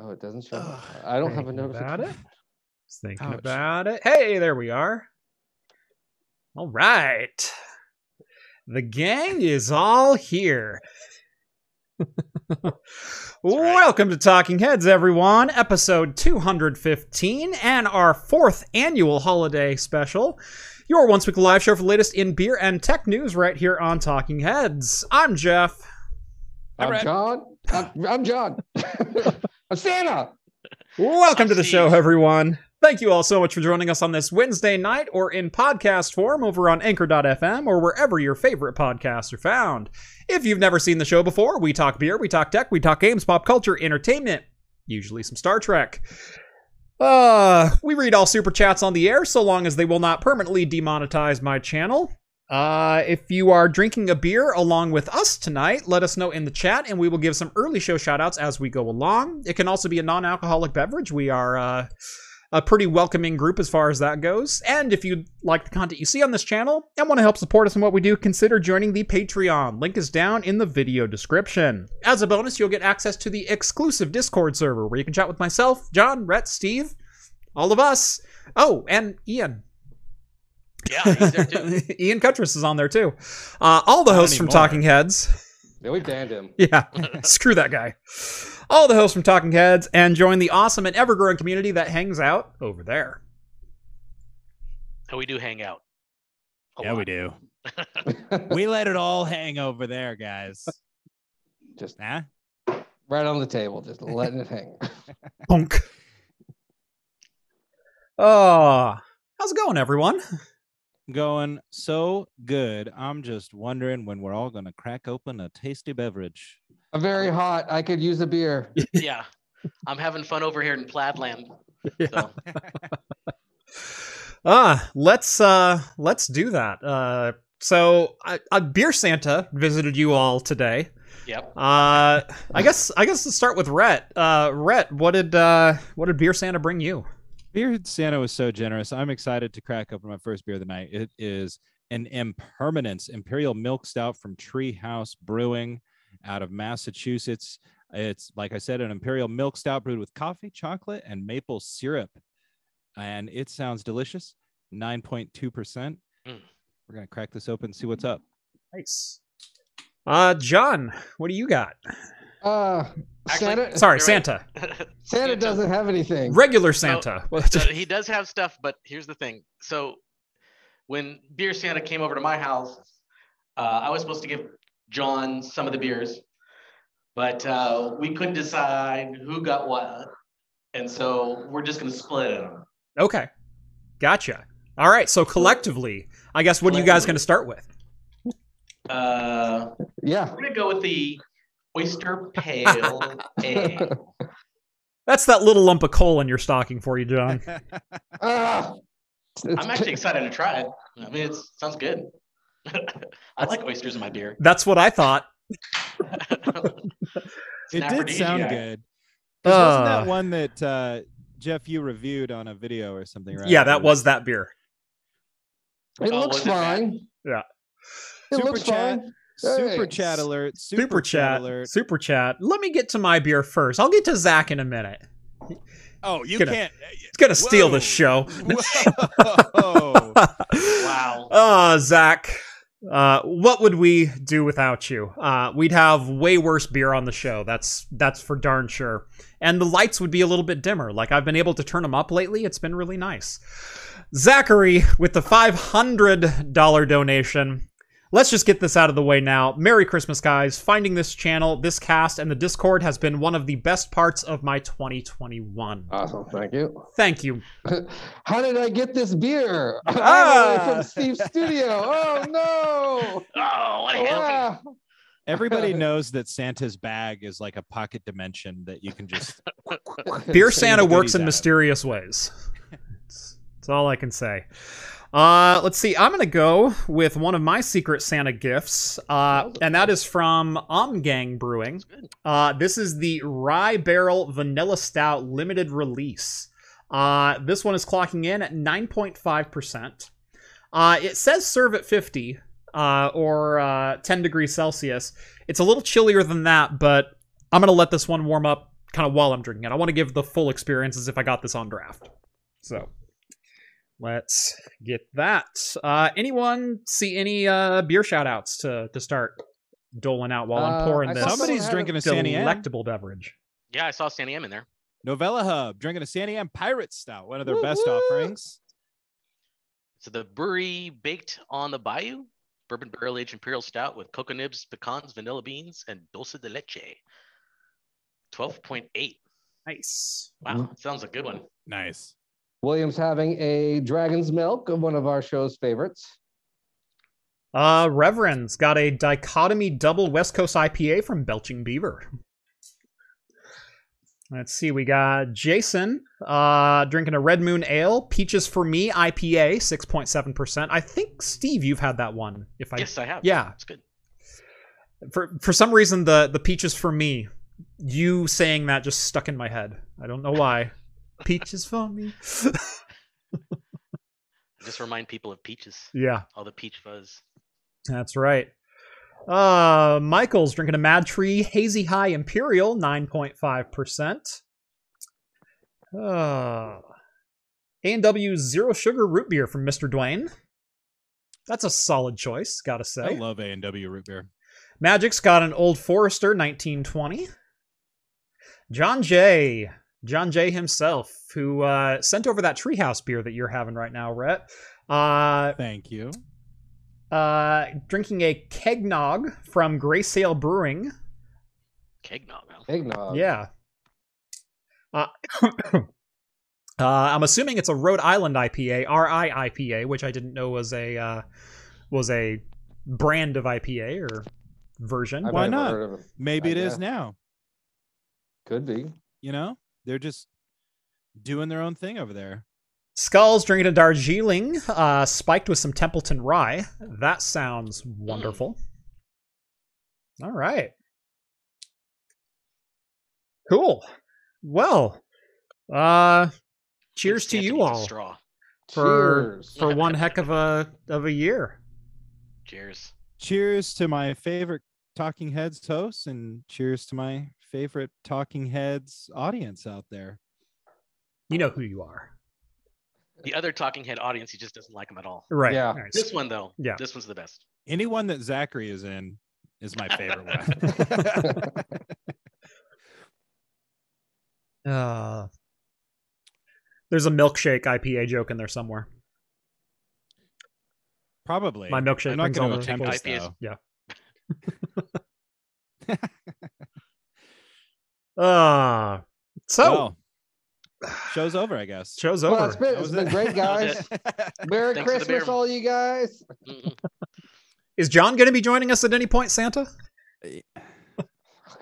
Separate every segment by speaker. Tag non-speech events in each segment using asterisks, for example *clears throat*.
Speaker 1: Oh, it doesn't show. up.
Speaker 2: Ugh,
Speaker 1: I don't have a
Speaker 2: thinking about
Speaker 1: notification.
Speaker 2: Just thinking
Speaker 1: Ouch.
Speaker 2: about it. Hey, there we are. All right. The gang is all here. Welcome to Talking Heads, everyone. Episode 215 and our fourth annual holiday special. Your once weekly live show for the latest in beer and tech news right here on Talking Heads. I'm Jeff.
Speaker 1: I'm
Speaker 3: Alright.
Speaker 1: John. I'm, I'm John. *laughs* I'm Santa.
Speaker 2: Welcome
Speaker 3: I'm
Speaker 2: to the show,
Speaker 3: Steve.
Speaker 2: everyone. Thank you all so much for joining us on this Wednesday night or in podcast form over on anchor.fm or wherever your favorite podcasts are found. If you've never seen the show before, we talk beer, we talk tech, we talk games, pop culture, entertainment, usually some Star Trek. Uh, we read all super chats on the air so long as they will not permanently demonetize my channel. Uh, if you are drinking a beer along with us tonight, let us know in the chat and we will give some early show shoutouts as we go along. It can also be a non alcoholic beverage. We are uh, a pretty welcoming group as far as that goes. And if you like the content you see on this channel and want to help support us in what we do, consider joining the Patreon. Link is down in the video description. As a bonus, you'll get access to the exclusive Discord server where you can chat with myself, John, Rhett, Steve, all of us. Oh, and Ian.
Speaker 4: *laughs*
Speaker 3: Yeah, he's there too.
Speaker 2: *laughs* Ian Cuttress is on there too. Uh, all the hosts from
Speaker 3: anymore.
Speaker 2: Talking Heads. *laughs*
Speaker 1: Yeah, we banned him.
Speaker 3: *laughs*
Speaker 2: Yeah, screw that guy. All the hosts from Talking Heads and join the awesome and ever growing community that hangs out over there.
Speaker 3: And we do hang out. A
Speaker 4: yeah, we
Speaker 3: lot.
Speaker 4: do.
Speaker 3: *laughs*
Speaker 4: We let it all hang over there, guys.
Speaker 1: just
Speaker 4: Huh?
Speaker 1: right on the table, just letting it hang.
Speaker 2: Punk. Oh, how's it going, everyone?
Speaker 4: Going so good. I'm just wondering when we're all going to crack open a tasty beverage.
Speaker 1: I'm very hot. I could use a beer.
Speaker 3: *laughs* Yeah. I'm having fun over here in Plaidland. So
Speaker 2: Ah, let's uh let's do that. Uh so uh, uh, beer Santa visited you all today.
Speaker 3: yep.
Speaker 2: Uh I guess I guess let's start with Rhett. Uh Rhett, what did uh what did beer Santa bring you?
Speaker 4: Beer Santa was so generous. I'm excited to crack open my first beer of the night. It is an Impermanence Imperial Milk Stout from Treehouse Brewing out of Massachusetts. It's, like I said, an Imperial Milk Stout brewed with coffee, chocolate, and maple syrup. And it sounds delicious 9.2%.
Speaker 3: Mm.
Speaker 4: We're going to crack this open, see what's up.
Speaker 2: Nice. Uh John, what do you got?
Speaker 1: Uh,
Speaker 3: Actually-
Speaker 1: Santa.
Speaker 2: Sorry,
Speaker 3: You're right.
Speaker 2: Santa.
Speaker 1: *laughs*
Speaker 3: *laughs*
Speaker 1: Santa doesn't have anything.
Speaker 2: Regular Santa. *laughs*
Speaker 3: so he does have stuff, but here's the thing. So when Beer Santa came over to my house, uh, I was supposed to give John some of the beers, but uh, we couldn't decide who got what. And so we're just going to split it.
Speaker 2: okay. Gotcha. All right, so collectively, I guess what are you
Speaker 3: Collectively.
Speaker 2: guys going to start with?
Speaker 3: Uh,
Speaker 1: Yeah.
Speaker 3: we're going to go with the
Speaker 4: *laughs*
Speaker 3: Oyster Pale Ale.
Speaker 2: That's that little lump of coal in your stocking for you,
Speaker 4: *laughs*
Speaker 2: John.
Speaker 1: Ah, It's- it's
Speaker 3: I'm actually excited to try it. I mean, it sounds good. *laughs* I like oysters in my beer. *laughs*
Speaker 2: That's what I thought.
Speaker 4: it did sound good. 'Cause
Speaker 2: Uh,
Speaker 4: wasn't that one that uh, Jeff you reviewed on a video or something? Right?
Speaker 2: Yeah, that
Speaker 4: Where-
Speaker 2: was that beer.
Speaker 1: It
Speaker 3: Oh,
Speaker 1: looks
Speaker 3: was it bad?
Speaker 1: fine.
Speaker 2: Yeah.
Speaker 1: It
Speaker 4: Super
Speaker 1: looks
Speaker 4: chat.
Speaker 1: fine.
Speaker 4: super
Speaker 1: Hey.
Speaker 4: chat alert. Super,
Speaker 2: Super, chat.
Speaker 4: alert.
Speaker 2: Super chat. Let me get to my beer first. I'll get to Zach in a minute.
Speaker 4: Oh, you
Speaker 2: Gonna-
Speaker 4: can't.
Speaker 2: It's gonna steal
Speaker 4: Whoa.
Speaker 2: this show. *laughs*
Speaker 4: Whoa.
Speaker 2: wow. Uh, Zach, uh, what would we do without you? Uh, we'd have way worse beer on the show. That's that's for darn sure. And the lights would be a little bit dimmer. Like I've been able to turn them up lately. It's been really nice. Zachary with the five hundred dollar donation. Let's just get this out of the way now. Merry Christmas, guys. Finding this channel, this cast, and the Discord has been one of the best parts of my 2021.
Speaker 1: Awesome. Thank you.
Speaker 2: Thank you.
Speaker 1: *laughs* How did I get this beer? *laughs* All the way
Speaker 2: Ah.
Speaker 1: from Steve's studio. Oh,
Speaker 3: *laughs*
Speaker 1: no.
Speaker 3: Oh, what a hell.
Speaker 1: Ah.
Speaker 4: Everybody knows that Santa's bag is like a pocket dimension that you can *laughs* just.
Speaker 1: *laughs*
Speaker 2: Beer
Speaker 4: Same
Speaker 2: Santa works
Speaker 4: goodies
Speaker 2: in
Speaker 4: out.
Speaker 2: mysterious ways. That's that's all I can say. Uh, let's see. I'm gonna go with one of my secret Santa gifts, uh, and that is from Omgang Brewing. Uh, this is the Rye Barrel Vanilla Stout Limited Release. Uh, this one is clocking in at 9.5%. Uh, it says serve at 50 uh, or uh, 10 degrees Celsius. It's a little chillier than that, but I'm going to let this one warm up kind of while I'm drinking it. I want to give the full experience as if I got this on draft. So let's get that. Uh, anyone see any uh, beer shout outs to, to start doling out while I'm
Speaker 1: Uh,
Speaker 2: pouring
Speaker 1: I
Speaker 2: this
Speaker 1: saw someone
Speaker 4: Somebody's
Speaker 1: had
Speaker 4: drinking a
Speaker 1: eh?
Speaker 4: Sandy M.
Speaker 2: delectable beverage?
Speaker 3: Yeah, I saw Sandy M in there.
Speaker 4: Novella Hub drinking a Sandy M Pirate Stout, one of their
Speaker 2: Woo,
Speaker 4: best
Speaker 2: woo.
Speaker 4: offerings.
Speaker 3: So the brewery baked on the bayou, bourbon barrel aged imperial stout with cocoa nibs, pecans, vanilla beans, and dulce de leche. Twelve point eight.
Speaker 2: Nice.
Speaker 3: Wow, sounds a good one.
Speaker 4: Nice.
Speaker 1: William's having a dragon's milk, one of our show's favorites.
Speaker 2: Uh, Reverend's got a dichotomy double West Coast IPA from Belching Beaver. Let's see, we got Jason uh, drinking a Red Moon Ale, Peaches for Me IPA, 6.7%. I think, Steve, you've had that one. If I
Speaker 3: yes, I have.
Speaker 2: Yeah.
Speaker 3: it's good.
Speaker 2: for for some reason the the peaches for me you saying that just stuck in my head i don't know why peaches for me *laughs*
Speaker 3: Just remind people of peaches,
Speaker 2: yeah
Speaker 3: all the peach fuzz.
Speaker 2: that's right uh michael's drinking a mad tree hazy high imperial 9.5% uh a&w zero sugar root beer from mr dwayne that's a solid choice gotta say
Speaker 4: I love A and W root beer.
Speaker 2: Magic's got an Old Forester 1920. John Jay, John Jay himself, who uh, sent over that Treehouse beer that you're having right now, Rhett. Uh,
Speaker 4: Thank you.
Speaker 2: uh, drinking a Kegnog from Graysale Brewing.
Speaker 3: Keg nog. huh?
Speaker 1: Eggnog.
Speaker 2: yeah. Uh, *coughs* uh, I'm assuming it's a Rhode Island IPA, RI IPA, which I didn't know was a uh, was a brand of IPA or version.
Speaker 1: I've
Speaker 4: Why
Speaker 1: never
Speaker 4: not?
Speaker 1: heard of it.
Speaker 4: Maybe
Speaker 1: I
Speaker 4: it is
Speaker 1: guess.
Speaker 4: now.
Speaker 1: Could be.
Speaker 4: You know, they're just doing their own thing over there.
Speaker 2: Skulls drinking a Darjeeling, uh, spiked with some Templeton rye. That sounds wonderful. All right. Cool. Well, uh, cheers
Speaker 3: Thanks,
Speaker 2: to
Speaker 3: Anthony,
Speaker 2: you
Speaker 3: with the
Speaker 2: all
Speaker 3: Straw.
Speaker 2: For-
Speaker 1: Cheers.
Speaker 2: for one heck of a of a year.
Speaker 3: Cheers.
Speaker 4: Cheers to my favorite Talking Heads hosts, and cheers to my favorite Talking Heads audience out there.
Speaker 2: You know who you are,
Speaker 3: The other talking head audience, he just doesn't like him at all.
Speaker 2: right?
Speaker 1: Yeah.
Speaker 2: All right.
Speaker 3: This one though,
Speaker 2: Yeah.
Speaker 3: this one's the best.
Speaker 4: Anyone that Zachary is in is my favorite one.
Speaker 1: *laughs*
Speaker 2: Uh, there's a milkshake IPA joke in there somewhere.
Speaker 4: Probably.
Speaker 2: My milkshake
Speaker 4: I'm not
Speaker 2: brings all
Speaker 4: going to
Speaker 2: the
Speaker 4: attempt
Speaker 2: people.
Speaker 4: this,
Speaker 3: IPAs.
Speaker 4: though.
Speaker 2: Ah, so
Speaker 4: Well, show's over, I guess.
Speaker 2: show's over.
Speaker 1: Well, it's been,
Speaker 4: *laughs* That
Speaker 1: it's
Speaker 4: was
Speaker 1: been
Speaker 4: it.
Speaker 1: great,
Speaker 3: *laughs*
Speaker 1: guys. Merry
Speaker 3: Thanks for the beer.
Speaker 1: Christmas, all you guys.
Speaker 3: Mm-mm.
Speaker 2: Is John going to be joining us at any point, Santa?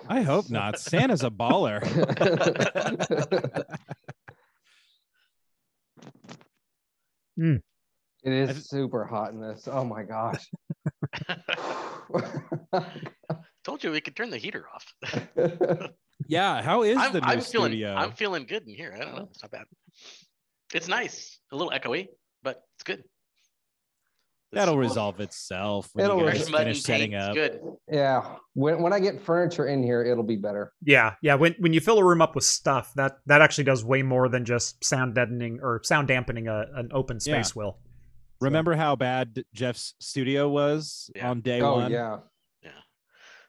Speaker 4: I hope not. Santa's a baller. *laughs*
Speaker 1: it
Speaker 2: Mm.
Speaker 1: is
Speaker 4: I just-
Speaker 1: super hot in this. Oh my gosh. *laughs*
Speaker 3: Told you we could turn the heater off.
Speaker 4: Yeah, how is
Speaker 3: I'm,
Speaker 4: the new
Speaker 3: I'm feeling
Speaker 4: studio?
Speaker 3: I'm feeling good in here. I don't know. It's not bad. It's nice. A little echoey, but it's good. *laughs*
Speaker 4: That'll resolve itself when
Speaker 1: It'll
Speaker 4: you
Speaker 1: resolve.
Speaker 4: guys
Speaker 3: Fresh mud and
Speaker 4: finish setting
Speaker 3: paint. It's
Speaker 4: up.
Speaker 3: good.
Speaker 1: yeah. When, when I get furniture in here, it'll be better.
Speaker 2: Yeah, yeah. When when you fill a room up with stuff, that that actually does way more than just sound deadening or sound dampening a, an open space *laughs* will.
Speaker 4: Remember how bad D- Jeff's studio was
Speaker 3: Yeah.
Speaker 4: on day
Speaker 1: Oh
Speaker 4: one?
Speaker 1: yeah.
Speaker 3: Yeah.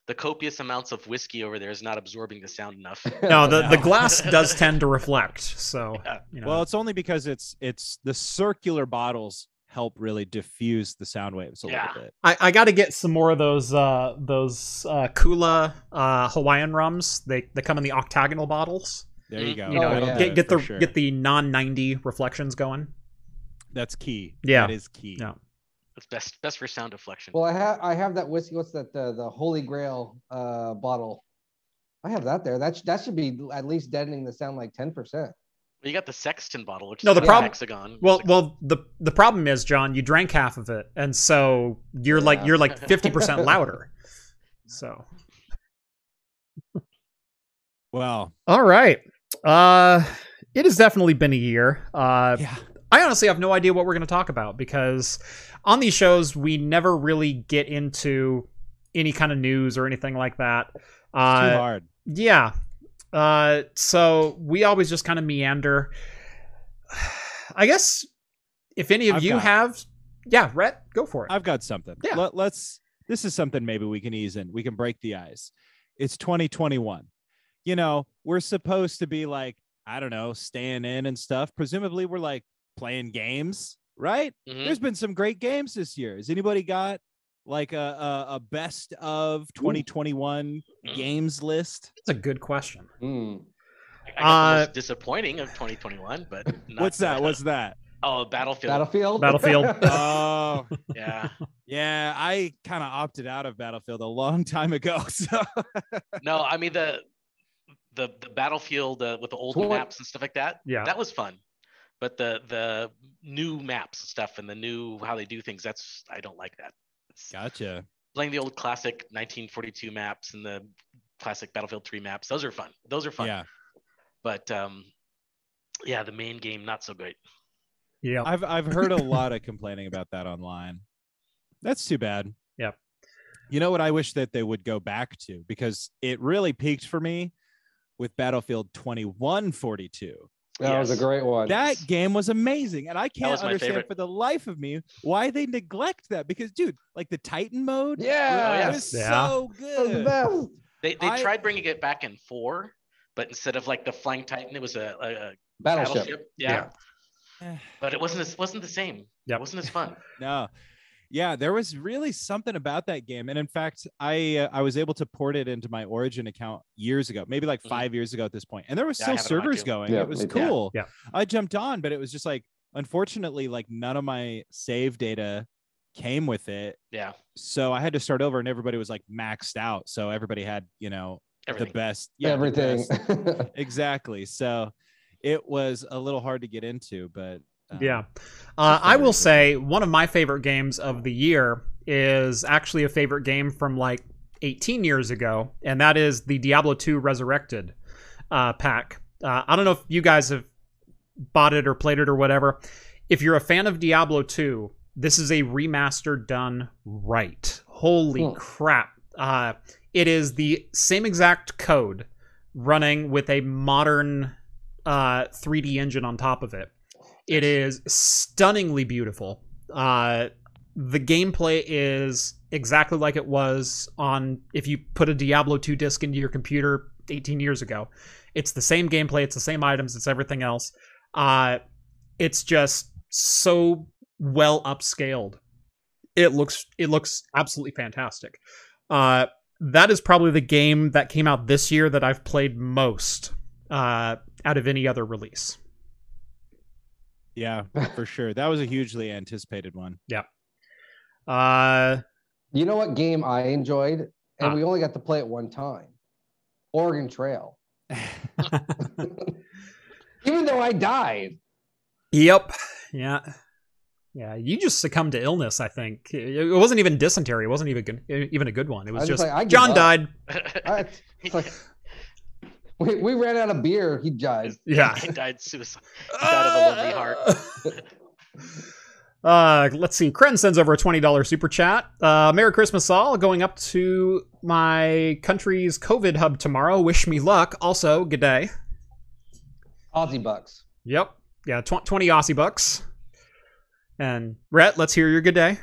Speaker 3: The copious amounts of whiskey over there is not absorbing the sound
Speaker 4: *laughs*
Speaker 3: enough. *laughs*
Speaker 2: No, the, the
Speaker 4: No.
Speaker 2: glass does tend *laughs* to reflect. So
Speaker 3: Yeah.
Speaker 2: you know,
Speaker 4: Well, it's only because it's it's the circular bottles help really diffuse the sound waves a
Speaker 3: Yeah.
Speaker 4: little bit.
Speaker 2: I, I got to get some more of those uh, those uh, Kula uh, Hawaiian rums. They they come in the octagonal bottles. Oh,
Speaker 4: There you go.
Speaker 3: You
Speaker 1: know, yeah.
Speaker 4: That'll do
Speaker 2: Mm-hmm. get
Speaker 4: it
Speaker 2: get
Speaker 4: for
Speaker 2: the
Speaker 4: sure.
Speaker 2: get the non ninety reflections going.
Speaker 4: that's key.
Speaker 2: Yeah.
Speaker 4: that is key.
Speaker 2: Yeah.
Speaker 3: It's best best for sound deflection.
Speaker 1: *laughs* Well, I have I have that whiskey. What's that? The the Holy Grail uh, bottle. I have that there. That sh- that should be at least deadening the sound like ten percent.
Speaker 3: you got the Sexton bottle, which
Speaker 2: No,
Speaker 3: is
Speaker 2: the
Speaker 3: like a
Speaker 1: problem-
Speaker 3: hexagon.
Speaker 2: Well,
Speaker 3: It's like-
Speaker 2: well, the the problem is, John, you drank half of it, and so you're like
Speaker 1: Yeah.
Speaker 2: you're like
Speaker 4: *laughs*
Speaker 2: fifty percent louder. So
Speaker 4: Well,
Speaker 2: all right, uh, it has definitely been a year. Uh,
Speaker 4: yeah.
Speaker 2: I honestly have no idea what we're going to talk about because on these shows we never really get into any kind of news or anything like that.
Speaker 4: It's too
Speaker 2: Uh,
Speaker 4: hard.
Speaker 2: yeah, Uh, so we always just kind of meander. *sighs* I guess if any of
Speaker 4: I've
Speaker 2: you
Speaker 4: got-
Speaker 2: have, yeah, Rhett, go for it.
Speaker 4: I've got something.
Speaker 2: Yeah.
Speaker 4: Let, us This is something maybe we can ease in. We can break the ice. It's 2021. You know, we're supposed to be like, I don't know, staying in and stuff. Presumably, we're like playing games, right?
Speaker 3: Mhm.
Speaker 4: There's been some great games this year. Has anybody got like a a, a best of 2021 games list?
Speaker 2: That's a good question.
Speaker 1: Hmm.
Speaker 3: I got the
Speaker 2: Uh,
Speaker 3: most disappointing of 2021, but
Speaker 4: *laughs*
Speaker 3: not
Speaker 4: What's that?
Speaker 3: bad.
Speaker 4: What's that?
Speaker 3: *laughs* oh Battlefield?
Speaker 1: Battlefield. *laughs*
Speaker 2: Battlefield.
Speaker 4: Oh,
Speaker 3: Yeah,
Speaker 4: yeah. I kind of opted out of Battlefield a long time ago. *laughs* So
Speaker 3: no, I mean the the the Battlefield uh, with the old
Speaker 1: Twen-
Speaker 3: maps and stuff like that.
Speaker 2: Yeah.
Speaker 3: that was fun. But the the new maps and stuff and the new how they do things that's I don't like that. It's
Speaker 4: gotcha.
Speaker 3: Playing the old classic 1942 maps and the classic Battlefield 3 maps, those are fun. Those are fun.
Speaker 4: Yeah.
Speaker 3: But um, yeah, the main game not so great.
Speaker 2: Yeah.
Speaker 4: I've I've heard a lot of complaining about that online. That's too bad.
Speaker 2: Yep.
Speaker 4: You know what I wish that they would go back to because it really peaked for me with Battlefield 2142.
Speaker 1: That was a
Speaker 3: Yes.
Speaker 1: great one.
Speaker 4: That game was amazing and I can't
Speaker 3: was my
Speaker 4: understand
Speaker 3: favorite.
Speaker 4: for the life of me why they neglect that because dude, like the Titan mode
Speaker 1: yeah.
Speaker 3: Oh, yeah.
Speaker 4: was
Speaker 2: Yeah.
Speaker 4: so
Speaker 1: That was the
Speaker 4: good.
Speaker 1: best.
Speaker 3: They they
Speaker 4: I-
Speaker 3: tried bringing it back in four, but instead of like the flying titan, it was a, a, a
Speaker 1: Battleship.
Speaker 3: battleship. Yeah.
Speaker 2: Yeah.
Speaker 3: but it wasn't as, wasn't the same.
Speaker 2: Yep.
Speaker 3: It wasn't as fun.
Speaker 4: *sighs* No. Yeah, there was really something about that game, and in fact, I uh, I was able to port it into my Origin account years ago, maybe like
Speaker 3: Mhm.
Speaker 4: five years ago at this point, and there was
Speaker 3: Yeah, I
Speaker 4: still
Speaker 3: have it on my
Speaker 4: servers
Speaker 3: too.
Speaker 4: going.
Speaker 1: Yeah,
Speaker 4: it was
Speaker 1: me too. Yeah,
Speaker 4: cool.
Speaker 2: yeah.
Speaker 4: I jumped on, but it was just like unfortunately, like none of my save data came with it,
Speaker 3: Yeah,
Speaker 4: so I had to start over, and everybody was like maxed out, so everybody had you know
Speaker 3: everything. *laughs*
Speaker 4: the best, yeah, the
Speaker 1: Everything.
Speaker 4: best. exactly. So it was a little hard to get into, but um,
Speaker 2: Yeah. Uh, I
Speaker 4: very
Speaker 2: will say one of my favorite games of the year is actually a favorite game from like 18 years ago, and that is the Diablo 2 Resurrected uh, pack. Uh, I don't know if you guys have bought it or played it or whatever. If you're a fan of Diablo 2, this is a remaster done right. Holy
Speaker 1: Hmm.
Speaker 2: crap. Uh, it is the same exact code running with a modern uh, 3D engine on top of it. It is stunningly beautiful. Uh, the gameplay is exactly like it was on if you put a Diablo 2 disc into your computer 18 years ago. It's the same gameplay, it's the same items, it's everything else. Uh, it's just so well upscaled. It looks it looks absolutely fantastic. Uh, that is probably the game that came out this year that I've played most uh, out of any other release.
Speaker 4: yeah, for sure. That was a hugely anticipated one. *laughs*
Speaker 2: Uh,
Speaker 1: *laughs* You know what game I enjoyed, and
Speaker 2: Huh.
Speaker 1: we only got to play it one time. Oregon Trail. *laughs* Even though I died.
Speaker 2: Yep. Yeah. Yeah. You just succumbed to illness. I think it it wasn't even dysentery. It wasn't even good, even a good one. It was
Speaker 1: was
Speaker 2: just
Speaker 1: just like, I give
Speaker 2: John
Speaker 1: up.
Speaker 2: died.
Speaker 1: I- it's like we, we ran out of beer. He died. *laughs*
Speaker 2: Yeah. Ah!
Speaker 3: I died suicide. died of a lonely heart.
Speaker 2: *laughs* Uh, let's see. Kren sends over a twenty dollars super chat. Uh, Merry Christmas all. Going up to my country's COVID hub tomorrow. Wish me luck. Also, good day.
Speaker 1: Aussie bucks.
Speaker 2: Yep. Yeah. Tw- twenty Aussie bucks. And Rhett, let's hear your good day.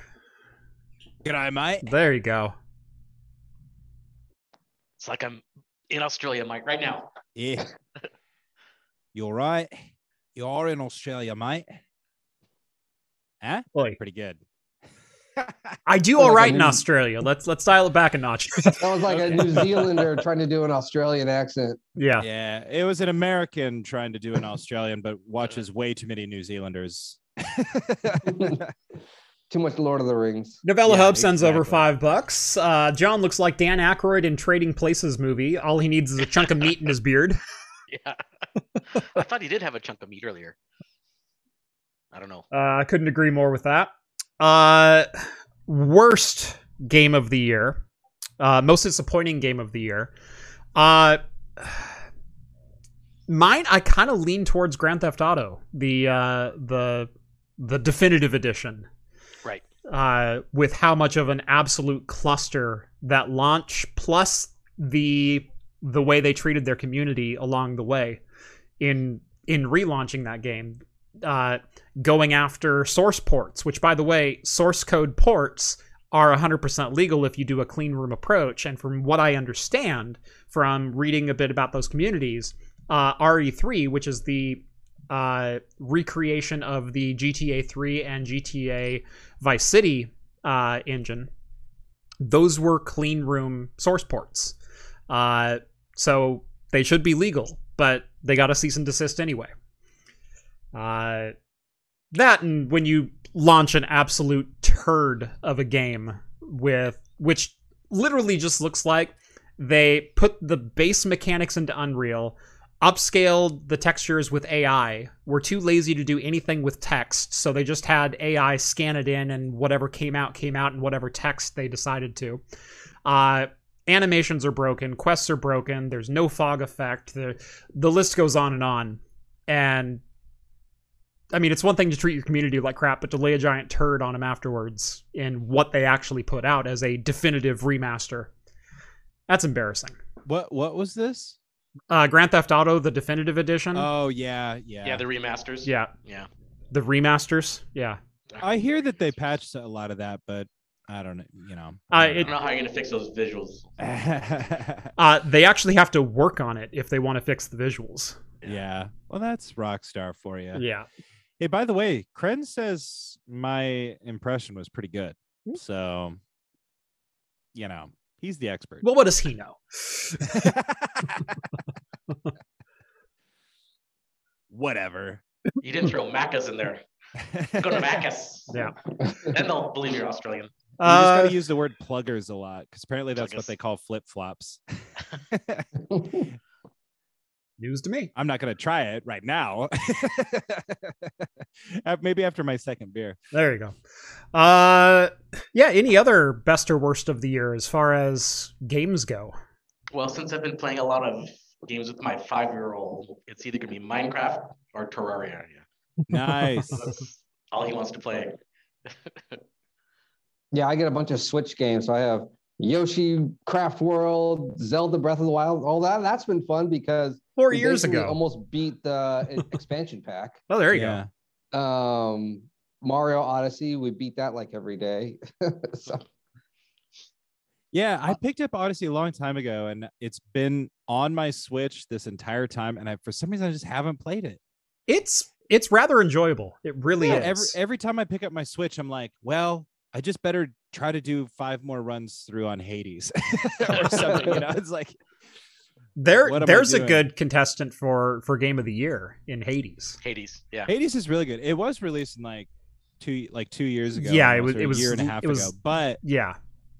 Speaker 4: Good eye, mate.
Speaker 2: There you go.
Speaker 3: It's like I'm in Australia, Mike, right now.
Speaker 4: Yeah. You're right. You are in Australia, mate. Huh?
Speaker 2: Oi.
Speaker 4: Pretty good.
Speaker 2: I do
Speaker 1: Sounds
Speaker 2: all
Speaker 1: like
Speaker 2: right
Speaker 1: a
Speaker 2: in
Speaker 1: new-
Speaker 2: Australia. Let's let's dial it back
Speaker 1: *laughs*
Speaker 2: a notch.
Speaker 1: That was like
Speaker 2: *laughs*
Speaker 1: a New Zealander trying to do an Australian accent. *laughs*
Speaker 2: yeah.
Speaker 4: yeah. It was an American trying to do an Australian, but watches way too many New Zealanders.
Speaker 1: Too much Lord of the Rings. *laughs*
Speaker 2: Novella
Speaker 4: Yeah,
Speaker 2: Hub sends over
Speaker 4: exactly.
Speaker 2: five bucks. Uh, John looks like Dan Aykroyd in Trading Places movie. All he needs is a chunk of meat in his beard.
Speaker 3: *laughs* Yeah. *laughs* I thought he did have a chunk of meat earlier. I don't know.
Speaker 2: Uh, I couldn't agree more with that. Uh, worst game of the year, uh, most disappointing game of the year. Uh, mine, I kind of lean towards Grand Theft Auto, the uh, the the definitive edition.
Speaker 3: Right.
Speaker 2: uh, with how much of an absolute cluster that launch plus the the way they treated their community along the way in in relaunching that game uh, going after source ports which by the way source code ports are 100% legal if you do a clean room approach and from what i understand from reading a bit about those communities uh, re3 which is the uh, recreation of the gta 3 and gta vice city uh, engine those were clean room source ports uh, so they should be legal, but they got a cease and desist anyway. Uh, that and when you launch an absolute turd of a game with which literally just looks like they put the base mechanics into Unreal, upscaled the textures with AI, were too lazy to do anything with text, so they just had AI scan it in and whatever came out came out and whatever text they decided to. Uh, animations are broken, quests are broken, there's no fog effect, the the list goes on and on. And I mean, it's one thing to treat your community like crap, but to lay a giant turd on them afterwards in what they actually put out as a definitive remaster. That's embarrassing.
Speaker 4: What what was this?
Speaker 2: Uh Grand Theft Auto the definitive edition.
Speaker 4: Oh yeah, yeah.
Speaker 3: Yeah, the remasters.
Speaker 2: yeah.
Speaker 3: Yeah.
Speaker 2: The remasters. Yeah.
Speaker 4: I hear that they patched a lot of that, but I don't know, you know.
Speaker 2: Uh,
Speaker 3: I
Speaker 2: it,
Speaker 3: don't know how you're gonna fix those
Speaker 4: *laughs*
Speaker 3: visuals.
Speaker 4: yeah.
Speaker 2: uh they actually have to work on it if they want to fix the visuals.
Speaker 4: Well, that's Rockstar for you.
Speaker 2: Yeah.
Speaker 4: Hey, by the way, Kren says my impression was pretty good.
Speaker 2: Hmm.
Speaker 4: So, you know, he's the expert.
Speaker 2: Well, what does he know?
Speaker 4: Whatever.
Speaker 3: You didn't throw Macca's in there. Go to
Speaker 4: *laughs*
Speaker 3: Macca's.
Speaker 2: Yeah.
Speaker 3: Then they'll believe you're Australian.
Speaker 4: You just
Speaker 2: Uh,
Speaker 4: gotta use the word pluggers a lot because apparently that's what
Speaker 3: Pluggers.
Speaker 4: they call flip flops.
Speaker 2: news to me.
Speaker 4: I'm not gonna try it right now. *laughs* Uh, Maybe after my
Speaker 2: *laughs*
Speaker 4: second beer.
Speaker 2: There you go. Uh, yeah. Any other best or worst of the year as far as games go?
Speaker 3: Well, since I've been playing a lot of games with my five-year-old, it's either gonna be Minecraft or Terraria.
Speaker 4: Nice.
Speaker 3: So that's all he wants to play.
Speaker 1: Yeah, I get a bunch of Switch games. So I have Yoshi Craft World, Zelda Breath of the Wild, all that. That's been fun because
Speaker 2: Four
Speaker 1: we
Speaker 2: years
Speaker 1: basically
Speaker 2: ago.
Speaker 1: almost beat the e-, *laughs* expansion pack.
Speaker 2: oh, there you
Speaker 4: yeah.
Speaker 1: Um, Mario Odyssey, we beat that like every day. *laughs* so,
Speaker 4: Yeah,
Speaker 2: Oh.
Speaker 4: I picked up Odyssey a long time ago, and it's been on my Switch this entire time, and I for some reason I just haven't played it.
Speaker 2: go. It's it's rather enjoyable. It really
Speaker 4: Yeah,
Speaker 2: is.
Speaker 4: every every time I pick up my Switch, I'm like, well, I just better try to do five more runs through on Hades *laughs* or something.
Speaker 2: *laughs*
Speaker 4: You know, it's like
Speaker 2: there
Speaker 4: what am I
Speaker 2: there's a
Speaker 4: doing?
Speaker 2: good contestant for for game of the year in Hades.
Speaker 3: Hades. Yeah.
Speaker 4: Hades is really good. It was released in like two like two years ago.
Speaker 2: Yeah, it was-
Speaker 4: almost, or
Speaker 2: it
Speaker 4: a
Speaker 2: was
Speaker 4: year and a
Speaker 2: l-
Speaker 4: half
Speaker 2: it was-
Speaker 4: ago. But
Speaker 2: Yeah.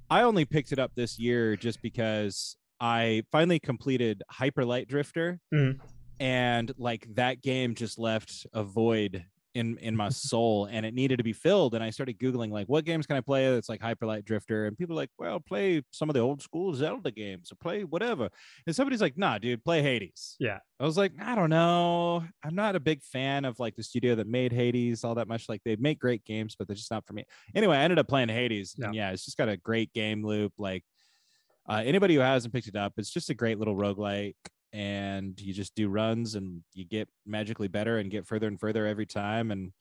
Speaker 4: I only picked it up this year just because I finally completed Hyperlight Drifter,
Speaker 2: Mhm.
Speaker 4: and like that game just left a void in in my soul, and it needed to be filled. And I started googling like, what games can I play that's like Hyperlight Drifter? And people are like, well, play some of the old school Zelda games, or play whatever. And somebody's like, nah, dude, play Hades.
Speaker 2: Yeah.
Speaker 4: I was like, I don't know. I'm not a big fan of like the studio that made Hades all that much. Like they make great games, but they're just not for me anyway, I ended up playing Hades. And yeah, it's just got a great game loop. Like uh, anybody who hasn't picked it up, it's just a great little roguelike. And you just do runs and you get magically better and get further and further every time. And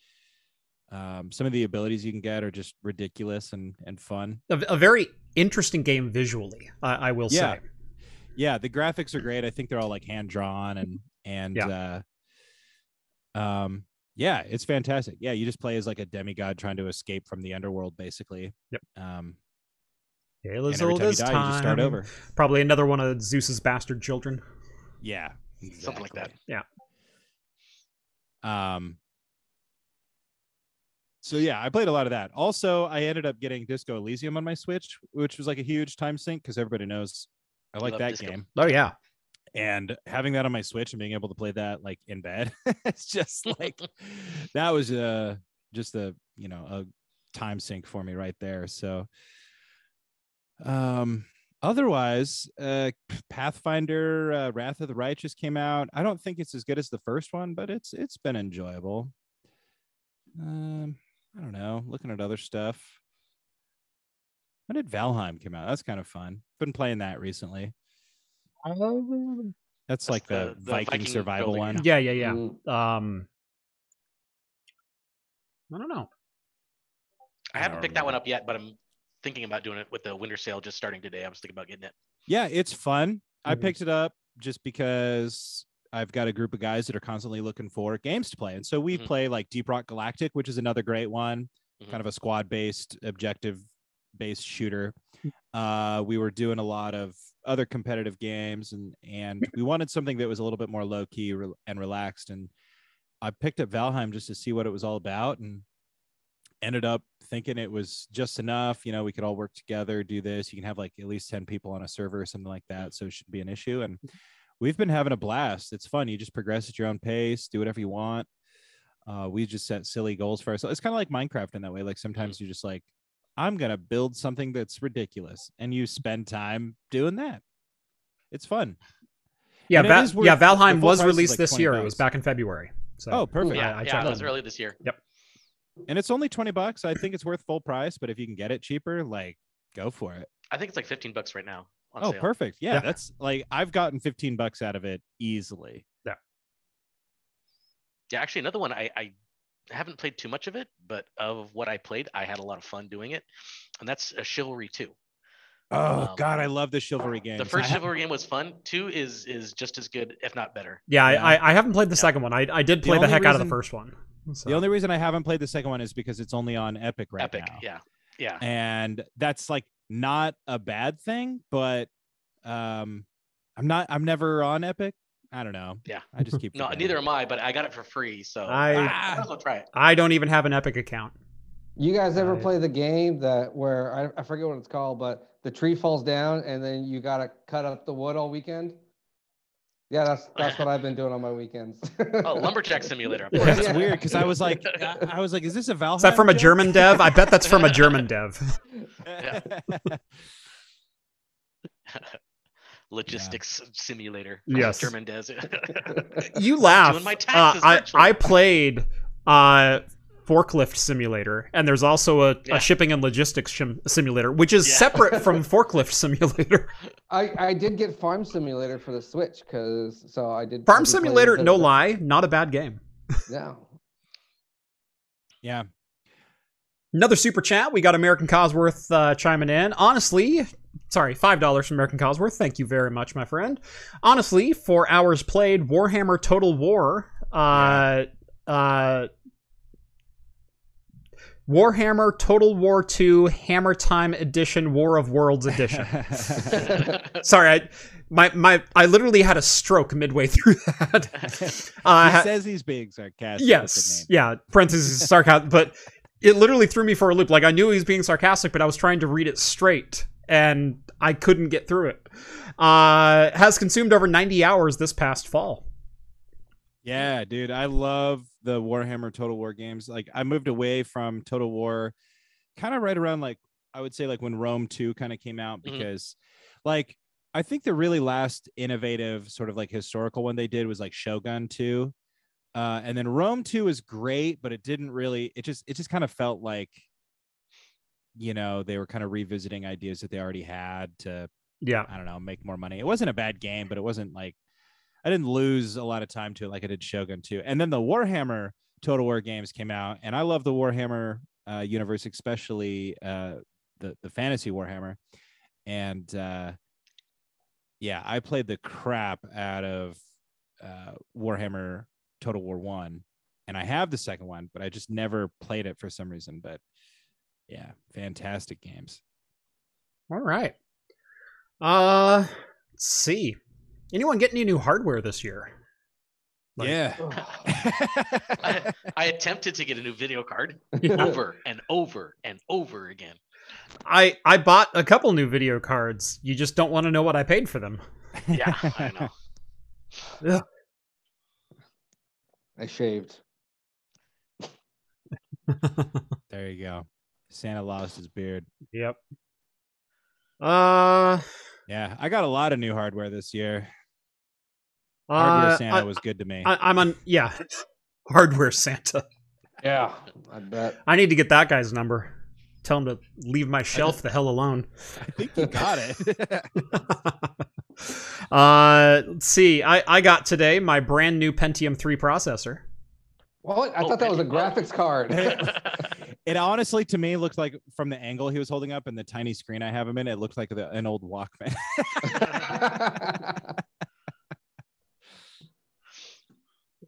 Speaker 4: um, some of the abilities you can get are just ridiculous and, and fun.
Speaker 2: A, a very interesting game visually. I I will
Speaker 4: Yeah.
Speaker 2: say.
Speaker 4: Yeah, the graphics are great. I think they're all like hand drawn and and uh, um yeah, it's fantastic. Yeah, you just play as like a demigod trying to escape from the underworld, basically.
Speaker 2: Yep.
Speaker 4: Um,
Speaker 2: Hail
Speaker 4: and
Speaker 2: is
Speaker 4: every
Speaker 2: old
Speaker 4: time you
Speaker 2: as
Speaker 4: die, you just start
Speaker 2: time.
Speaker 4: over.
Speaker 2: Probably another one of Zeus's bastard children.
Speaker 4: Yeah.
Speaker 3: Something like that.
Speaker 2: Yeah.
Speaker 4: Yeah. Um so yeah, I played a lot of that. Also, I ended up getting Disco Elysium on my Switch, which was like a huge time sink because everybody knows I like
Speaker 3: love
Speaker 4: that
Speaker 3: Disco.
Speaker 4: game.
Speaker 2: Oh yeah.
Speaker 4: And having that on my Switch and being able to play that like in bed, *laughs* it's just
Speaker 3: *laughs*
Speaker 4: like that was uh just a you know a time sink for me right there. So um otherwise uh pathfinder uh, wrath of the righteous came out i don't think it's as good as the first one but it's it's been enjoyable um i don't know looking at other stuff when did valheim come out that's kind of fun been playing that recently Um, That's like the,
Speaker 3: the- the
Speaker 4: Viking,
Speaker 3: Viking
Speaker 4: survival
Speaker 3: building.
Speaker 4: one.
Speaker 2: Yeah, yeah, yeah.
Speaker 1: Mm.
Speaker 2: Um, I don't know.
Speaker 3: I
Speaker 4: I
Speaker 3: haven't
Speaker 4: don't
Speaker 3: picked that one
Speaker 4: remember.
Speaker 3: up yet, but I'm thinking about doing it with the winter sale just starting today. I was thinking about getting it.
Speaker 4: Yeah, it's fun. I
Speaker 2: Mhm.
Speaker 4: picked it up just because I've got a group of guys that are constantly looking for games to play. And so we
Speaker 3: Mhm.
Speaker 4: play like Deep Rock Galactic, which is another great one,
Speaker 3: Mhm.
Speaker 4: kind of a squad based, objective based shooter. Uh, we were doing a lot of other competitive games and and we wanted something that was a little bit more low key re- and relaxed. And I picked up Valheim just to see what it was all about and ended up thinking it was just enough. You know, we could all work together, do this. You can have like at least 10 people on a server or something like that. So it shouldn't be an issue. And we've been having a blast. It's fun. You just progress at your own pace, do whatever you want. Uh, we just set silly goals for ourselves. It's kind of like Minecraft in that way. Like sometimes you just like, I'm going to build something that's ridiculous. And you spend time doing that. It's fun.
Speaker 2: Yeah,
Speaker 4: And it
Speaker 2: Va-
Speaker 4: is worth-
Speaker 2: yeah.
Speaker 4: the
Speaker 2: Valheim
Speaker 4: full
Speaker 2: was
Speaker 4: price is
Speaker 2: released
Speaker 4: like
Speaker 2: this
Speaker 4: 20
Speaker 2: year. It was
Speaker 4: bucks.
Speaker 2: back in February. So
Speaker 4: Oh, perfect.
Speaker 1: Yeah,
Speaker 2: I- I
Speaker 3: yeah,
Speaker 2: checked
Speaker 3: it was
Speaker 2: on-
Speaker 3: early this year.
Speaker 4: And it's only 20 bucks. I think it's worth full price, but if you can get it cheaper, like go for it.
Speaker 3: I think it's like 15 bucks right now. On
Speaker 4: Oh,
Speaker 3: sale.
Speaker 4: perfect. Yeah,
Speaker 2: Yeah.
Speaker 4: that's like I've gotten 15 bucks out of it easily.
Speaker 3: Yeah, actually, another one I, I haven't played too much of it, but of what I played, I had a lot of fun doing it, and that's a Chivalry Two.
Speaker 4: Oh
Speaker 3: Um,
Speaker 4: God, I love the chivalry game.
Speaker 3: The first Chivalry game was fun. Two is is just as good, if not better.
Speaker 2: Yeah, I
Speaker 4: Yeah.
Speaker 2: I, I haven't played the
Speaker 3: Yeah.
Speaker 2: second one. I, I did
Speaker 4: The
Speaker 2: play the,
Speaker 4: only
Speaker 2: heck out of the
Speaker 4: reason-
Speaker 2: first one. So.
Speaker 4: The only reason I haven't played the second one is because it's only on Epic right
Speaker 3: Epic.
Speaker 4: now.
Speaker 3: Yeah, yeah.
Speaker 4: And that's like not a bad thing, but um, I'm not. I'm never on Epic. I don't know.
Speaker 3: Yeah.
Speaker 4: I just
Speaker 3: *laughs*
Speaker 4: keep.
Speaker 3: No,
Speaker 4: forgetting.
Speaker 3: neither am I, but I got it for free, so
Speaker 2: I-
Speaker 3: ah, might as well try it.
Speaker 2: I don't even have an Epic account.
Speaker 1: You guys ever
Speaker 2: Right.
Speaker 1: play the game that where I, I forget what it's called, but the tree falls down and then you gotta cut up the wood all weekend? Yeah, that's that's what I've been doing on my weekends. *laughs*
Speaker 3: Oh, Lumberjack Simulator. Of
Speaker 2: Yeah.
Speaker 3: course.
Speaker 4: *laughs*
Speaker 3: *laughs*
Speaker 4: That's weird because I was like, I, I was like, is this a Valheim?
Speaker 2: Is that from a
Speaker 4: joke? *laughs*
Speaker 2: German dev? I bet that's from
Speaker 3: *laughs*
Speaker 2: a German dev. *laughs*
Speaker 3: Yeah. Logistics Simulator.
Speaker 2: Yes.
Speaker 3: German does *laughs*
Speaker 4: *laughs*
Speaker 3: it.
Speaker 2: You laugh.
Speaker 3: Doing my
Speaker 2: Uh,
Speaker 3: taxes
Speaker 2: I
Speaker 3: virtually.
Speaker 2: I played uh, forklift simulator, and there's also a,
Speaker 3: Yeah.
Speaker 2: a shipping and logistics shim- simulator, which is
Speaker 3: Yeah.
Speaker 2: separate
Speaker 3: *laughs*
Speaker 2: from forklift simulator.
Speaker 1: I, I did get Farm Simulator for the Switch because so I did I did play
Speaker 2: Farm
Speaker 1: a
Speaker 2: simulator,
Speaker 1: bit
Speaker 2: no
Speaker 1: of it.
Speaker 2: lie, not a bad game.
Speaker 1: *laughs* No.
Speaker 4: yeah.
Speaker 2: Another super chat. We got American Cosworth uh, chiming in. Honestly, sorry, five dollars from American Cosworth. Thank you very much, my friend. Honestly, for hours played, Warhammer Total War. Uh, uh, Warhammer Total War 2 Hammer Time Edition War of Worlds
Speaker 4: *laughs*
Speaker 2: Edition. Sorry, I, my my I literally had a stroke midway through that.
Speaker 4: he
Speaker 2: Uh,
Speaker 4: says he's being sarcastic. with the
Speaker 2: yes, yeah, parentheses sarcastic, but it literally threw me for a loop. Like I knew he was being sarcastic, but I was trying to read it straight and I couldn't get through it. Uh, has consumed over 90 hours this past fall.
Speaker 4: Yeah, dude, I love the Warhammer Total War games. Like I moved away from Total War kind of right around like I would say like when Rome 2 kind of came out
Speaker 3: Mhm.
Speaker 4: because like I think the really last innovative sort of like historical one they did was like Shogun 2. Uh and then Rome 2 is great, but it didn't really it just it just kind of felt like you know, they were kind of revisiting ideas that they already had to
Speaker 2: Yeah.
Speaker 4: I don't know, make more money. It wasn't a bad game, but it wasn't like I didn't lose a lot of time to it like I did Shogun 2. And then the Warhammer Total War games came out, and I love the Warhammer uh, universe, especially uh, the the fantasy Warhammer. And uh, yeah, I played the crap out of uh, Warhammer Total War One, and I have the second one, but I just never played it for some reason. But yeah, fantastic games.
Speaker 2: All right. Uh, let's see. Anyone get any new hardware this year? Like-
Speaker 4: *laughs* yeah.
Speaker 3: I, *laughs* I attempted to get a new video card
Speaker 2: Yeah.
Speaker 3: over and over and over again.
Speaker 2: I I bought a couple new video cards. You just don't want to know what I paid for them.
Speaker 4: *laughs*
Speaker 3: Yeah, *laughs* I know.
Speaker 1: *laughs* I shaved.
Speaker 4: There you go. Santa lost his beard.
Speaker 2: Yep. Uh,
Speaker 4: Yeah, I got a lot of new hardware this year. Hardware
Speaker 2: uh
Speaker 4: Santa
Speaker 2: I,
Speaker 4: was good to me.
Speaker 2: I, am on yeah, *laughs* hardware Santa.
Speaker 1: Yeah. I bet.
Speaker 2: I need to get that guy's number. Tell him to leave my shelf the hell alone.
Speaker 4: *laughs* I think you got it.
Speaker 2: uh, Uh, let's see. I, I got today my brand new Pentium 3 processor.
Speaker 1: What? I
Speaker 3: Oh,
Speaker 1: thought that was a
Speaker 3: Pentium.
Speaker 1: graphics card.
Speaker 4: It honestly, to me, looked like from the angle he was holding up and the tiny screen I have him in, it looked like the, an old Walkman.
Speaker 1: *laughs*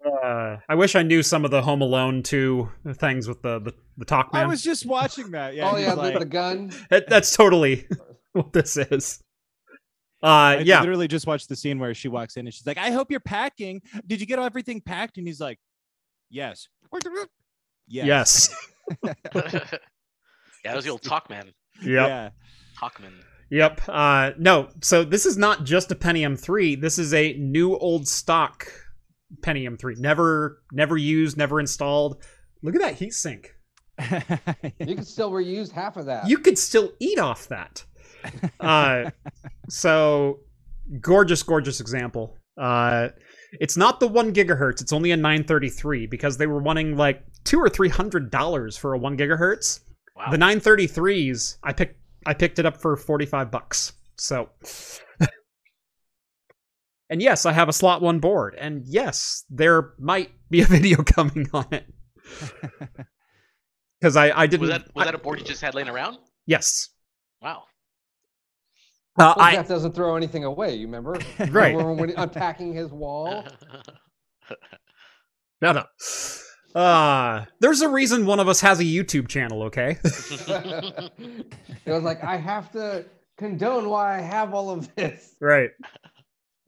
Speaker 2: Uh, I wish I knew some of the Home Alone 2 things with the, the, the Talkman.
Speaker 4: *laughs* I was just watching that. Yeah.
Speaker 1: oh
Speaker 4: he's
Speaker 1: yeah,
Speaker 4: like-
Speaker 1: the, the gun.
Speaker 2: That- that's totally *laughs* what this is. Uh,
Speaker 4: I
Speaker 2: yeah.
Speaker 4: literally just watched the scene where she walks in and she's like, "I hope you're packing. Did you get everything packed?" And he's like, "Yes." Yes.
Speaker 2: Yes.
Speaker 3: yeah, that was the old Talkman.
Speaker 2: *laughs* Yep.
Speaker 4: Yeah. *laughs*
Speaker 3: Talkman.
Speaker 2: Yep. Uh, no. So this is not just a Pentium 3. This is a new old stock Pentium 3. Never, never used, never installed. Look at that heat sink.
Speaker 1: You can still reuse half of that.
Speaker 2: You could still eat off that. Uh, so gorgeous, gorgeous example. Uh, it's not the one gigahertz. It's only a 933 because they were wanting like two or three hundred dollars for a one gigahertz.
Speaker 3: Wow.
Speaker 2: The 933s, I picked I picked it up for 45 bucks.
Speaker 4: *laughs*
Speaker 2: So And yes, I have a slot 1 board and yes, there might be a *laughs* video coming on
Speaker 4: *laughs*
Speaker 2: it. Cuz I I didn't
Speaker 3: was that was
Speaker 2: I-
Speaker 3: that a board you just had laying around?
Speaker 2: Yes.
Speaker 3: Wow.
Speaker 2: Uh,
Speaker 1: Well,
Speaker 2: I
Speaker 1: Jeff doesn't throw anything away. You remember?
Speaker 2: *laughs*
Speaker 4: Oh,
Speaker 2: Right.
Speaker 1: Remember when he- unpacking his
Speaker 2: Oh.
Speaker 1: wall.
Speaker 2: no no. Uh, there's a reason one of us has a YouTube channel, okay? *laughs*
Speaker 1: it was like I have to condone why I have all of this.
Speaker 2: right.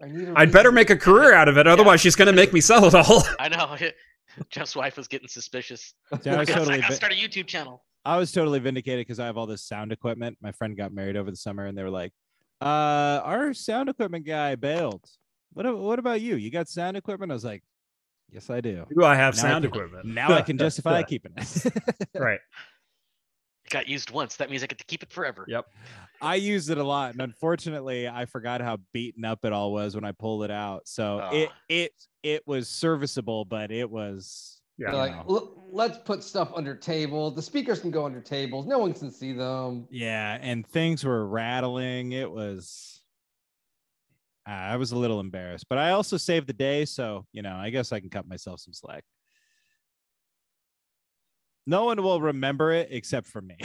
Speaker 1: I need. a
Speaker 2: I'd better
Speaker 1: reason.
Speaker 2: make a career out of it, otherwise she's going to make me sell it all.
Speaker 3: *laughs*
Speaker 2: *laughs*
Speaker 3: I know. *laughs* Jeff's wife was getting suspicious.
Speaker 4: I *laughs* was
Speaker 3: It's
Speaker 4: totally,
Speaker 3: like, I'll
Speaker 4: vi-
Speaker 3: start a YouTube channel.
Speaker 4: I was totally vindicated because I have all this sound equipment. My friend got married over the summer, and they were like, "Uh, our sound equipment guy bailed. What? a- What about you? You got sound equipment?" I was like, "Yes, I do."
Speaker 2: Do I have
Speaker 4: Now I
Speaker 2: sound
Speaker 4: can-
Speaker 2: equipment?
Speaker 4: Now
Speaker 2: *laughs*
Speaker 4: I can justify keeping it.
Speaker 2: right.
Speaker 3: It got used once. That means I get to keep it forever.
Speaker 2: Yep.
Speaker 4: I used it a lot, and unfortunately, I forgot how beaten up it all was when I pulled it out. So it
Speaker 3: Ah.
Speaker 4: it it was serviceable, but it was
Speaker 2: Yeah.
Speaker 1: They're like,
Speaker 4: Yeah.
Speaker 1: "L- let's put stuff under tables. The speakers can go under tables. No one can see
Speaker 2: *laughs*
Speaker 1: them.
Speaker 4: yeah, and things were rattling. It was. uh, I was a little embarrassed, but I also saved the day, so you know I guess I can cut myself some slack. No one will remember it except for me. *laughs*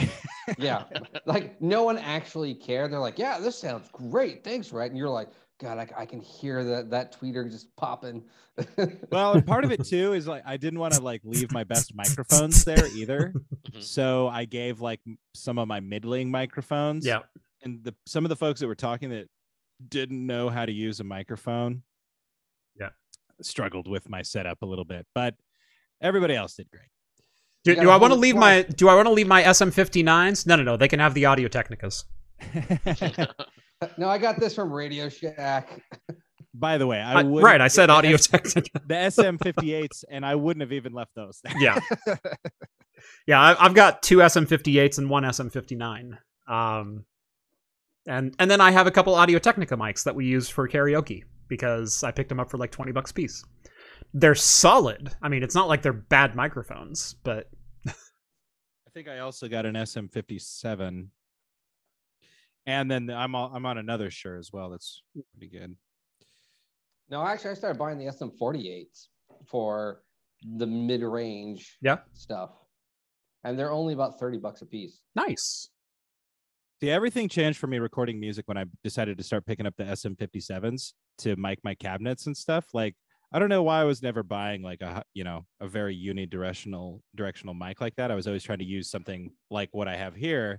Speaker 1: Yeah. like no one actually cared. They're like, yeah, this sounds great. Thanks, right? And you're like, God, I, I can hear that that tweeter just popping. *laughs*
Speaker 4: well and part of it too is like i didn't want to like leave my best microphones there *laughs* either
Speaker 3: Mhm.
Speaker 4: so i gave like m- some of my middling microphones
Speaker 2: Yeah.
Speaker 4: and the some of the folks that were talking that didn't know how to use a microphone
Speaker 2: Yeah.
Speaker 4: struggled with my setup a little bit but everybody else did great
Speaker 2: Do,
Speaker 1: You
Speaker 2: do
Speaker 1: gotta
Speaker 2: I want to
Speaker 1: hold it
Speaker 2: leave my Do I want to leave my SM59s? No, no, no. They can have the Audio Technicas.
Speaker 3: *laughs*
Speaker 4: *laughs*
Speaker 1: no, I got this from Radio Shack.
Speaker 4: by the way i
Speaker 2: I-
Speaker 4: would
Speaker 2: right, I
Speaker 1: *laughs*
Speaker 2: said
Speaker 4: *laughs*
Speaker 2: Audio Technica.
Speaker 4: the sm58s and i wouldn't have even left those *laughs* there.
Speaker 2: yeah, *laughs* yeah. I, I've got two SM58s and one SM59. Um, and and then I have a couple Audio Technica mics that we use for karaoke because I picked them up for like twenty bucks a piece. They're solid. I mean, it's not like they're bad microphones, but
Speaker 4: I think I also got an SM57. And then I'm all, I'm on another shirt as well. That's pretty good.
Speaker 1: No, actually, I started buying the SM48s for the mid range
Speaker 2: Yeah.
Speaker 1: stuff. And they're only about 30 bucks a piece.
Speaker 2: nice.
Speaker 4: See, everything changed for me recording music when I decided to start picking up the SM57s to mic my cabinets and stuff. Like I don't know why I was never buying like a hu- you know a very unidirectional directional mic like that. I was always trying to use something like what I have here,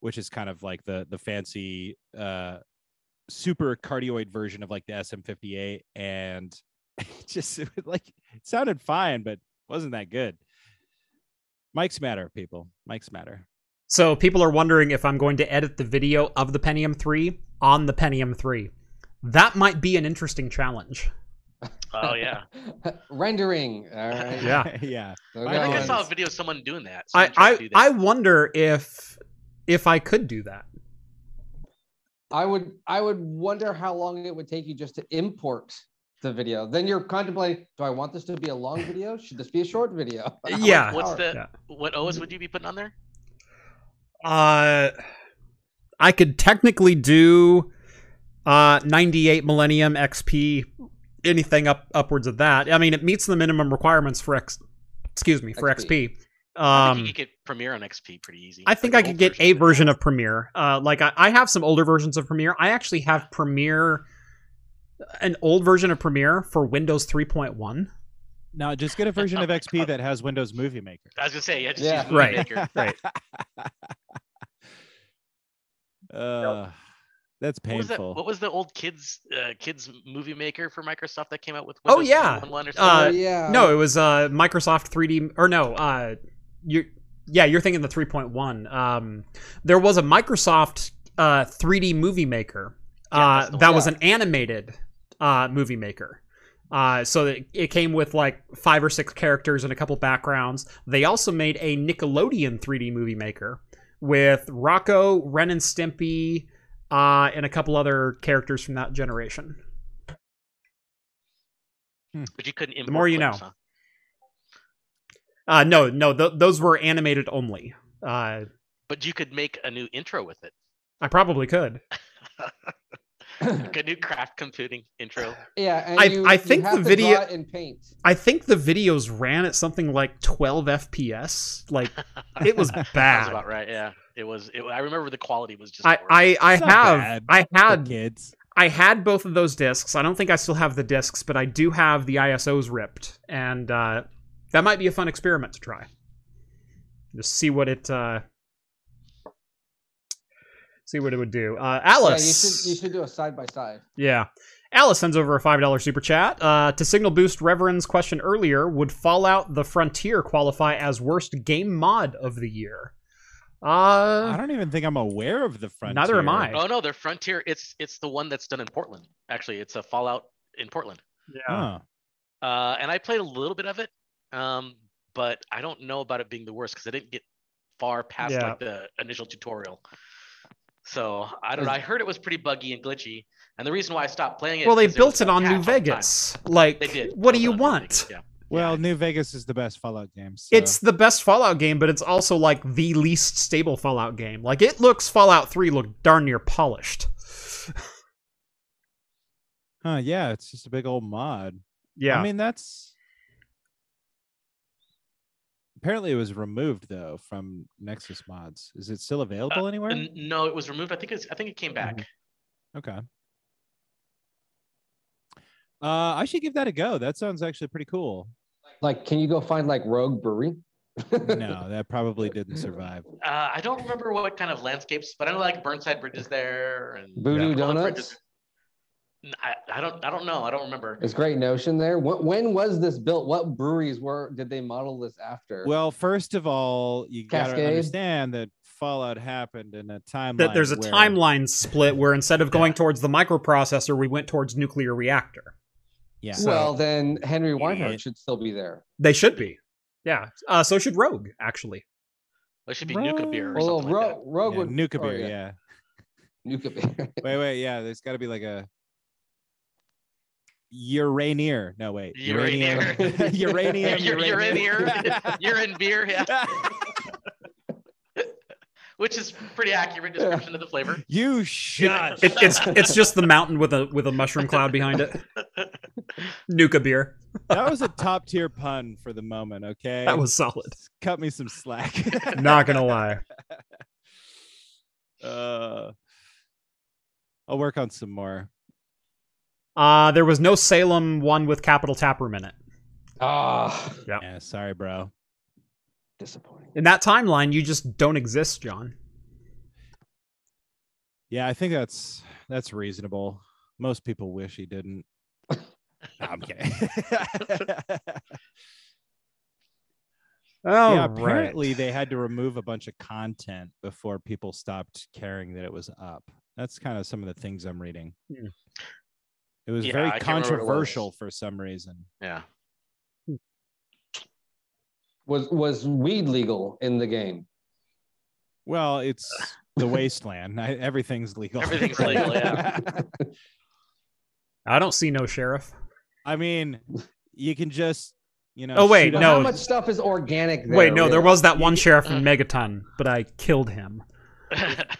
Speaker 4: which is kind of like the the fancy uh super cardioid version of like the SM58 and *laughs* it just it was like it sounded fine but wasn't that good. Mics matter, people. Mics matter.
Speaker 2: So people are wondering if I'm going to edit the video of the Pentium 3 on the Pentium 3. That might be an interesting challenge.
Speaker 3: Oh yeah.
Speaker 1: *laughs* Rendering. All right.
Speaker 2: Yeah.
Speaker 4: *laughs* yeah.
Speaker 1: So
Speaker 3: I think I
Speaker 1: now
Speaker 3: saw a
Speaker 1: it's-
Speaker 3: video of someone doing that.
Speaker 2: I
Speaker 3: Someone tried to
Speaker 2: I,
Speaker 3: do that.
Speaker 2: I wonder if if I could do that.
Speaker 1: I would I would wonder how long it would take you just to import the video. Then you're contemplating, do I want this to be a long video? Should this be a short video? *laughs* How much
Speaker 2: Yeah.
Speaker 3: What's
Speaker 1: power?
Speaker 3: the
Speaker 2: Yeah.
Speaker 3: what OS would you be putting on there?
Speaker 2: Uh I could technically do Uh, 98 Millennium XP, anything up upwards of that. I mean, it meets the minimum requirements for X. Excuse me for XP.
Speaker 1: XP.
Speaker 3: I
Speaker 2: Um,
Speaker 3: think you could get Premiere on XP pretty easy.
Speaker 2: I think I
Speaker 3: Like the
Speaker 2: could
Speaker 3: old
Speaker 2: get a
Speaker 3: version.
Speaker 2: version of Premiere. Uh, like I, I have some older versions of Premiere. I actually have Premiere, an old version of Premiere for Windows 3.1.
Speaker 4: Now, just get a version
Speaker 3: Oh
Speaker 4: of
Speaker 3: my
Speaker 4: XP
Speaker 3: God.
Speaker 4: that has Windows Movie Maker.
Speaker 3: I was gonna say, yeah, just
Speaker 1: Yeah.
Speaker 3: use Movie
Speaker 2: Right. *laughs*
Speaker 3: Maker.
Speaker 2: Right.
Speaker 4: *laughs* Uh, that's
Speaker 3: What was, that,
Speaker 4: painful.
Speaker 3: what was the old kids uh, kids movie maker for Microsoft that came out with?
Speaker 2: Oh,
Speaker 3: Windows
Speaker 2: yeah.
Speaker 3: 3.1 or
Speaker 1: Oh,
Speaker 2: Uh,
Speaker 3: something?
Speaker 1: yeah.
Speaker 2: No, it was uh, Microsoft 3D or no, uh, you yeah, you're thinking the 3.1. Um, there was a Microsoft uh, 3D movie maker
Speaker 3: Yeah,
Speaker 2: uh,
Speaker 3: that's the
Speaker 2: that
Speaker 1: one.
Speaker 2: was an animated uh, movie maker. Uh, so it, it came with like five or six characters and a couple backgrounds. They also made a Nickelodeon 3D movie maker with Rocco, Ren and Stimpy, uh, and a couple other characters from that generation.
Speaker 3: but you couldn't. Import
Speaker 2: more you
Speaker 3: clips,
Speaker 2: know.
Speaker 3: huh?
Speaker 2: Uh, no, no, th- those were animated only. Uh,
Speaker 3: But you could make a new intro with it.
Speaker 2: I probably could.
Speaker 3: Like a new craft computing intro.
Speaker 1: *clears throat* yeah, and
Speaker 2: I-
Speaker 1: you,
Speaker 2: I
Speaker 1: you
Speaker 2: think
Speaker 1: have
Speaker 2: the
Speaker 1: to
Speaker 2: video-
Speaker 1: draw it in paint.
Speaker 2: I think the videos ran at something like 12 FPS. Like
Speaker 1: *laughs*
Speaker 2: it was
Speaker 3: That's
Speaker 2: bad.
Speaker 3: about right. Yeah, it was. It, I remember the quality was just.
Speaker 2: Ah. I
Speaker 3: horrible.
Speaker 2: I, I
Speaker 4: It's not
Speaker 2: have
Speaker 4: bad
Speaker 2: I
Speaker 4: For
Speaker 2: had
Speaker 4: kids.
Speaker 2: I had both of those discs. I don't think I still have the discs, but I do have the ISOs ripped, and uh, that might be a fun experiment to try. Just see what it uh, see what it would do. Uh,
Speaker 1: Yeah, you
Speaker 2: Alice,
Speaker 1: should you should do a side by side.
Speaker 2: Yeah. Alice sends over a $5 super chat. Uh, to signal boost Reverend's question earlier, would Fallout the Frontier qualify as worst game mod of the year?
Speaker 4: I
Speaker 2: Uh,
Speaker 4: don't even think I'm aware of the front.
Speaker 2: Neither am I.
Speaker 3: Oh no, they're Frontier. It's it's the one that's done in Portland. Actually, it's a Fallout in Portland. Uh, and I played a little bit of it, um, but I don't know about it being the worst because I didn't get far past
Speaker 2: Yeah.
Speaker 3: like the initial tutorial. So I don't know. I heard it was pretty buggy and glitchy, and the reason why I stopped playing it.
Speaker 2: well, they
Speaker 3: is there was
Speaker 2: built it
Speaker 3: a
Speaker 2: on
Speaker 3: patch
Speaker 2: New
Speaker 3: all the time.
Speaker 2: Vegas. Like,
Speaker 3: They did.
Speaker 2: what do
Speaker 3: build it
Speaker 2: you
Speaker 3: on New Vegas,
Speaker 2: want?
Speaker 3: yeah.
Speaker 4: Well,
Speaker 3: Yeah.
Speaker 4: New Vegas is the best Fallout game. So.
Speaker 2: It's the best Fallout game, but it's also like the least stable Fallout game. Like, it looks Fallout 3 looked darn near polished.
Speaker 4: huh, yeah, it's just a big old mod.
Speaker 2: Yeah.
Speaker 4: I mean, that's apparently it was removed though from Nexus mods. Is it still available anywhere?
Speaker 3: And no, it was removed. I think it's. I think it came back.
Speaker 2: Mm-hmm.
Speaker 4: Okay. Uh, I should give that a go. That sounds actually pretty
Speaker 1: *laughs*
Speaker 4: cool.
Speaker 1: Like, can you go find like Rogue *laughs* Brewery?
Speaker 4: No, that probably didn't survive.
Speaker 3: Uh, I don't remember what kind of landscapes, but I know like Burnside Bridge is there and
Speaker 1: Voodoo
Speaker 3: Rolling Bridge
Speaker 1: Donuts.
Speaker 3: is- N- I, I don't. I don't know. I don't remember.
Speaker 1: It's great notion there. What, when was this built? What breweries were did they model this after?
Speaker 4: Well, first of all, you gotta
Speaker 1: Cascade?
Speaker 4: understand that Fallout happened in a timeline.
Speaker 2: that there's a
Speaker 4: where-
Speaker 2: timeline split where instead of going towards the microprocessor, we went towards nuclear reactor.
Speaker 4: Yeah.
Speaker 2: So-
Speaker 1: well then Henry Weinhardt
Speaker 4: Idiot.
Speaker 1: should still be there.
Speaker 2: They should be. Yeah. Uh, so should Rogue, actually.
Speaker 3: It should be Nuka Beer or
Speaker 1: Well,
Speaker 3: something
Speaker 1: Ro-
Speaker 3: like that.
Speaker 1: Rogue oh,
Speaker 4: yeah,
Speaker 1: would
Speaker 4: Nuka
Speaker 1: or,
Speaker 4: Beer, yeah.
Speaker 1: Nuka Beer.
Speaker 4: Wait, wait, yeah. There's got to be like a uranier. No, wait.
Speaker 3: Uranier.
Speaker 2: *laughs*
Speaker 4: Uranium. *laughs* uranium.
Speaker 3: You're, *laughs* you're in here. you're in beer. Yeah. Which is pretty accurate description of the flavor.
Speaker 4: *laughs* you shut.
Speaker 2: It, it's it's just the mountain with a with a mushroom cloud behind *laughs* it. Nuka beer.
Speaker 4: that was a top tier pun for the moment. Okay.
Speaker 2: That was
Speaker 4: *laughs*
Speaker 2: solid.
Speaker 4: cut me
Speaker 3: *laughs*
Speaker 4: some slack. *laughs*
Speaker 2: Not gonna lie.
Speaker 4: Uh, I'll work on some more.
Speaker 2: Uh there was no Salem one with Capital Taproom in it.
Speaker 1: *laughs* Ah,
Speaker 2: Yep.
Speaker 4: Yeah, sorry, bro.
Speaker 1: disappointing.
Speaker 2: In that timeline, you just don't exist, John.
Speaker 4: Yeah, I think that's that's reasonable. Most people wish he didn't. No, I'm kidding. *laughs*
Speaker 2: Oh,
Speaker 4: yeah, apparently they had to remove a bunch of content before people stopped caring that it was up. That's kind of some of the things I'm reading.
Speaker 2: Hmm.
Speaker 4: It was
Speaker 3: Yeah,
Speaker 4: very
Speaker 3: I can't remember what it was.
Speaker 4: controversial for some reason.
Speaker 3: Yeah.
Speaker 1: Was was weed legal in the
Speaker 3: *laughs*
Speaker 1: game?
Speaker 4: Well, it's the wasteland. I, everything's legal.
Speaker 3: Everything's
Speaker 4: *laughs*
Speaker 1: *laughs*
Speaker 3: legal, yeah.
Speaker 2: I don't see no sheriff.
Speaker 4: I mean, you can just, you know.
Speaker 2: Oh, wait,
Speaker 4: shoot up-
Speaker 1: Well,
Speaker 2: No.
Speaker 1: How much stuff is organic? There,
Speaker 2: *laughs* Wait, no, there
Speaker 1: really?
Speaker 2: was that one sheriff in Megaton, but I killed him.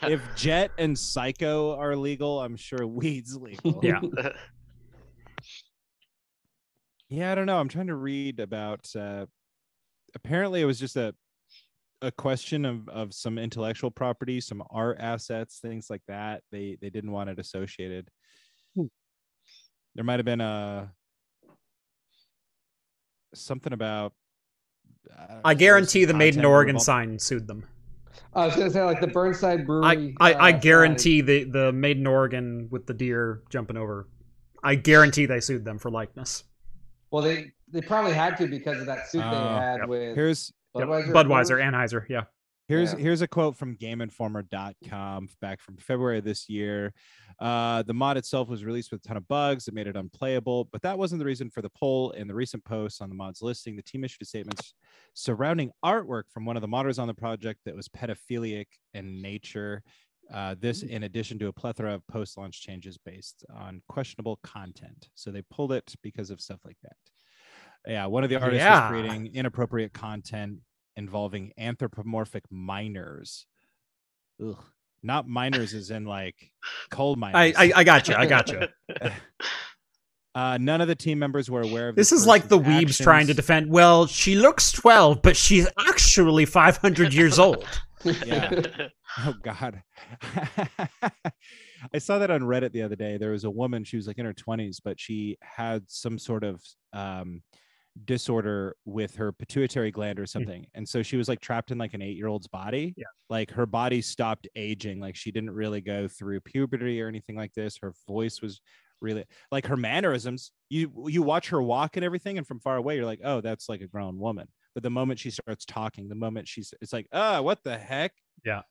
Speaker 4: if Jet and Psycho are legal, I'm sure weed's legal.
Speaker 2: Yeah.
Speaker 4: Yeah, I don't know. I'm trying to read about. Uh, apparently, it was just a a question of of some intellectual property, some art assets, things like that. They they didn't want it associated. There might have been a something about. don't know,
Speaker 2: I guarantee the
Speaker 4: some
Speaker 2: Made in
Speaker 4: content
Speaker 2: Oregon
Speaker 4: involved.
Speaker 2: sign sued them.
Speaker 1: *laughs* I was gonna say like the Burnside
Speaker 2: I,
Speaker 1: Brewery.
Speaker 2: I, I
Speaker 1: uh,
Speaker 2: guarantee the, the Made in Oregon with the deer jumping over. I guarantee they sued them for likeness.
Speaker 1: sign. Well, they they probably had to because of that suit they
Speaker 4: Oh,
Speaker 1: had
Speaker 2: yep.
Speaker 1: with
Speaker 4: Here's
Speaker 1: Budweiser.
Speaker 2: Budweiser, Anheuser, yeah.
Speaker 4: Here's
Speaker 1: Yeah.
Speaker 4: here's a quote from GameInformer.com back from February of this year. Uh, the mod itself was released with a ton of bugs that made it unplayable, but that wasn't the reason for the poll. In the recent posts on the mod's listing, the team issued a statement s- surrounding artwork from one of the modders on the project that was pedophilic in nature. Uh, this,
Speaker 2: Mm.
Speaker 4: in addition to a plethora of post-launch changes based on questionable content, so they pulled it because of stuff like that. Yeah, one of the artists
Speaker 2: Yeah.
Speaker 4: was creating inappropriate content involving anthropomorphic miners. Ugh. Not miners as in like coal
Speaker 2: I,
Speaker 4: miners.
Speaker 2: I, I got you. I got you.
Speaker 4: uh, none of the team members were aware of
Speaker 2: This
Speaker 4: the
Speaker 2: is like the
Speaker 4: person's
Speaker 2: weebs trying to
Speaker 4: actions.
Speaker 2: defend. Well, she looks 12, but she's actually 500 years old.
Speaker 1: *laughs*
Speaker 4: Yeah. *laughs* Oh God. I saw that on Reddit the other day. There was a woman, she was like in her 20s, but she had some sort of um disorder with her pituitary gland or something. And so she was like trapped in like an 8-year-old's body.
Speaker 2: Yeah.
Speaker 4: Like her body stopped aging. Like she didn't really go through puberty or anything like this. Her voice was really like her mannerisms. You you watch her walk and everything and from far away you're like, "Oh, that's like a grown woman." But the moment she starts talking, the moment she's it's like, "Ah, what the heck?"
Speaker 1: Actually,
Speaker 4: and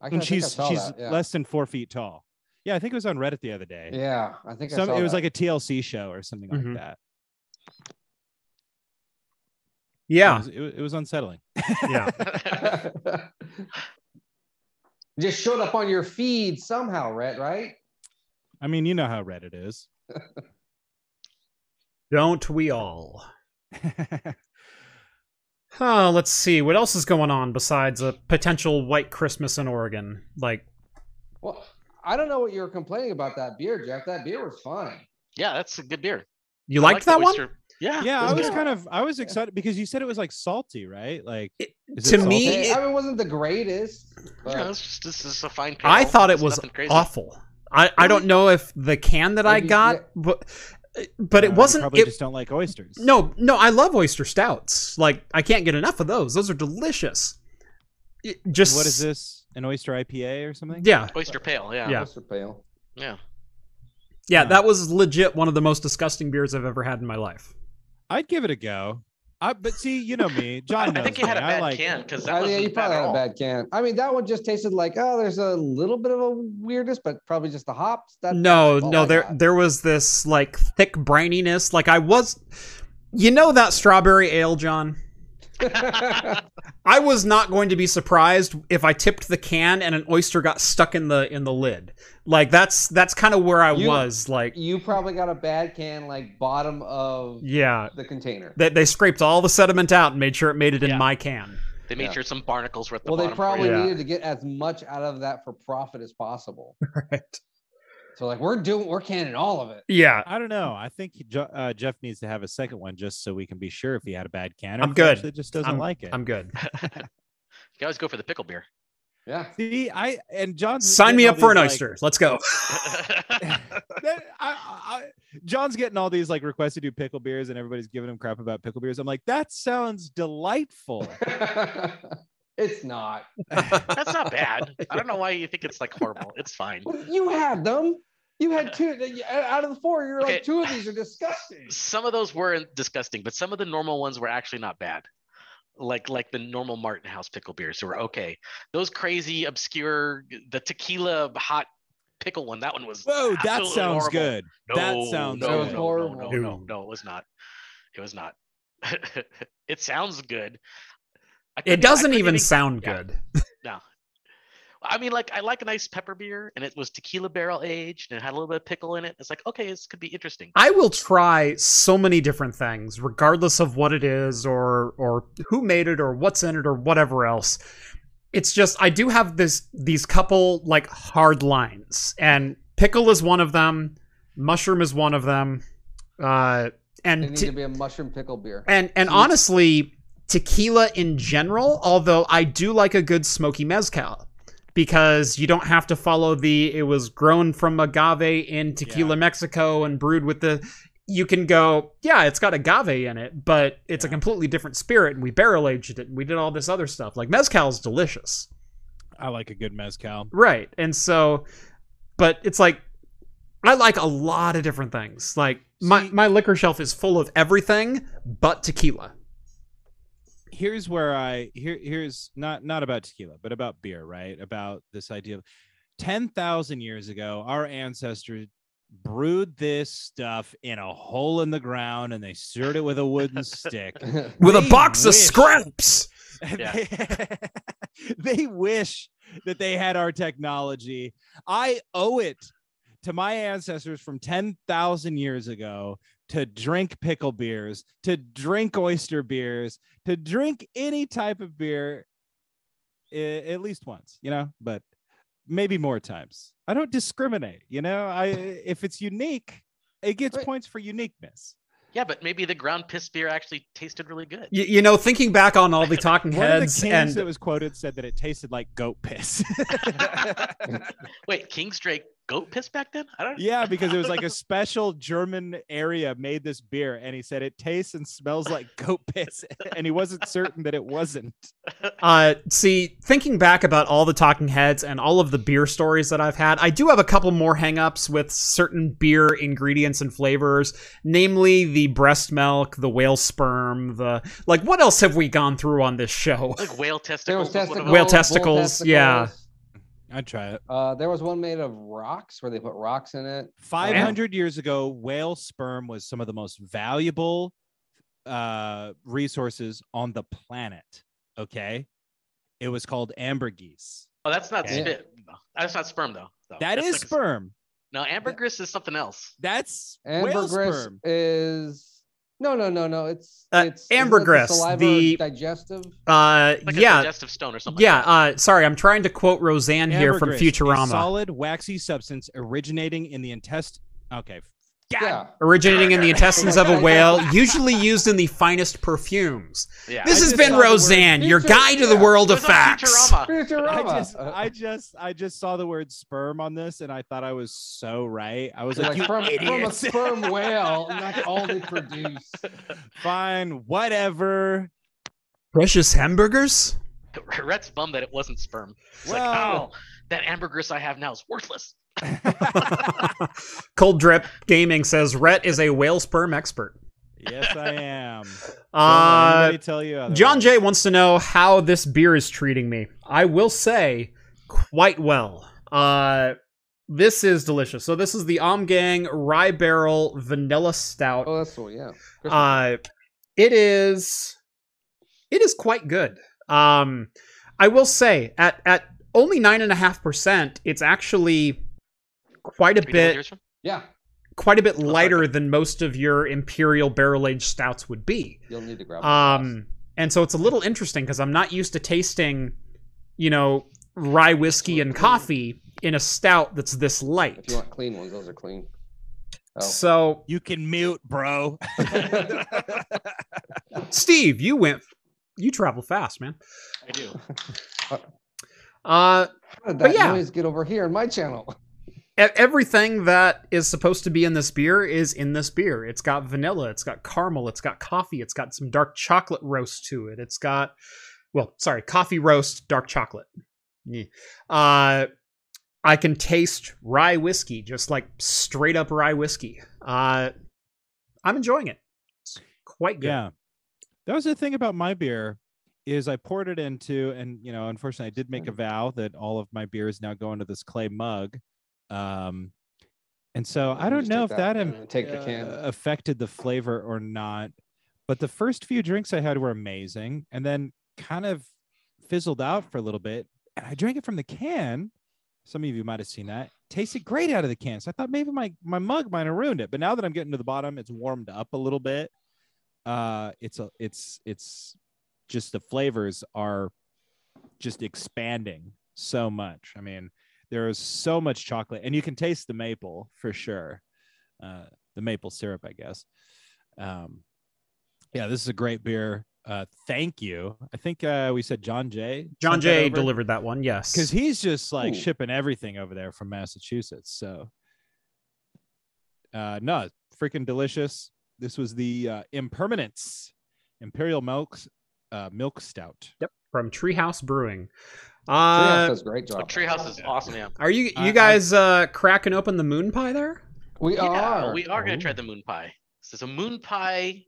Speaker 1: I think I
Speaker 4: she's
Speaker 1: saw
Speaker 4: she's
Speaker 1: that, yeah.
Speaker 4: less than four feet tall. Yeah, I think it was on Reddit the other day.
Speaker 1: Yeah, I think I
Speaker 4: Some,
Speaker 1: saw
Speaker 4: it was
Speaker 1: that.
Speaker 4: like a TLC show or something
Speaker 2: Mhm.
Speaker 4: like that. it
Speaker 2: Yeah.
Speaker 4: was, it, was- it was unsettling.
Speaker 2: Yeah.
Speaker 1: *laughs* just showed up on your feed somehow, Rhett, right?
Speaker 4: I mean, you know how Reddit is. *laughs*
Speaker 2: Don't we all? Oh, let's see. What else is going on besides a potential white Christmas in Oregon? Like,
Speaker 1: Well, I don't know what you were complaining about that beer, Jeff. That beer was fine.
Speaker 3: *laughs* yeah, that's a good beer.
Speaker 2: you
Speaker 3: I
Speaker 2: liked
Speaker 3: like the
Speaker 2: that one?
Speaker 3: oyster- Yeah.
Speaker 4: yeah,
Speaker 3: it's
Speaker 4: I was
Speaker 3: good.
Speaker 4: kind of I was excited because you said it was like salty, right? Like
Speaker 2: It-
Speaker 4: is
Speaker 2: to
Speaker 4: salty?
Speaker 2: me,
Speaker 1: Okay,
Speaker 2: it-
Speaker 1: I mean, it wasn't the greatest. but-
Speaker 3: Yeah, it's just this is a fine. pale.
Speaker 2: I thought it
Speaker 3: It's
Speaker 2: was
Speaker 3: nothing crazy.
Speaker 2: awful. I, I don't know if the can that I
Speaker 1: Maybe- yeah.
Speaker 2: got, but, but
Speaker 4: Uh,
Speaker 2: it
Speaker 4: you
Speaker 2: wasn't.
Speaker 4: Probably
Speaker 2: It,
Speaker 4: just don't like oysters.
Speaker 2: no, no, I love oyster stouts. Like, I can't get enough of those. Those are delicious. It just
Speaker 4: What is this? An oyster IPA or something?
Speaker 2: Yeah,
Speaker 3: Oyster pale. Yeah.
Speaker 2: Yeah.
Speaker 1: Oyster Pale.
Speaker 3: Yeah.
Speaker 2: yeah,
Speaker 4: Yeah.
Speaker 2: that was legit one of the most disgusting beers I've ever had in my life.
Speaker 4: I'd give it a go. I, but see, you know me,
Speaker 2: *laughs*
Speaker 4: John.
Speaker 3: I
Speaker 4: Knows
Speaker 3: think you had a
Speaker 4: me. I
Speaker 3: bad
Speaker 4: like,
Speaker 3: can because that
Speaker 1: I
Speaker 3: was
Speaker 1: mean, yeah, you probably
Speaker 3: bad at
Speaker 1: had a
Speaker 3: all.
Speaker 1: bad can. I mean, that one just tasted like oh, there's a little bit of a weirdness, but probably just the hops. That
Speaker 2: no,
Speaker 1: all
Speaker 2: no,
Speaker 1: I
Speaker 2: there
Speaker 1: got.
Speaker 2: there was this like thick brininess. Like I was, you know, that strawberry ale, John. I was not going to be surprised if I tipped the can and an oyster got stuck in the in the lid. Like that's that's kind of where I
Speaker 1: You-
Speaker 2: was.
Speaker 1: *laughs*
Speaker 2: Like
Speaker 1: you probably got a bad can like bottom of
Speaker 2: yeah,
Speaker 1: the container.
Speaker 2: they, they scraped all the sediment out and made sure it made it in
Speaker 3: Yeah.
Speaker 2: my can.
Speaker 3: They made
Speaker 1: Yeah.
Speaker 3: sure some barnacles were at the
Speaker 1: Well, they
Speaker 3: bottom. for
Speaker 1: probably
Speaker 3: you.
Speaker 2: Yeah.
Speaker 1: needed to get as much out of that for profit as possible.
Speaker 2: Right.
Speaker 1: So like we're doing, we're canning all of it.
Speaker 2: Yeah,
Speaker 4: I don't know. I think he- Je- uh, Jeff needs to have a second one just so we can be sure if he had a bad can. Or
Speaker 2: I'm
Speaker 4: if he
Speaker 2: good.
Speaker 4: actually just doesn't like it.
Speaker 2: I'm good.
Speaker 3: You always go for the pickle beer. *laughs*
Speaker 1: Yeah.
Speaker 4: See, I and John's
Speaker 2: Sign
Speaker 4: getting
Speaker 2: me
Speaker 4: all
Speaker 2: up for an
Speaker 4: these, like- *laughs*
Speaker 2: oyster. Let's go.
Speaker 4: that- I- I- I- John's getting all these like requests to do pickle beers, and everybody's giving him crap about pickle beers. I'm like, that
Speaker 3: *laughs*
Speaker 4: sounds delightful.
Speaker 1: *laughs* it's not.
Speaker 3: That's not bad. I don't know why you think it's like horrible. It's fine.
Speaker 1: Well, You had them. You had two out of the four. You're
Speaker 3: Okay.
Speaker 1: like two of these are disgusting.
Speaker 3: Some of those were disgusting, but some of the normal ones were actually not bad. Like like the normal Martin House pickle beers were okay. Those crazy obscure the tequila hot pickle one. That one was
Speaker 4: Whoa, that
Speaker 3: absolutely
Speaker 4: sounds
Speaker 3: horrible.
Speaker 4: good.
Speaker 3: No,
Speaker 4: That sounds
Speaker 3: no,
Speaker 1: good.
Speaker 3: no, no, no, no,
Speaker 2: Horrible.
Speaker 3: no, it was not. It was not. *laughs* it sounds good. I couldn't- I
Speaker 2: It doesn't
Speaker 3: couldn't
Speaker 2: even sound
Speaker 3: yeah.
Speaker 2: good.
Speaker 3: I mean, like I like a nice pepper beer, and it was tequila barrel aged, and it had a little bit of pickle in it. It's like, okay, this could be interesting.
Speaker 2: I will try so many different things, regardless of what it is or or who made it or what's in it or whatever else. it's just I do have this these couple like hard lines, and pickle is one of them, mushroom is one of them, uh,
Speaker 1: It
Speaker 2: and
Speaker 1: needs
Speaker 2: te-
Speaker 1: to be a mushroom pickle beer.
Speaker 2: and and
Speaker 1: Jeez.
Speaker 2: honestly, tequila in general. Although I do like a good smoky mezcal because you don't have to follow the it was grown from agave in tequila Mexico and brewed with the. You can go, yeah, it's got agave in it, but it's a
Speaker 4: Yeah.
Speaker 2: completely different spirit, and we barrel aged it, and we did all this other stuff. Like mezcal is delicious.
Speaker 4: I like a good mezcal.
Speaker 2: Right. And so, but it's like, I like a lot of different things. Like, my,
Speaker 4: See-
Speaker 2: my liquor shelf is full of everything but tequila.
Speaker 4: Here's where I here here's not not about tequila, but about beer, right? About this idea of 10,000 years ago our ancestors brewed this stuff in a hole in the ground and they stirred it with
Speaker 3: *laughs*
Speaker 4: a wooden stick.
Speaker 2: With
Speaker 4: They
Speaker 2: a box of
Speaker 4: wish-
Speaker 2: scraps.
Speaker 4: *laughs* they wish that they had our technology. I owe it to my ancestors from 10,000 years ago to drink pickle beers, to drink oyster beers, to drink any type of beer i- at least once, you know, but maybe more times. I don't discriminate, you know. I if it's unique, it gets
Speaker 1: Right.
Speaker 4: points for uniqueness.
Speaker 3: Yeah, but maybe the ground piss beer actually tasted really good.
Speaker 2: You, you know, thinking back on all the talking
Speaker 4: One of the
Speaker 2: heads
Speaker 4: kings
Speaker 2: and
Speaker 4: that was quoted said that it tasted like goat piss.
Speaker 3: *laughs* Wait, King's Drake goat piss back then? I don't.
Speaker 4: Yeah, because it
Speaker 3: *laughs*
Speaker 4: was like a special German area made this beer, and he said it tastes and smells like *laughs* goat piss, and he wasn't certain that it wasn't.
Speaker 2: Uh, see, thinking back about all the talking heads and all of the beer stories that I've had, I do have a couple more hangups with certain beer ingredients and flavors, namely the breast milk, the whale sperm, the like. What else have we gone through on this
Speaker 4: *laughs*
Speaker 2: show?
Speaker 3: like whale
Speaker 1: *laughs* there
Speaker 3: testicles.
Speaker 1: was
Speaker 3: was one of
Speaker 1: testicles,
Speaker 3: them.
Speaker 2: Whale
Speaker 1: bull
Speaker 2: testicles, yeah.
Speaker 1: testicles.
Speaker 4: I'd try it.
Speaker 1: Uh, there was one made of rocks where they put rocks in it.
Speaker 4: Five hundred years ago, whale sperm was some of the most valuable uh, resources on the planet. Okay, it was called ambergris.
Speaker 3: Oh, that's not
Speaker 4: Yeah.
Speaker 3: spit. No, That's not sperm though. though.
Speaker 4: That
Speaker 3: That's
Speaker 4: is
Speaker 3: like a-
Speaker 4: sperm.
Speaker 3: No, ambergris is something else.
Speaker 4: That's whale
Speaker 1: Ambergris
Speaker 4: sperm.
Speaker 1: is no, no, no, no. It's
Speaker 2: Uh,
Speaker 1: it's isn't it
Speaker 2: ambergris,
Speaker 1: the, saliva
Speaker 2: the-
Speaker 1: digestive.
Speaker 2: Uh,
Speaker 3: Like a
Speaker 2: yeah,
Speaker 3: digestive stone or something.
Speaker 2: yeah. Uh, sorry, I'm trying to quote Roseanne here from
Speaker 4: Ambergris, a
Speaker 2: Futurama,
Speaker 4: solid waxy substance originating in the intestine. Okay. God
Speaker 1: Yeah,
Speaker 2: originating in the intestines
Speaker 4: *laughs*
Speaker 2: of a whale, usually used in the finest perfumes.
Speaker 3: Yeah.
Speaker 2: This
Speaker 4: I
Speaker 2: has
Speaker 4: just
Speaker 2: been
Speaker 4: saw the word
Speaker 2: Roseanne, your
Speaker 1: future-
Speaker 2: guide to the
Speaker 1: yeah.
Speaker 2: world
Speaker 3: It
Speaker 2: of
Speaker 3: was on
Speaker 2: facts.
Speaker 3: Futurama.
Speaker 2: *laughs*
Speaker 4: I
Speaker 1: Futurama.
Speaker 4: just,
Speaker 1: Uh,
Speaker 4: I just, I just saw the word sperm on this, and I thought I was so right. I was
Speaker 1: like
Speaker 4: like, you
Speaker 1: from, from a
Speaker 4: idiots.
Speaker 1: sperm whale, and that's all they produce.
Speaker 4: *laughs* Fine, whatever.
Speaker 2: Precious hamburgers.
Speaker 3: *laughs* Rhett's bummed that it wasn't sperm. It's
Speaker 4: Wow.
Speaker 3: like, oh, that ambergris I have now is worthless.
Speaker 2: Cold Drip Gaming says Rhett is a whale sperm expert.
Speaker 4: yes, I am. Don't let
Speaker 2: Uh,
Speaker 4: anybody tell you otherwise.
Speaker 2: John Jay wants to know how this beer is treating me. I will say, quite well. Uh, this is delicious. So this is the Om Gang Rye Barrel Vanilla Stout.
Speaker 1: Oh, that's cool. Yeah. Christmas.
Speaker 2: Uh, it is, it is quite good. Um, I will say at at only nine and a half percent, it's actually quite a
Speaker 3: Do we know where
Speaker 2: bit
Speaker 3: yours from?
Speaker 1: yeah,
Speaker 2: quite a bit
Speaker 3: sorry.
Speaker 2: lighter than most of your imperial barrel aged stouts would be.
Speaker 1: you'll need to grab.
Speaker 2: Um, and so it's a little interesting because I'm not used to tasting, you know, rye whiskey and coffee in a stout that's this
Speaker 1: one.
Speaker 2: light.
Speaker 1: Mm-hmm. if you want clean ones, those are
Speaker 2: *laughs*
Speaker 1: clean. Oh.
Speaker 2: So,
Speaker 4: you can mute, bro. *laughs*
Speaker 2: Steve, you went, you travel fast, man.
Speaker 3: I do.
Speaker 2: Uh,
Speaker 1: How did
Speaker 2: But
Speaker 1: that
Speaker 2: yeah.
Speaker 1: noise get over here in my channel?
Speaker 2: e- everything that is supposed to be in this beer is in this beer. It's got vanilla, it's got caramel, it's got coffee, it's got some dark chocolate roast to it. It's got, well, sorry, coffee roast, dark chocolate. Yeah. Uh, I can taste rye whiskey, just like straight up rye whiskey. Uh, I'm enjoying it. It's quite good.
Speaker 4: Yeah. That was the thing about my beer is I poured it into and you know, unfortunately I did make a vow that all of my beers now go into this clay mug. Um and so I
Speaker 1: You
Speaker 4: don't
Speaker 1: just
Speaker 4: know if
Speaker 1: take
Speaker 4: that, im-
Speaker 1: and take the can.
Speaker 4: uh, affected the flavor or not. But the first few drinks I had were amazing and then kind of fizzled out for a little bit. And I drank it from the can. Some of you might have seen that. Tasted great out of the can. So I thought maybe my, my mug might have ruined it. But now that I'm getting to the bottom, it's warmed up a little bit. Uh it's a it's it's just the flavors are just expanding so much. I mean, there is so much chocolate, and you can taste the maple for sure, uh, the maple syrup, I guess. Um, yeah, this is a great beer. Uh, thank you. I think uh, we said John Jay.
Speaker 2: John
Speaker 4: sent that
Speaker 2: Jay
Speaker 4: over.
Speaker 2: delivered that one. Yes.
Speaker 4: because he's just like
Speaker 1: Ooh.
Speaker 4: shipping everything over there from Massachusetts. So, uh, no, freaking delicious. This was the uh, Impermanence Imperial Milks uh, Milk Stout.
Speaker 2: from Treehouse Brewing.
Speaker 1: Treehouse
Speaker 2: Uh,
Speaker 1: does a great
Speaker 3: Oh,
Speaker 1: job.
Speaker 3: Treehouse is awesome. Yeah,
Speaker 2: are you
Speaker 4: I- I-
Speaker 2: you guys uh, cracking open the moon pie there?
Speaker 1: we
Speaker 3: yeah,
Speaker 1: are.
Speaker 3: we are gonna
Speaker 2: Ooh.
Speaker 3: try the moon pie. So it's a moon pie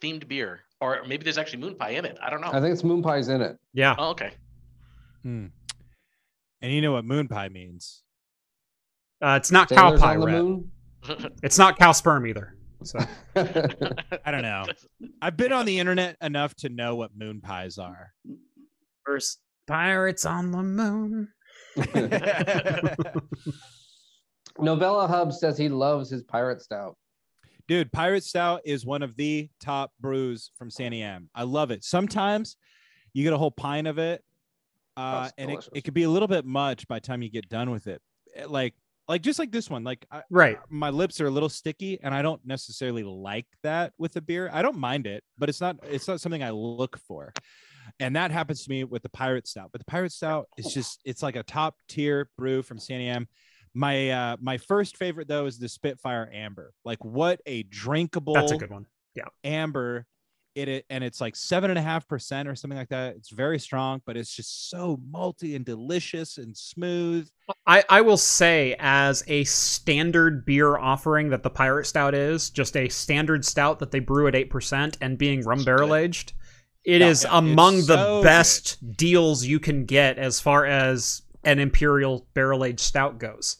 Speaker 3: themed beer, or maybe there's actually moon pie in it. I don't know.
Speaker 1: I think it's moon pies in it.
Speaker 2: Yeah.
Speaker 3: oh, okay. *laughs*
Speaker 4: And you know what moon pie means?
Speaker 2: Uh, it's not cow
Speaker 1: Sailors
Speaker 2: pie
Speaker 1: on the
Speaker 2: wrap.
Speaker 1: moon.
Speaker 2: It's not cow sperm either. So
Speaker 1: *laughs*
Speaker 4: I
Speaker 3: *laughs*
Speaker 4: don't know. I've been on the internet enough to know what moon pies are.
Speaker 2: first pirates on the moon.
Speaker 1: Novella Hub says he loves his pirate stout.
Speaker 4: Dude, Pirate Stout is one of the top brews from San Am. I love it. Sometimes you get a whole pint of it, uh,
Speaker 1: That's
Speaker 4: and it,
Speaker 1: delicious.
Speaker 4: it could be a little bit much by the time you get done with it. It- Like, like just like this one, like I,
Speaker 2: Right.
Speaker 4: my lips are a little sticky, and I don't necessarily like that with a beer. I don't mind it, but it's not it's not something I look for. And that happens to me with the Pirate Stout. But the Pirate Stout is just it's like a top tier brew from San Am. My uh my first favorite though is the Spitfire Amber. Like what a drinkable
Speaker 2: That's a good one.
Speaker 4: amber. It, it and it's like seven and a half percent or something like that. It's very strong, but it's just so malty and delicious and smooth.
Speaker 2: I, I will say, as a standard beer offering that the Pirate Stout is, just a standard stout that they brew at 8% and being rum
Speaker 3: It's
Speaker 2: barrel
Speaker 3: good.
Speaker 2: aged, it
Speaker 4: Yeah.
Speaker 2: is
Speaker 4: Yeah, it's
Speaker 2: among the
Speaker 4: so good.
Speaker 2: best deals you can get as far as an Imperial barrel aged stout goes.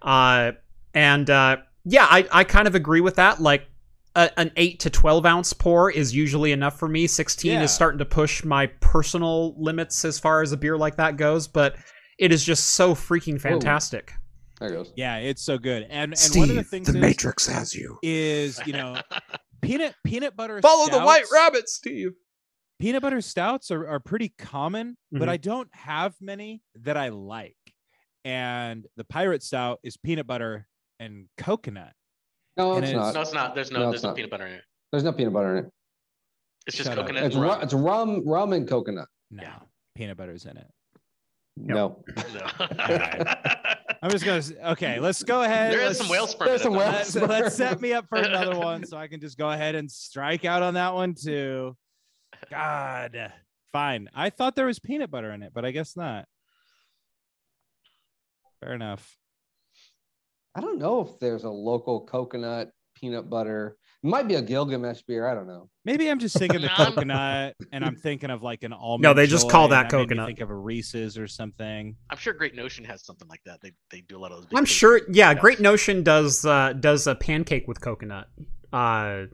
Speaker 2: Uh, and uh, yeah, I, I kind of agree with that. Like, a, an 8 to 12 ounce pour is usually enough for me. 16
Speaker 4: Yeah.
Speaker 2: is starting to push my personal limits as far as a beer like that goes, but it is just so freaking fantastic.
Speaker 1: There it goes.
Speaker 4: Yeah, it's so good. And and one of the things is,
Speaker 2: Matrix has you.
Speaker 4: is you know *laughs* peanut peanut butter
Speaker 2: Follow the white
Speaker 4: stouts-
Speaker 2: rabbit, Steve.
Speaker 4: peanut butter stouts are, are pretty common
Speaker 2: Mhm.
Speaker 4: but i don't have many that i like and the pirate stout is peanut butter and coconut
Speaker 1: No,
Speaker 4: And
Speaker 1: it's not.
Speaker 3: *laughs*
Speaker 4: it's-
Speaker 3: No, it's not. There's no.
Speaker 1: No, it's
Speaker 3: there's no
Speaker 1: not.
Speaker 3: peanut butter in it.
Speaker 1: There's no peanut butter in it.
Speaker 3: It's just
Speaker 4: Shut up.
Speaker 3: coconut.
Speaker 1: It's
Speaker 3: and
Speaker 1: rum.
Speaker 3: rum.
Speaker 1: It's rum, rum and coconut.
Speaker 4: no
Speaker 3: Yeah.
Speaker 4: peanut butter's in it
Speaker 1: No. *laughs*
Speaker 3: No.
Speaker 4: i'm just gonna s- okay let's go
Speaker 3: *laughs*
Speaker 4: ahead
Speaker 3: there is
Speaker 4: let's-
Speaker 3: some whale sperm.
Speaker 1: There's
Speaker 3: in
Speaker 1: some
Speaker 3: it, though.
Speaker 1: whale
Speaker 4: let's,
Speaker 1: sperm.
Speaker 4: let's set me up
Speaker 2: *laughs*
Speaker 4: for another one so i can just go ahead and strike out on that one too god fine i thought there was peanut butter in it but i guess not fair enough
Speaker 1: I don't know if there's a local coconut peanut butter. It might be a Gilgamesh beer. I don't know.
Speaker 4: Maybe I'm just
Speaker 1: *laughs*
Speaker 4: thinking the
Speaker 3: Nom.
Speaker 4: coconut, and I'm thinking of like an almond.
Speaker 2: No, they just call
Speaker 4: Joy,
Speaker 2: that
Speaker 4: and made me
Speaker 2: coconut.
Speaker 4: Think of a Reese's or something.
Speaker 3: I'm sure Great Notion has something like that. They, they do a lot of those. big
Speaker 2: I'm
Speaker 3: things.
Speaker 2: sure. Yeah, Great Notion does uh, does a pancake with coconut. Uh,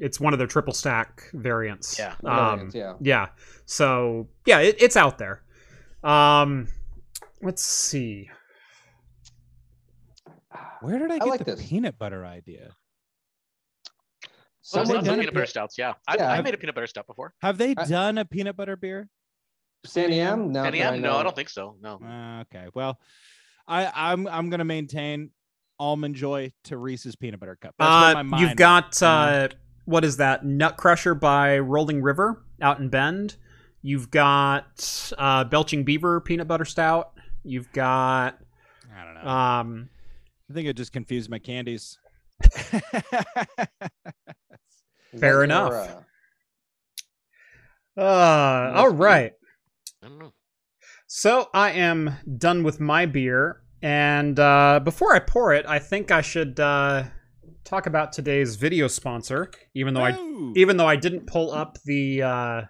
Speaker 2: it's one of their triple stack variants.
Speaker 3: Yeah.
Speaker 2: Um,
Speaker 1: yeah. *sighs*
Speaker 2: yeah so yeah it, it's out there um let's see
Speaker 4: Where did I get
Speaker 1: like
Speaker 4: the
Speaker 1: this.
Speaker 4: peanut butter idea?
Speaker 3: Well,
Speaker 1: Someone
Speaker 3: there's lots of
Speaker 1: done
Speaker 3: peanut
Speaker 1: it-
Speaker 3: butter stouts. Yeah, I,
Speaker 1: Yeah,
Speaker 3: I
Speaker 1: I've-
Speaker 3: made a peanut butter stout before.
Speaker 4: Have they
Speaker 1: I-
Speaker 4: done a peanut butter beer?
Speaker 1: San Am? No,
Speaker 3: Any
Speaker 1: that
Speaker 3: of 'em? No, I
Speaker 1: know.
Speaker 3: don't think so. No.
Speaker 4: Uh, okay, well, I, I'm I'm gonna maintain almond joy to Reese's peanut butter cup. That's where
Speaker 2: uh
Speaker 4: my mind
Speaker 2: you've
Speaker 4: went. Mm-hmm.
Speaker 2: got
Speaker 4: you know?
Speaker 2: uh what is that nutcrusher by rolling river out in bend you've got uh belching beaver peanut butter stout you've got
Speaker 4: I don't know.
Speaker 2: um
Speaker 4: I think it just confused
Speaker 2: *laughs*
Speaker 4: my candies.
Speaker 1: Is that
Speaker 2: Fair
Speaker 1: your,
Speaker 2: enough.
Speaker 1: uh,
Speaker 2: uh all right
Speaker 3: I don't know.
Speaker 2: So I am done with my beer, and uh, before I pour it, I think I should uh, talk about today's video sponsor. Even though
Speaker 4: *laughs*
Speaker 2: I,
Speaker 4: Ooh.
Speaker 2: even though I didn't pull up the uh,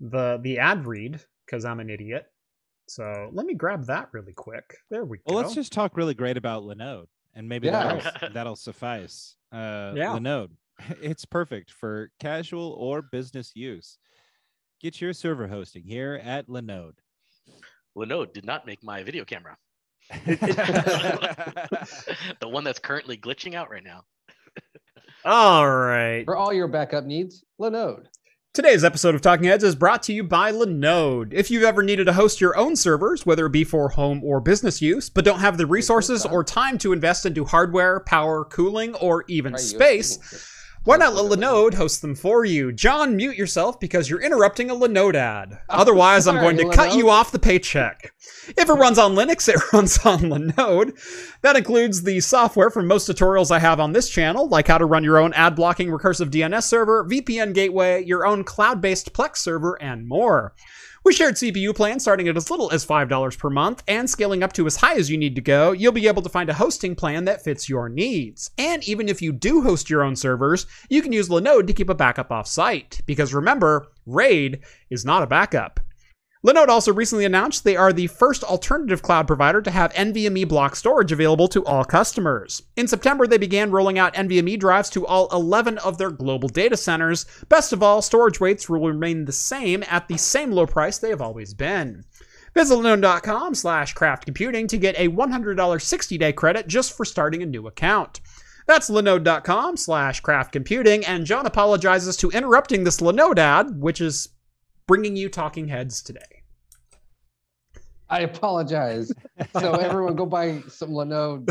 Speaker 2: the the ad read because I'm an idiot. So let me grab that really quick. There we go.
Speaker 4: Well, let's just talk really great about Linode, and maybe
Speaker 1: Yeah.
Speaker 2: *laughs*
Speaker 4: that'll, that'll suffice. Uh,
Speaker 2: Yeah.
Speaker 4: Linode, *laughs* it's perfect for casual or business use. Get your server hosting here at
Speaker 2: *laughs*
Speaker 4: Linode. *laughs*
Speaker 3: Linode did not make my video camera. *laughs* the one that's currently glitching out right now.
Speaker 2: All right.
Speaker 1: For all your backup needs, Linode.
Speaker 2: Today's episode of Talking Heads is brought to you by Linode. If you've ever needed to host your own servers, whether it be for home or business use, but don't have the resources or time to invest into hardware, power, cooling, or even
Speaker 1: Right, you-
Speaker 2: space, why not let Linode host them for you? John, mute yourself because you're interrupting a Linode ad. Otherwise, I'm going to
Speaker 1: Sorry,
Speaker 2: cut
Speaker 1: Linode.
Speaker 2: you off the paycheck. If it runs on Linux, *laughs* it runs on Linode. That includes the software from most tutorials I have on this channel, like how to run your own ad blocking recursive DNS server, VPN gateway, your own cloud based Plex server, and more. We shared CPU plans starting at as little as $5 per month and scaling up to as high as you need to go. You'll be able to find a hosting plan that fits your needs. And even if you do host your own servers, you can use Linode to keep a backup offsite. Because remember, RAID is not a backup. Linode also recently announced they are the first alternative cloud provider to have NVMe block storage available to all customers. In September, they began rolling out NVMe drives to all 11 of their global data centers. Best of all, storage rates will remain the same at the same low price they have always been. Visit linode.com slash craftcomputing to get a $100 60-day credit just for starting a new account. That's linode.com slash craftcomputing, and John apologizes to interrupting this Linode ad, which is bringing you Talking Heads today.
Speaker 1: I apologize. So
Speaker 2: *laughs*
Speaker 1: everyone, go buy some Linode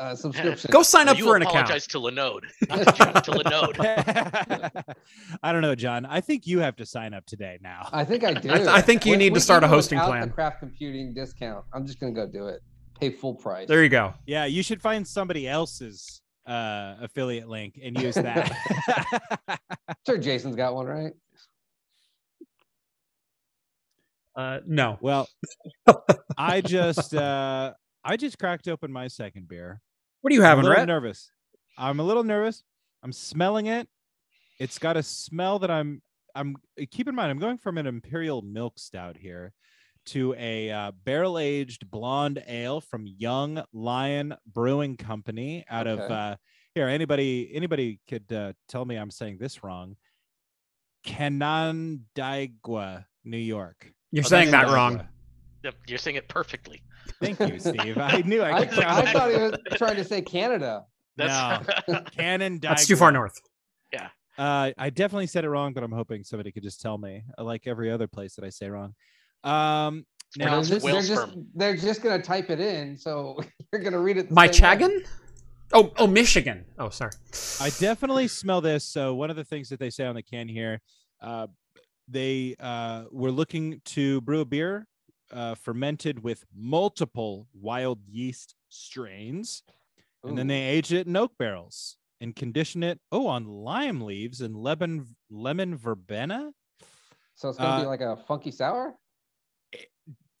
Speaker 1: uh, subscription.
Speaker 2: Go sign up
Speaker 3: you
Speaker 2: for an account.
Speaker 3: apologize
Speaker 1: *laughs*
Speaker 3: to Linode, *laughs* not to, Jeff, to Linode.
Speaker 4: *laughs* I don't know, John. I think you have to sign up today now.
Speaker 1: I think I do.
Speaker 2: th- I think you
Speaker 1: We-
Speaker 2: need to
Speaker 1: we
Speaker 2: start a
Speaker 1: can do
Speaker 2: hosting
Speaker 1: without
Speaker 2: plan.
Speaker 1: The craft computing discount. I'm just gonna go do it. Pay full price.
Speaker 2: There you go.
Speaker 4: Yeah, you should find somebody else's uh, affiliate link and use that.
Speaker 1: sure, Jason's got one, right?
Speaker 2: Uh, no.
Speaker 4: well, I just uh, I just cracked open my second beer.
Speaker 2: What do you
Speaker 4: I'm
Speaker 2: having,
Speaker 4: a little
Speaker 2: Rhett?
Speaker 4: nervous. I'm a little nervous. I'm smelling it. It's got a smell that I'm I'm keep in mind I'm going from an imperial milk stout here to a uh, barrel aged blonde ale from Young Lion Brewing Company out of
Speaker 1: Okay.
Speaker 4: uh, here. Anybody anybody could uh, tell me I'm saying this wrong. Canandaigua, New York.
Speaker 2: You're
Speaker 3: Oh,
Speaker 2: saying
Speaker 3: that's
Speaker 2: that
Speaker 3: not
Speaker 2: wrong.
Speaker 4: Canandaigua.
Speaker 3: Yep, You're saying it perfectly.
Speaker 4: Thank you, Steve. I knew
Speaker 1: I,
Speaker 4: I could.
Speaker 1: I
Speaker 2: *laughs*
Speaker 4: pronounce
Speaker 1: thought
Speaker 4: it.
Speaker 1: he was trying to say Canada.
Speaker 3: *laughs* That's
Speaker 4: Canandaigua.
Speaker 2: That's too far north.
Speaker 4: Uh, I definitely said it wrong, but I'm hoping somebody could just tell me, uh, like every other place that I say wrong. Um,
Speaker 1: They're
Speaker 4: now,
Speaker 3: Pronounce
Speaker 1: just, they're,
Speaker 3: whale
Speaker 1: just,
Speaker 3: sperm.
Speaker 1: they're just gonna type it in, so *laughs* you're gonna read it. the
Speaker 2: My
Speaker 1: same way.
Speaker 2: Chagan? Oh, oh, Michigan. Oh, sorry.
Speaker 4: I definitely smell this. So one of the things that they say on the can here, uh, they uh, were looking to brew a beer uh, fermented with multiple wild yeast strains, and then
Speaker 1: Ooh.
Speaker 4: they age it in oak barrels and condition it. Oh, on lime leaves and lemon lemon verbena.
Speaker 1: So it's gonna
Speaker 4: uh,
Speaker 1: be like a funky sour.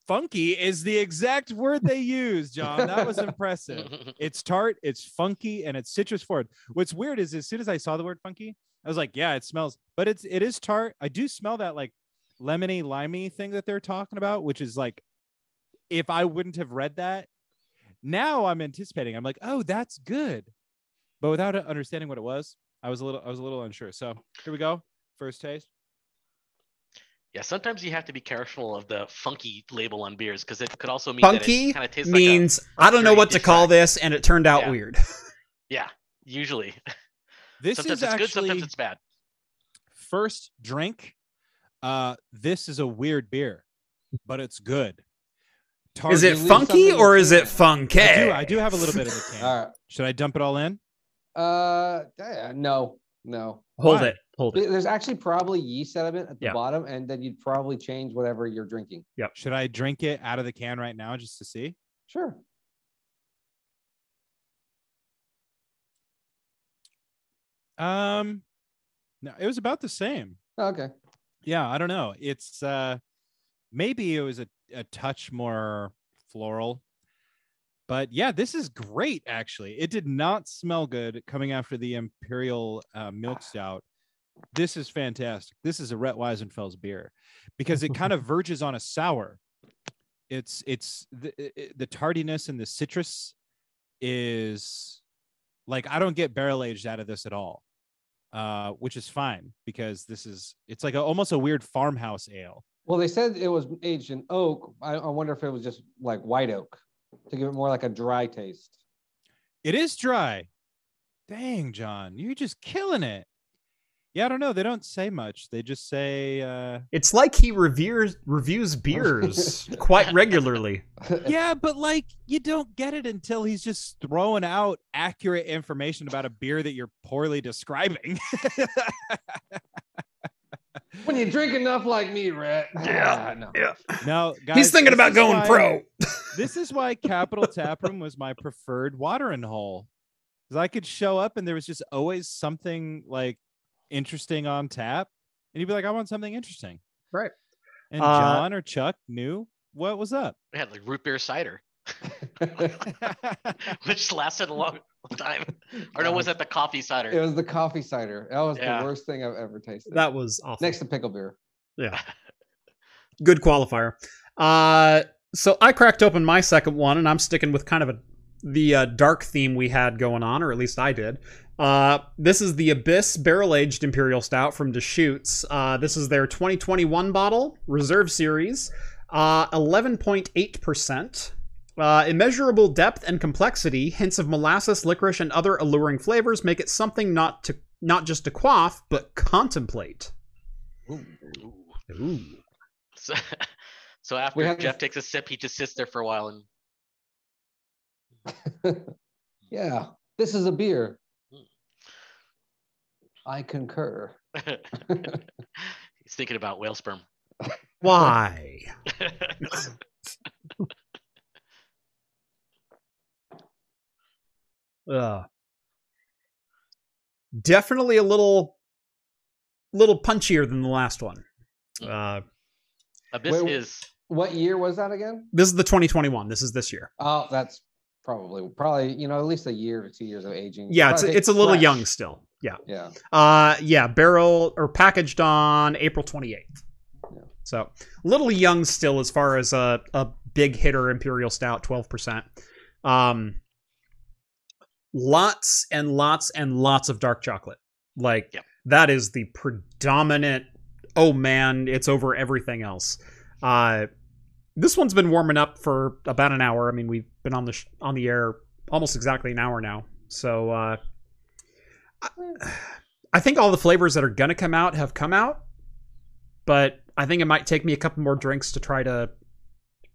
Speaker 4: Funky is the exact word they used, John. That was impressive.
Speaker 3: wrong.
Speaker 4: it's tart, it's funky, and it's citrus forward. What's weird is as soon as I saw the word funky, I was like, yeah, it smells, but it's it is tart. I do smell that like lemony limey thing that they're talking about, which is like if I wouldn't have read that, now I'm anticipating. I'm like, oh, that's good. But without understanding what it was, I was a little I was a little unsure. So here we go. First taste.
Speaker 3: *laughs* Yeah, sometimes you have to be careful of the funky label on beers because it could also mean
Speaker 2: Funky
Speaker 3: that it kind of tastes like
Speaker 2: Means I don't know
Speaker 3: dirty
Speaker 2: what to
Speaker 3: dish
Speaker 2: call
Speaker 3: rag.
Speaker 2: this, and it turned out
Speaker 3: Yeah.
Speaker 2: weird.
Speaker 3: a yeah. Usually, *laughs*
Speaker 4: This
Speaker 3: sometimes
Speaker 4: is
Speaker 3: it's good,
Speaker 4: actually
Speaker 3: sometimes it's bad.
Speaker 4: first drink uh this is a weird beer but it's good Tart-
Speaker 2: Is it
Speaker 1: leave
Speaker 2: funky
Speaker 1: something in
Speaker 2: or
Speaker 1: the
Speaker 2: is
Speaker 1: can.
Speaker 2: it funky?
Speaker 4: I do, I do have a little bit in the
Speaker 1: *laughs*
Speaker 4: can
Speaker 1: All right.
Speaker 4: should i dump it all in
Speaker 1: Uh, yeah, no, no.
Speaker 2: Hold
Speaker 4: Why?
Speaker 2: it. Hold it.
Speaker 1: There's actually probably yeast sediment at the
Speaker 2: Yeah.
Speaker 1: bottom, and then you'd probably change whatever you're drinking.
Speaker 4: should i drink it out of the can right now just to see
Speaker 1: Sure.
Speaker 4: um no it was about the same
Speaker 1: Oh, Okay.
Speaker 4: yeah i don't know it's uh maybe it was a, a touch more floral but yeah this is great actually it did not smell good coming after the imperial uh, milk stout this is fantastic this is a Rhett weisenfels beer because it kind of verges on a sour it's it's the, i- i- the tardiness and the citrus is like i don't get barrel aged out of this at all uh, which is fine because this is it's like a, almost a weird farmhouse ale.
Speaker 1: Well, they said it was aged in oak. I, I wonder if it was just like white oak to give it more like a dry taste.
Speaker 4: It is dry. Dang, John, you're just killing it. Yeah, I don't know. They don't say much. They just say, uh,
Speaker 2: It's like he reveres reviews
Speaker 4: *laughs*
Speaker 2: beers quite regularly.
Speaker 4: yeah, but like you don't get it until he's just throwing out accurate information about a beer that you're poorly describing. *laughs*
Speaker 1: When you drink enough like me,
Speaker 2: *laughs*
Speaker 1: Rhett.
Speaker 3: Yeah.
Speaker 1: Ah, no.
Speaker 4: no, guys,
Speaker 2: He's thinking
Speaker 4: this
Speaker 2: about
Speaker 4: is
Speaker 2: going
Speaker 4: why-
Speaker 2: pro.
Speaker 4: This is why Capital Tap Room was my preferred watering hole. Because I could show up and there was just always something like interesting on tap. And you'd be like, I want something interesting.
Speaker 1: Right.
Speaker 4: And
Speaker 2: Uh,
Speaker 4: John or Chuck knew what was up.
Speaker 3: We had like root beer cider, *laughs* which lasted a long *laughs* time. *laughs* Or no, was that the coffee
Speaker 1: It
Speaker 3: cider?
Speaker 1: was the coffee cider. That was
Speaker 3: Yeah.
Speaker 1: the worst thing I've ever tasted.
Speaker 2: That was awful.
Speaker 1: Next to pickle beer. *laughs*
Speaker 2: good qualifier. Uh, so I cracked open my second one, and I'm sticking with kind of a the uh, dark theme we had going on, or at least I did. Uh, this is the Abyss Barrel Aged Imperial Stout from Deschutes. Uh, this is their 2021 bottle Reserve Series, uh, 11.8 percent. Uh, immeasurable depth and complexity, hints of molasses, licorice, and other alluring flavors make it something not to not just to quaff, but contemplate.
Speaker 3: Ooh.
Speaker 2: Ooh.
Speaker 3: So, *laughs* so after
Speaker 1: have to-
Speaker 3: Jeff takes a sip, he just sits there for a while and
Speaker 1: Yeah. This is a beer.
Speaker 3: Hmm.
Speaker 1: I concur. *laughs*
Speaker 3: *laughs* he's thinking about whale sperm. *laughs*
Speaker 2: Why? Ugh. Definitely a little, little punchier than the last one. Uh,
Speaker 3: Abyss
Speaker 1: Wait,
Speaker 3: is
Speaker 1: What year was that again?
Speaker 2: this is the 2021. This is this year.
Speaker 1: Oh, that's probably probably you know at least a year to two years of aging.
Speaker 2: Yeah, it's
Speaker 1: Probably
Speaker 2: it's a little
Speaker 1: fresh.
Speaker 2: young still. Yeah.
Speaker 1: Yeah, *laughs*
Speaker 2: Uh, yeah. Barrel or packaged on April 28th.
Speaker 1: Yeah.
Speaker 2: So a little young still as far as a a big hitter imperial stout, 12%. Um, lots and lots and lots of dark chocolate. Like
Speaker 3: Yep.
Speaker 2: that is the predominant. Oh man, it's over everything else. Uh, this one's been warming up for about an hour. I mean, we've been on the sh- on the air almost exactly an hour now. So uh, I, I think all the flavors that are gonna come out have come out, but I think it might take me a couple more drinks to try to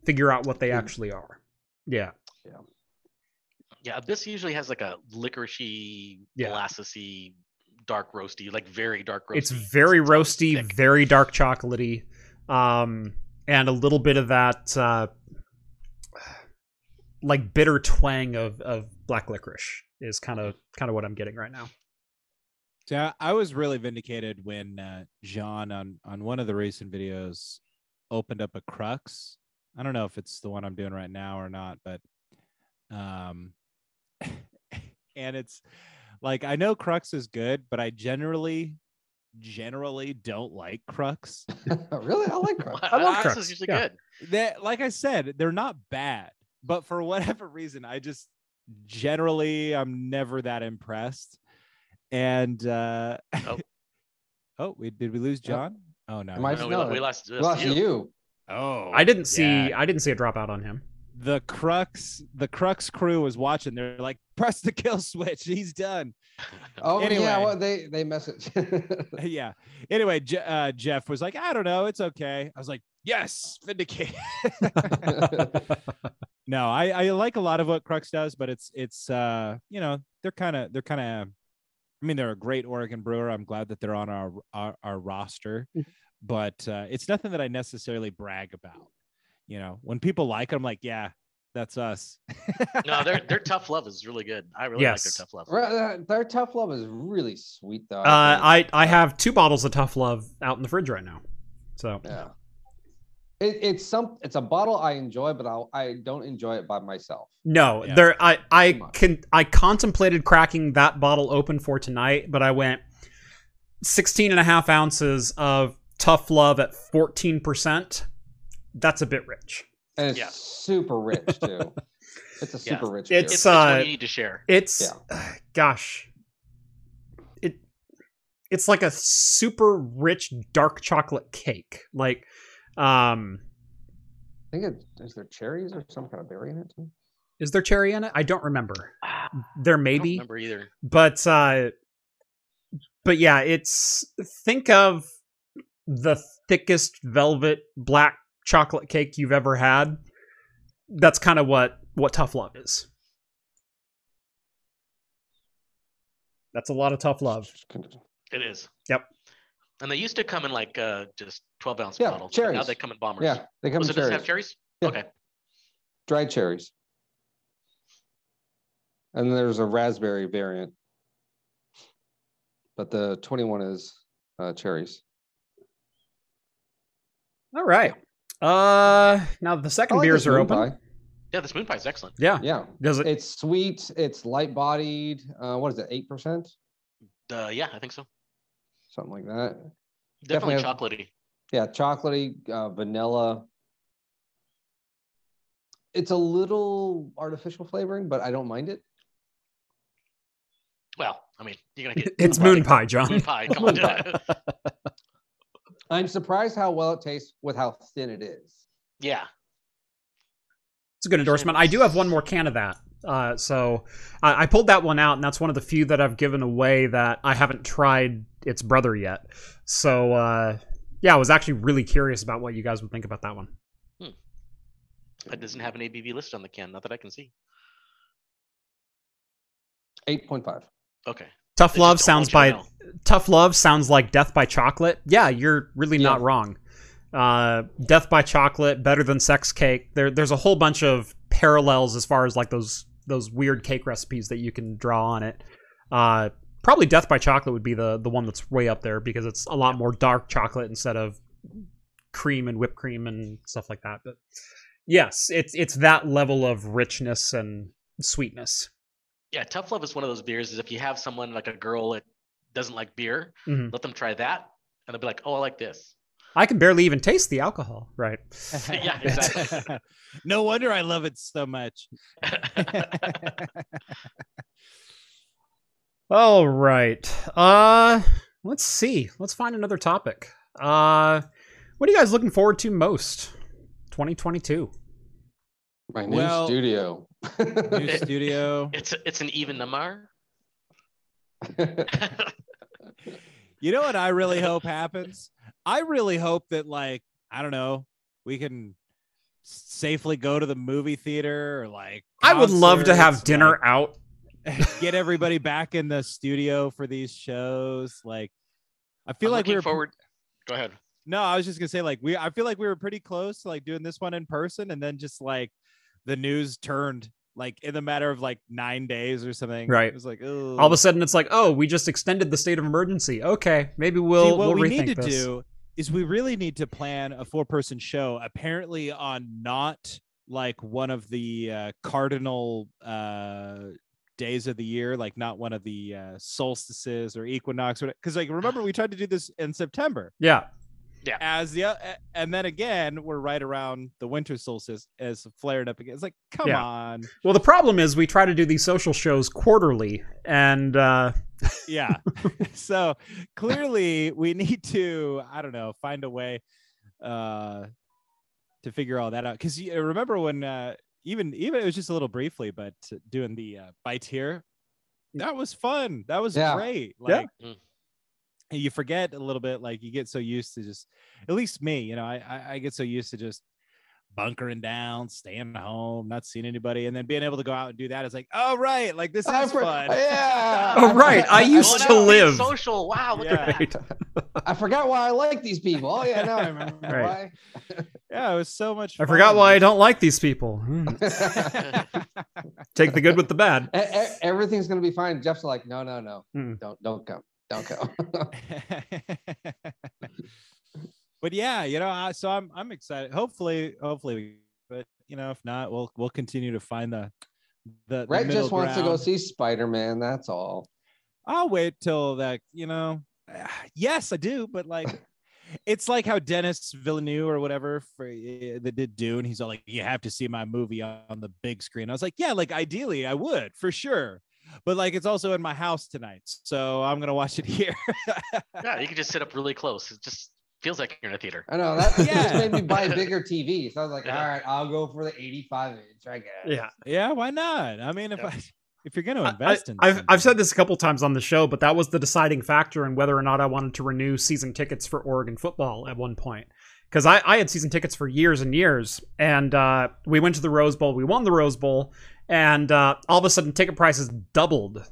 Speaker 2: figure out what they actually are. Yeah.
Speaker 3: yeah. Abyss usually has like a licoricey,
Speaker 2: Yeah.
Speaker 3: molassesy, dark roasty, like very dark roasty.
Speaker 2: It's very
Speaker 3: Sometimes
Speaker 2: roasty,
Speaker 3: thick.
Speaker 2: very dark chocolatey, um, and a little bit of that uh, like bitter twang of, of black licorice is kind of kind of what I'm getting right now.
Speaker 4: Yeah, I was really vindicated when uh, John on on one of the recent videos opened up a crux. I don't know if it's the one I'm doing right now or not, but um *laughs* and it's like I know crux is good, but I generally generally don't like crux.
Speaker 1: really, I like
Speaker 3: Wow, *laughs*
Speaker 1: crust.
Speaker 2: I love
Speaker 3: Abyss
Speaker 2: crust,
Speaker 3: is usually
Speaker 2: yeah.
Speaker 3: good.
Speaker 4: That like I said, they're not bad, but for *laughs* whatever reason, I just generally I'm never that impressed. And uh
Speaker 3: Oh.
Speaker 4: *laughs* oh, we did we lose John? Oh no.
Speaker 1: Am I
Speaker 3: No, we, lo- we lost, we
Speaker 1: Lost
Speaker 3: lost
Speaker 1: you.
Speaker 3: you.
Speaker 4: Oh,
Speaker 2: I didn't see
Speaker 4: yeah.
Speaker 2: I didn't see a dropout on him.
Speaker 4: the crux. The crux crew was watching. They're like, press the kill switch. He's done. *laughs*
Speaker 1: Oh yeah,
Speaker 4: Anyway.
Speaker 1: well, they they message. *laughs*
Speaker 4: yeah. Anyway, Je- uh, Jeff was like, I don't know. It's okay. I was like, yes, vindicated. no, I, I like a lot of what Crux does, but it's it's uh you know they're kind of they're kind of. I mean, they're a great Oregon brewer. I'm glad that they're on our our, our roster, but uh, it's nothing that I necessarily brag about. You know, when people like it, I'm like, yeah, that's us.
Speaker 3: *laughs* no, their their tough love is really good. I really like
Speaker 2: Yes.
Speaker 3: their tough love.
Speaker 1: Right, uh, Their tough love is really sweet though.
Speaker 2: Uh, I I have two bottles of Tough Love out in the fridge right now. So
Speaker 1: think. yeah. It, it's some it's a bottle I enjoy, but I'll, I don't enjoy it by myself.
Speaker 2: No,
Speaker 4: Yeah.
Speaker 2: there. I I
Speaker 1: much.
Speaker 2: can I contemplated cracking that bottle open for tonight, but I went 16 and a half ounces of tough love at 14%. That's a bit rich.
Speaker 1: And it's
Speaker 3: Yeah.
Speaker 1: super rich
Speaker 3: *laughs*
Speaker 1: too. it's a
Speaker 3: Yeah.
Speaker 1: super rich.
Speaker 2: It's-
Speaker 1: beer.
Speaker 3: It's, it's
Speaker 2: uh,
Speaker 3: one you need to share.
Speaker 2: It's uh, gosh. It it's like a super rich dark chocolate cake. Like um
Speaker 1: I think it is there cherries or some kind of berry in it too.
Speaker 2: is there cherry in it? I don't remember.
Speaker 3: Ah, I
Speaker 2: There
Speaker 3: don't
Speaker 2: may be,
Speaker 3: remember either.
Speaker 2: but uh but yeah, it's think of the thickest velvet black chocolate cake you've ever had. That's kind of what what tough love is. That's a lot of tough love.
Speaker 3: It is.
Speaker 2: Yep.
Speaker 3: And they used to come in like uh, just 12 ounce
Speaker 1: Yeah,
Speaker 3: bottles. but Now
Speaker 1: cherries.
Speaker 3: they come in bombers.
Speaker 1: Yeah, they come
Speaker 3: Oh,
Speaker 1: in
Speaker 3: so does it
Speaker 1: cherries,
Speaker 3: have cherries?
Speaker 1: Yeah.
Speaker 3: Okay.
Speaker 1: dried cherries, and there's a raspberry variant, but the 21 is uh, cherries.
Speaker 2: All right. Uh, now the second
Speaker 1: I like
Speaker 2: beers
Speaker 1: this
Speaker 2: are
Speaker 1: moon
Speaker 2: open.
Speaker 1: pie.
Speaker 3: Yeah, this moon pie is excellent.
Speaker 2: Yeah.
Speaker 1: Yeah,
Speaker 2: Does *laughs* it?
Speaker 1: it's sweet. It's light bodied. Uh, what is it? Eight percent,
Speaker 3: Uh, yeah, I think so.
Speaker 1: something like that.
Speaker 3: Definitely,
Speaker 1: Definitely
Speaker 3: chocolatey.
Speaker 1: Yeah, chocolatey, uh, vanilla. It's a little artificial flavoring, but I don't mind it.
Speaker 3: Well, I mean, you're gonna get
Speaker 2: *laughs* It's moon pie, *laughs* John.
Speaker 3: Moon pie. Come on.
Speaker 1: Moon I'm surprised how well it tastes with how thin it is.
Speaker 3: *laughs* yeah.
Speaker 2: It's a good endorsement. I do have one more can of that. Uh, so I, I pulled that one out, and that's one of the few that I've given away that I haven't tried its brother yet. So uh, yeah, I was actually really curious about what you guys would think about that one.
Speaker 3: It doesn't have an ABV list on the can, not that I can see.
Speaker 1: Eight point five.
Speaker 3: Okay.
Speaker 2: Tough
Speaker 3: They
Speaker 2: love
Speaker 3: just don't
Speaker 2: sounds
Speaker 3: want you to
Speaker 2: by
Speaker 3: know.
Speaker 2: tough love sounds like death by chocolate. Yeah, you're really not
Speaker 1: Yeah.
Speaker 2: wrong. Uh, death by chocolate, better than sex cake. There, there's a whole bunch of parallels as far as like those those weird cake recipes that you can draw on it. Uh, probably death by chocolate would be the the one that's way up there because it's a lot more dark chocolate instead of cream and whipped cream and stuff like that. But yes, it's it's that level of richness and sweetness.
Speaker 3: Yeah, tough love is one of those beers. Is if you have someone like a girl that doesn't like beer,
Speaker 2: Mhm.
Speaker 3: let them try that, and they'll be like, "Oh, I like this."
Speaker 2: I can barely even taste the alcohol, right?
Speaker 3: *laughs*
Speaker 4: *laughs*
Speaker 3: Yeah, exactly.
Speaker 4: no wonder I love it so much.
Speaker 2: All right. Uh let's see. Let's find another topic. Uh what are you guys looking forward to most? 2022.
Speaker 1: My new
Speaker 4: Well-
Speaker 1: studio.
Speaker 3: *laughs*
Speaker 4: New studio.
Speaker 3: it's it's an even number.
Speaker 1: *laughs*
Speaker 3: *laughs*
Speaker 2: *laughs*
Speaker 4: You know what I really hope happens? I really hope that like I don't know, we can safely go to the movie theater or like
Speaker 2: I would love to have
Speaker 4: concerts,
Speaker 2: dinner out.
Speaker 4: like, get everybody back in the studio for these shows like I feel
Speaker 3: I'm
Speaker 4: like we
Speaker 3: looking
Speaker 4: were
Speaker 3: forward. Go ahead.
Speaker 4: No, I was just gonna say like we. I feel like we were pretty close to like doing this one in person, and then just like the news turned like in the matter of like nine days or something.
Speaker 2: Right.
Speaker 4: It was like oh.
Speaker 2: All of a sudden it's like, "Oh, we just extended the state of emergency." Okay, maybe we'll
Speaker 4: See, what
Speaker 2: we'll
Speaker 4: we
Speaker 2: rethink
Speaker 4: need to
Speaker 2: this.
Speaker 4: do is we really need to plan a four-person show. Apparently, on not like one of the uh, cardinal uh, days of the year, like not one of the uh, solstices or equinox, because like remember we tried to do this in September.
Speaker 2: Yeah.
Speaker 4: as the o- and then again we're right around the winter solstice as flared up again. It's like, come
Speaker 2: Yeah.
Speaker 4: on,
Speaker 2: Well, the problem is we try to do these social shows quarterly and *laughs* uh
Speaker 1: *laughs*
Speaker 4: yeah. *laughs* so clearly we need to, I don't know, find a way uh to figure all that out. Because remember when uh even even it was just a little briefly, but doing the uh, bite here, that was fun. That was
Speaker 1: Yeah.
Speaker 4: great.
Speaker 2: Yeah.
Speaker 4: Like.
Speaker 3: Mm.
Speaker 4: You forget a little bit, like you get so used to just, at least me, you know, I, I, I get so used to just bunkering down, staying home, not seeing anybody, and then being able to go out and do that is like, oh right, like this
Speaker 1: I
Speaker 4: is
Speaker 1: for-
Speaker 4: fun. *laughs*
Speaker 1: yeah.
Speaker 2: Oh, right,
Speaker 3: *laughs*
Speaker 2: I
Speaker 3: Going
Speaker 2: used
Speaker 3: out,
Speaker 2: to
Speaker 3: being
Speaker 2: live.
Speaker 3: social. Wow, look
Speaker 4: Yeah.
Speaker 3: at that.
Speaker 1: I forgot why I like these people. Oh yeah, now I
Speaker 4: *laughs*
Speaker 1: remember
Speaker 2: Right.
Speaker 4: Yeah, it was so much.
Speaker 2: I forgot
Speaker 4: fun.
Speaker 2: why I don't like these people. Hmm.
Speaker 1: why. *laughs*
Speaker 2: Take the good with the bad.
Speaker 1: E- e- Everything's gonna be fine. Jeff's like, no, no, no,
Speaker 4: Hmm.
Speaker 2: Mm.
Speaker 1: don't, don't come, don't
Speaker 4: *laughs*
Speaker 1: come.
Speaker 4: but yeah, you know, I, so I'm I'm excited. Hopefully, hopefully, we, but you know, if not, we'll we'll continue to find the the. the
Speaker 1: Brett
Speaker 4: middle
Speaker 1: just wants to go
Speaker 4: ground.
Speaker 1: see Spider Man. That's all.
Speaker 4: I'll wait till that, you know. *sighs* Yes, I do,
Speaker 1: *laughs*
Speaker 4: but like it's like how Dennis Villeneuve or whatever for eh, that did Dune, he's all like, You have to see my movie on the big screen. I was like, Yeah, like ideally I would for sure. But like it's also in my house tonight. So I'm gonna watch it *laughs* here.
Speaker 3: Yeah, you can just sit up really close. It just feels like you're in a theater.
Speaker 1: I know that just
Speaker 4: *laughs* Yeah.
Speaker 1: made me buy a bigger TV. So I was like, all
Speaker 3: Yeah.
Speaker 1: right, I'll go for the 85 inch. I guess.
Speaker 2: *laughs* Yeah.
Speaker 4: yeah, why not? I *laughs* mean, if
Speaker 3: Yeah.
Speaker 4: I if you're going to
Speaker 2: I-
Speaker 4: invest in,
Speaker 2: I, have
Speaker 4: something-
Speaker 2: I've said this a couple times on the show, but that was the deciding factor in whether or not I wanted to renew season tickets for Oregon football at one point. Because I, I had season tickets for years and years, and uh, we went to the Rose Bowl, we won the Rose Bowl, and uh, all of a sudden ticket prices doubled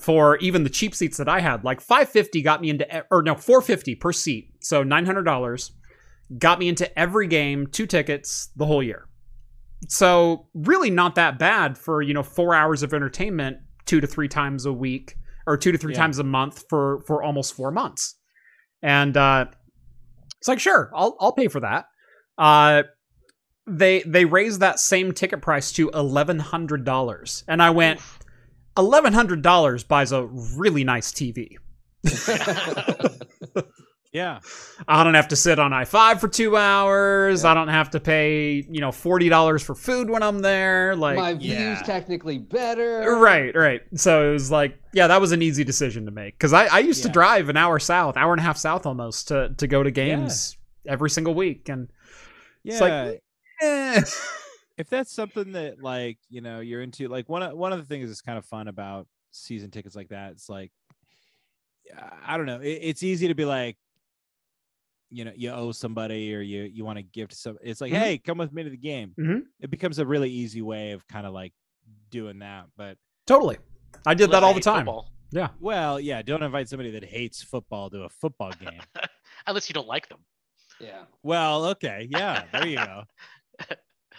Speaker 2: for even the cheap seats that I had. Like five fifty got me into, e- or no, four fifty per seat, so nine hundred dollars got me into every game, two tickets the whole year. So really not that bad for, you know, 4 hours of entertainment 2 to 3 times a week or 2 to 3
Speaker 4: Yeah.
Speaker 2: times a month for for almost 4 months. And uh it's like sure, I'll I'll pay for that. Uh they they raised that same ticket price to $1100 and I went $1100 buys a really nice TV.
Speaker 1: *laughs*
Speaker 4: yeah,
Speaker 2: I don't have to sit on I five for two hours. I don't have to pay you know forty dollars for food when I'm there. Like
Speaker 1: My
Speaker 2: yeah.
Speaker 1: view's technically better.
Speaker 2: Right, right. So it was like, yeah, that was an easy decision to make because I, I used to
Speaker 4: Yeah.
Speaker 2: drive an hour south, hour and a half south almost to to go to games every single week, and
Speaker 4: yeah.
Speaker 2: It's like, eh.
Speaker 4: if that's something that like you know you're into like one of one of the things that's kind of fun about season tickets like that it's like i don't know it, it's easy to be like you know you owe somebody or you you want to give to some it's like
Speaker 2: Mhm.
Speaker 4: hey come with me to the game
Speaker 2: Mhm.
Speaker 4: it becomes a really easy way of kind of like doing that but
Speaker 2: totally, I did
Speaker 3: Unless
Speaker 2: that
Speaker 3: I
Speaker 2: all the
Speaker 3: hate
Speaker 2: time.
Speaker 3: football.
Speaker 4: well yeah don't invite somebody that hates football to a football game
Speaker 3: Unless you don't like them.
Speaker 1: Yeah.
Speaker 4: well okay yeah there
Speaker 2: *laughs*
Speaker 4: you go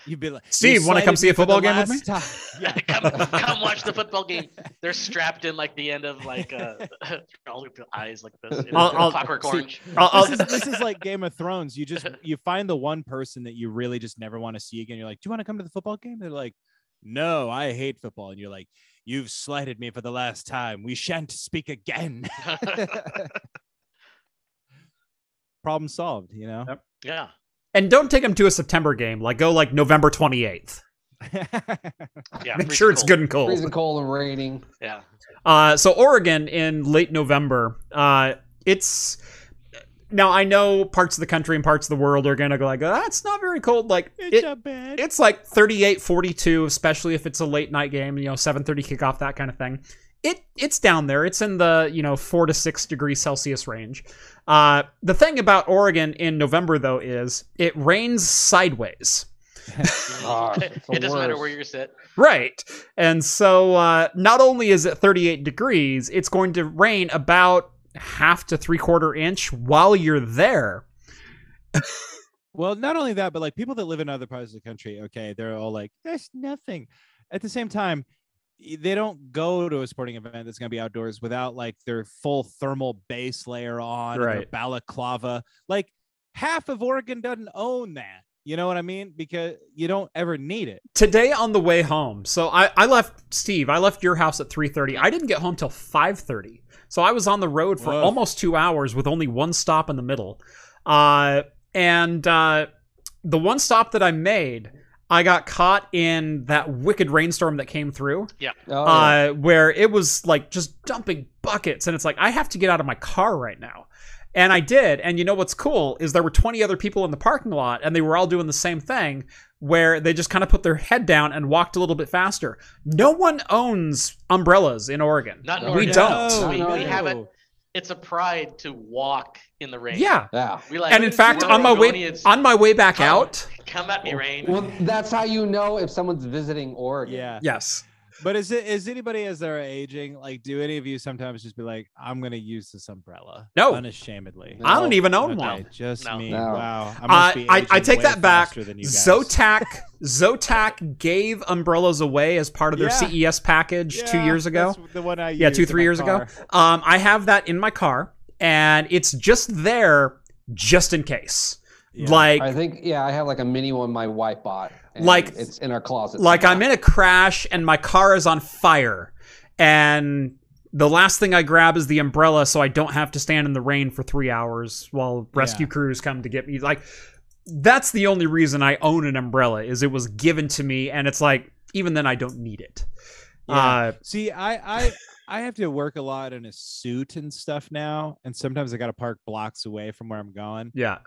Speaker 4: you'd be like "You
Speaker 2: Steve, wanna come
Speaker 4: slighted
Speaker 2: see a
Speaker 4: me for the
Speaker 2: football game with
Speaker 4: last time." yeah
Speaker 3: *laughs* come, come watch the football game. They're strapped in like the end of like uh, *laughs* all with the eyes like this. you know,
Speaker 2: I'll- I'll-
Speaker 3: Clockwork
Speaker 4: see-
Speaker 3: Orange.
Speaker 2: I'll- I'll-
Speaker 4: this is this is like Game of Thrones. You just you find the one person that you really just never want to see again. You're like, do you want to come to the football game? They're like, no, I hate football. And you're like, you've slighted me for the last time. We shan't speak again. *laughs* Problem solved. You know.
Speaker 3: *laughs*
Speaker 4: *laughs*
Speaker 3: yeah.
Speaker 2: and don't take them to a September game. Like go like November twenty eighth.
Speaker 3: Yeah.
Speaker 2: Make
Speaker 3: freezing
Speaker 2: sure it's
Speaker 3: cold.
Speaker 2: good and cold.
Speaker 1: Freezing cold and raining.
Speaker 3: Yeah.
Speaker 2: Uh, so Oregon in late November. Uh, it's now I know parts of the country and parts of the world are gonna go like "Oh, that's not very cold. Like
Speaker 4: it's
Speaker 2: it,
Speaker 4: a bad.
Speaker 2: it's like 38, 42, especially if it's a late night game. You know, seven thirty kickoff, that kind of thing. It it's down there. It's in the you know four to six degrees Celsius range. Uh, the thing about Oregon in November though is it rains sideways.
Speaker 1: Ah,
Speaker 3: *laughs* it
Speaker 1: it's the
Speaker 3: doesn't matter where
Speaker 1: worst.
Speaker 3: you're sit.
Speaker 2: Right. And so uh, not only is it 38 degrees, it's going to rain about half to three quarter inch while you're there.
Speaker 4: Well, not only that, but like people that live in other parts of the country, okay, they're all like, that's nothing. At the same time, y- they don't go to a sporting event that's going to be outdoors without like their full thermal base layer on, and their
Speaker 2: Right.
Speaker 4: balaclava. Like half of Oregon doesn't own that. You know what I mean? Because you don't ever need it.
Speaker 2: Today on the way home, so I, I left Steve, I left your house at 3.30. I didn't get home till 5.30. So I was on the road for
Speaker 4: Whoa.
Speaker 2: almost two hours with only one stop in the middle. Uh, and uh, the one stop that I made, I got caught in that wicked rainstorm that came through.
Speaker 1: Oh, yeah.
Speaker 2: uh, where it was like just dumping buckets, and it's like I have to get out of my car right now, and I did. And you know what's cool is there were 20 other people in the parking lot, and they were all doing the same thing, where they just kind of put their head down and walked a little bit faster. No one owns umbrellas in Oregon.
Speaker 3: Not in
Speaker 2: we
Speaker 3: Oregon.
Speaker 2: don't.
Speaker 4: No,
Speaker 1: We- we
Speaker 3: have it.
Speaker 4: no.
Speaker 3: It's a pride to walk in the rain.
Speaker 2: Yeah.
Speaker 1: yeah.
Speaker 3: We like,
Speaker 2: And in fact,
Speaker 3: we're
Speaker 2: on my way
Speaker 3: Oregonians.
Speaker 2: on my way back
Speaker 3: Come.
Speaker 2: out,
Speaker 3: come at me, rain.
Speaker 1: Well, that's how you know if someone's visiting Oregon.
Speaker 4: Yeah.
Speaker 2: yes,
Speaker 4: But is it is anybody as they're aging, like do any of you sometimes just be like, I'm gonna use this umbrella?
Speaker 2: No.
Speaker 4: Unashamedly.
Speaker 1: No.
Speaker 2: I don't even own
Speaker 4: okay,
Speaker 2: one.
Speaker 4: Just
Speaker 3: No.
Speaker 4: me.
Speaker 1: No.
Speaker 4: Wow. I,
Speaker 2: Uh, I, I take that back. Zotac Zotac gave umbrellas away as part of their
Speaker 4: Yeah.
Speaker 2: CES package two years ago.
Speaker 4: The one I
Speaker 2: Yeah, two,
Speaker 4: used in
Speaker 2: three
Speaker 4: my
Speaker 2: years ago.
Speaker 4: car.
Speaker 2: Um, I have that in my car, and it's just there just in case.
Speaker 4: Yeah.
Speaker 2: Like,
Speaker 1: I think yeah, I have like a mini one my wife bought. and
Speaker 2: Like-
Speaker 1: it's in our closet.
Speaker 2: like
Speaker 1: *laughs*
Speaker 2: I'm in a crash and my car is on fire, and the last thing I grab is the umbrella, so I don't have to stand in the rain for three hours while rescue
Speaker 4: Yeah.
Speaker 2: crews come to get me. Like, that's the only reason I own an umbrella is it was given to me, and it's like even then I don't need it.
Speaker 4: Yeah.
Speaker 2: Uh,
Speaker 4: See, I I I have to work a lot in a suit and stuff now, and sometimes I got to park blocks away from where I'm going.
Speaker 2: yeah,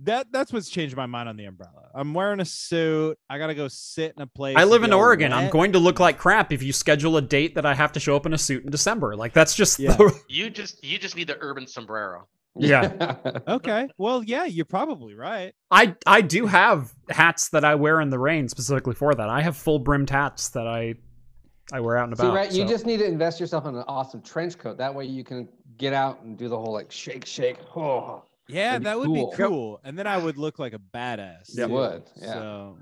Speaker 4: that that's what's changed my mind on the umbrella. I'm wearing a suit. I gotta go sit in a place.
Speaker 2: I
Speaker 4: and
Speaker 2: live
Speaker 4: be
Speaker 2: in
Speaker 4: all
Speaker 2: Oregon. I'm
Speaker 4: wet.
Speaker 2: going to look like crap if you schedule a date that I have to show up in a suit in December. Like that's just *laughs*
Speaker 4: Yeah.
Speaker 2: the-
Speaker 3: You just you just need the urban sombrero.
Speaker 2: yeah.
Speaker 4: Okay. Well, yeah, you're probably right.
Speaker 2: I I do have hats that I wear in the rain specifically for that. I have full brimmed hats that I I wear out and
Speaker 1: See,
Speaker 2: about.
Speaker 1: Rhett, you
Speaker 2: so-
Speaker 1: just need to invest yourself in an awesome trench coat. That way you can get out and do the whole like shake, shake. *sighs* Oh,
Speaker 4: Yeah,
Speaker 1: That'd be
Speaker 4: that would
Speaker 1: cool.
Speaker 4: be
Speaker 1: Yep.
Speaker 4: cool. And then I would look like a badass.
Speaker 1: You
Speaker 4: too.
Speaker 1: would, yeah.
Speaker 4: So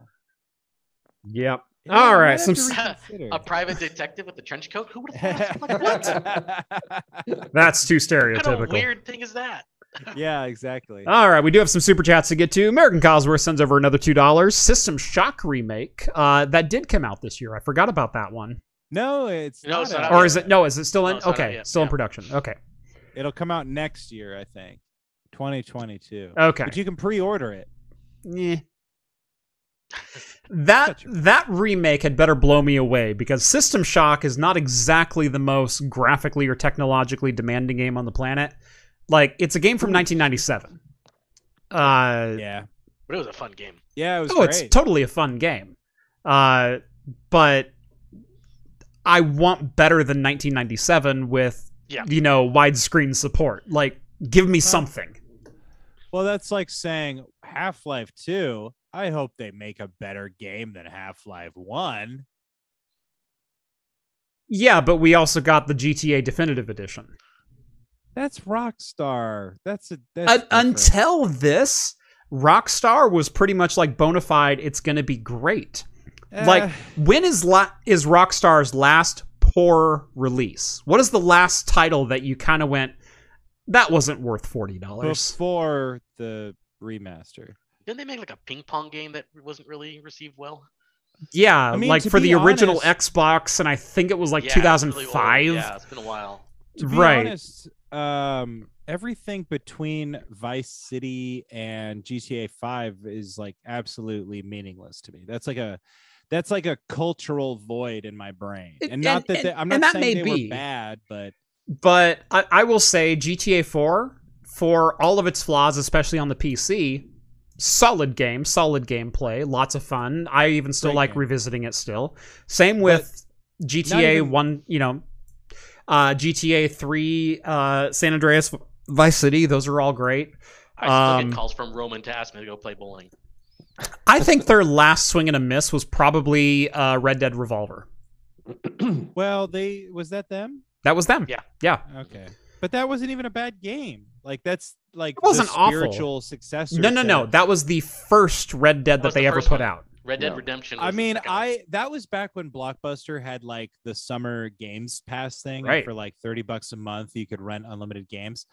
Speaker 2: yep.
Speaker 4: Yeah,
Speaker 2: All
Speaker 4: I
Speaker 2: right,
Speaker 4: might have
Speaker 2: some
Speaker 4: to
Speaker 2: s-
Speaker 4: reconsider.
Speaker 3: A private detective with a trench coat?
Speaker 4: *laughs*
Speaker 3: Who would have thought? Like,
Speaker 2: *laughs*
Speaker 3: what?
Speaker 2: That's too
Speaker 3: what kind of
Speaker 2: stereotypical.
Speaker 3: weird thing is that?
Speaker 4: yeah, exactly.
Speaker 2: All right, we do have some super chats to get to. American Cosworth sends over another two dollars. System Shock remake uh, that did come out this year. I forgot about that one.
Speaker 4: No, it's
Speaker 3: No, it's not
Speaker 4: out
Speaker 3: out
Speaker 2: Or
Speaker 4: yet.
Speaker 2: is it no? Is it still
Speaker 3: No,
Speaker 2: in?
Speaker 3: Oh, it's not out
Speaker 2: okay,
Speaker 3: yet.
Speaker 2: still in
Speaker 3: Yeah.
Speaker 2: production. Okay,
Speaker 4: It'll come out next year, I think, 2022.
Speaker 2: okay.
Speaker 4: But you can pre-order it.
Speaker 2: Yeah.
Speaker 4: *laughs*
Speaker 2: That
Speaker 4: Such a-
Speaker 2: that remake had better blow me away because System Shock is not exactly the most graphically or technologically demanding game on the planet. Like it's a game from 1997. Uh,
Speaker 4: Yeah,
Speaker 3: But it was a fun game.
Speaker 4: yeah, it was
Speaker 2: oh,
Speaker 4: great.
Speaker 2: it's totally a fun game. Uh, but I want better than 1997 with
Speaker 3: Yeah.
Speaker 2: you know widescreen support. Like give me something.
Speaker 4: well, that's like saying Half-Life 2. I hope they make a better game than Half-Life 1.
Speaker 2: Yeah, but we also got the GTA Definitive Edition.
Speaker 4: That's Rockstar. That's a that's
Speaker 2: Un-
Speaker 4: different.
Speaker 2: until this, Rockstar was pretty much like bona fide. It's gonna be great. like,
Speaker 4: Eh,
Speaker 2: When is la- is Rockstar's last poor release? What is the last title that you kind of went? That wasn't worth forty dollars.
Speaker 4: before the remaster.
Speaker 3: Didn't they make like a ping pong game that wasn't really received well?
Speaker 2: Yeah,
Speaker 4: I mean,
Speaker 2: like
Speaker 4: to
Speaker 2: for the
Speaker 4: be
Speaker 2: original
Speaker 4: honest-
Speaker 2: Xbox, and I think it was like
Speaker 3: Yeah,
Speaker 2: two
Speaker 3: it's
Speaker 2: thousand
Speaker 3: really old.
Speaker 2: five.
Speaker 3: yeah, it's been a while.
Speaker 4: To be
Speaker 2: Right.
Speaker 4: honest, um, everything between Vice City and GTA Five is like absolutely meaningless to me. That's like a that's like a cultural void in my brain.
Speaker 2: It-
Speaker 4: And, not
Speaker 2: and-
Speaker 4: that they,
Speaker 2: and-
Speaker 4: I'm
Speaker 2: and
Speaker 4: not
Speaker 2: that
Speaker 4: saying
Speaker 2: may
Speaker 4: they
Speaker 2: be.
Speaker 4: were bad, but
Speaker 2: But I, I will say GTA 4, for all of its flaws, especially on the PC, solid game, solid gameplay, lots of fun. I even still
Speaker 4: Great
Speaker 2: like
Speaker 4: game.
Speaker 2: revisiting it still. Same with GTA
Speaker 4: even-
Speaker 2: 1, you know, uh, GTA 3, uh, San Andreas, Vice City, those are all great.
Speaker 3: I still
Speaker 2: Um,
Speaker 3: get calls from Roman to ask me to go play bowling.
Speaker 2: I think their last swing and a miss was probably uh, Red Dead Revolver.
Speaker 4: well, they was that them?
Speaker 2: That was them.
Speaker 3: Yeah.
Speaker 2: Yeah.
Speaker 4: Okay, but that wasn't even a bad game. Like that's like
Speaker 2: It wasn't
Speaker 4: the
Speaker 2: awful.
Speaker 4: spiritual successor.
Speaker 2: No, no,
Speaker 4: to-
Speaker 2: no. That was the first Red Dead
Speaker 3: That
Speaker 2: that,
Speaker 3: was
Speaker 2: they
Speaker 3: the
Speaker 2: ever
Speaker 3: first
Speaker 2: put
Speaker 3: one.
Speaker 2: out.
Speaker 3: Red Dead
Speaker 1: Yeah.
Speaker 3: Redemption.
Speaker 4: I
Speaker 3: was the
Speaker 4: mean,
Speaker 3: second one.
Speaker 4: I that was back when Blockbuster had like the summer games pass thing and
Speaker 2: Right.
Speaker 4: for like 30 bucks a month you could rent unlimited games.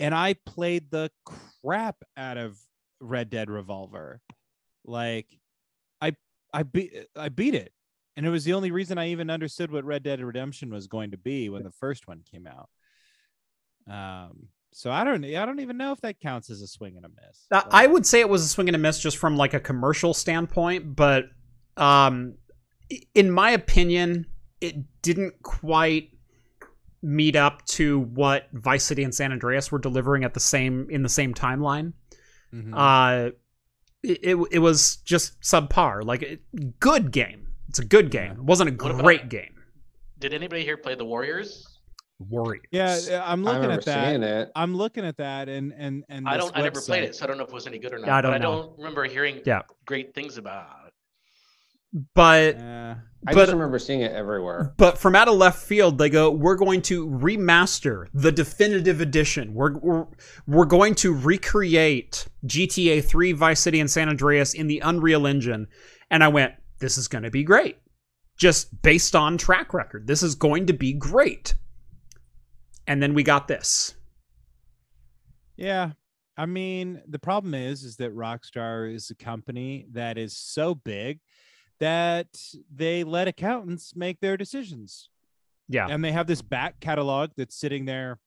Speaker 4: And I played the crap out of Red Dead Revolver. Like I I beat I beat it. And it was the only reason I even understood what Red Dead Redemption was going to be when the first one came out. Um so I don't I don't even know if that counts as a swing and a miss.
Speaker 2: Uh, I
Speaker 4: Like,
Speaker 2: would say it was a swing and a miss just from like a commercial standpoint, but um, i- in my opinion, it didn't quite meet up to what Vice City and San Andreas were delivering at the same in the same timeline.
Speaker 4: mhm.
Speaker 2: Uh, it, it it was just subpar. Like it, good game. It's a good game.
Speaker 4: Yeah.
Speaker 2: It wasn't a
Speaker 3: What about-
Speaker 2: great game.
Speaker 3: Did anybody here play the Warriors?
Speaker 2: Warriors.
Speaker 4: yeah, I'm
Speaker 1: I
Speaker 4: looking
Speaker 1: remember
Speaker 4: at that.
Speaker 1: seeing it.
Speaker 4: I'm looking at that and and and
Speaker 3: I
Speaker 4: this
Speaker 3: don't. I never played
Speaker 4: website.
Speaker 3: it, so I don't know if it was any good or not.
Speaker 2: Yeah, I
Speaker 3: but
Speaker 2: don't know.
Speaker 3: I don't remember hearing
Speaker 2: Yeah.
Speaker 3: great things about it.
Speaker 2: But
Speaker 4: Uh,
Speaker 1: I
Speaker 2: but
Speaker 1: just remember seeing it everywhere.
Speaker 2: But from out of left field, they go, "We're going to remaster the definitive edition. We're we're, we're going to recreate GTA 3, Vice City, and San Andreas in the Unreal Engine." And I went, "This is going to be great." Just based on track record, this is going to be great. And then we got this.
Speaker 4: yeah. I mean, the problem is is that Rockstar is a company that is so big that they let accountants make their decisions.
Speaker 2: Yeah.
Speaker 4: And they have this back catalog that's sitting there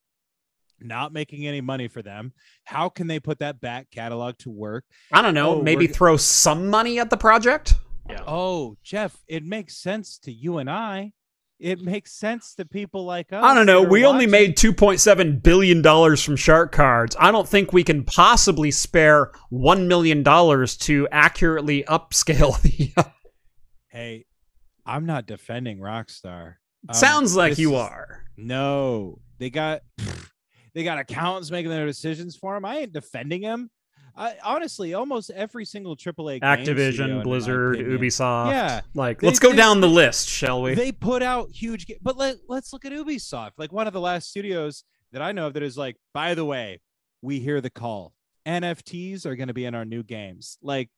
Speaker 4: not making any money for them. How can they put that back catalog to work?
Speaker 2: I don't know.
Speaker 4: Oh,
Speaker 2: maybe
Speaker 4: we're-
Speaker 2: throw some money at the project.
Speaker 3: Yeah.
Speaker 4: Oh, Jeff, it makes sense to you and I. It makes sense to people like us.
Speaker 2: I don't know.
Speaker 4: that are
Speaker 2: We only
Speaker 4: watching.
Speaker 2: made $2.7 billion from shark cards. I don't think we can possibly spare $1 million to accurately upscale *laughs* the.
Speaker 4: Um, Hey, I'm not defending Rockstar. Um,
Speaker 2: Sounds like
Speaker 4: this
Speaker 2: you
Speaker 4: is-
Speaker 2: are.
Speaker 4: No, they got *laughs* they got accountants making their decisions for them. I ain't defending them. I, honestly, almost every single AAA game studio, in
Speaker 2: Activision,
Speaker 4: my
Speaker 2: Blizzard,
Speaker 4: opinion,
Speaker 2: Ubisoft.
Speaker 4: Yeah.
Speaker 2: Like,
Speaker 4: They-
Speaker 2: let's go
Speaker 4: they-
Speaker 2: down the list, shall we?
Speaker 4: They put out huge, ga- but let, let's look at Ubisoft, like one of the last studios that I know of that is like, by the way, we hear the call. NFTs are going to be in our new games. Like,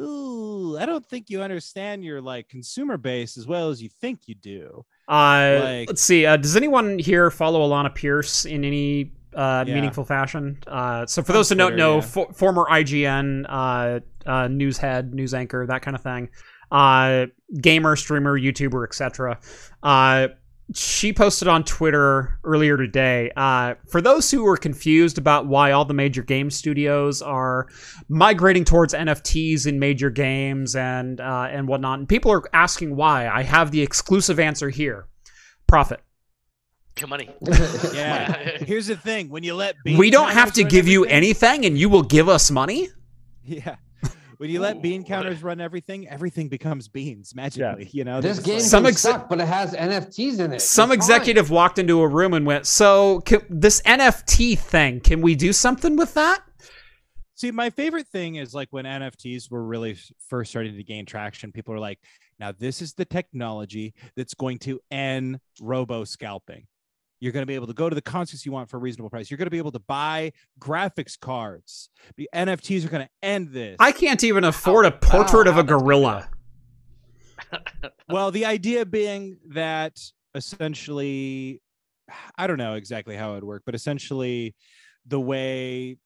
Speaker 4: ooh, I don't think you understand your like consumer base as well as you think you do.
Speaker 2: Uh,
Speaker 4: Like-
Speaker 2: let's see. Uh, does anyone here follow Alana Pierce in any uh,
Speaker 4: Yeah.
Speaker 2: meaningful fashion? Uh, so for
Speaker 4: On
Speaker 2: those who don't
Speaker 4: Twitter,
Speaker 2: know,
Speaker 4: yeah.
Speaker 2: for, former IGN uh, uh, news head, news anchor, that kind of thing, uh, gamer, streamer, YouTuber, etc. Uh, she posted on Twitter earlier today. Uh, for those who were confused about why all the major game studios are migrating towards NFTs in major games and uh, and whatnot, and people are asking why, I have the exclusive answer here: profit.
Speaker 3: Good money. *laughs*
Speaker 4: Yeah. Here's the thing: when you let
Speaker 2: we don't have to
Speaker 4: counters run
Speaker 2: give you
Speaker 4: everything-
Speaker 2: anything, and you will give us money.
Speaker 4: *laughs* Yeah. When you let bean
Speaker 3: Ooh.
Speaker 4: counters run everything, everything becomes beans magically. You know,
Speaker 1: This
Speaker 4: They're
Speaker 1: game
Speaker 4: just
Speaker 2: Some
Speaker 1: can
Speaker 2: exe-
Speaker 1: suck, but it has NFTs in it. It's fine.
Speaker 2: Some executive walked into a room and went, "So can, this NFT thing, can we do something with that?"
Speaker 4: See, my favorite thing is like when NFTs were really f- first starting to gain traction, people are like, now this is the technology that's going to end robo scalping. You're going to be able to go to the concerts you want for a reasonable price. You're going to be able to buy graphics cards. The NFTs are going to end this.
Speaker 2: I can't even afford a
Speaker 1: Wow,
Speaker 2: portrait of
Speaker 1: how
Speaker 2: a
Speaker 1: does that
Speaker 2: gorilla.
Speaker 4: well, the idea being that essentially, *sighs* I don't know exactly how it would work, but essentially, the way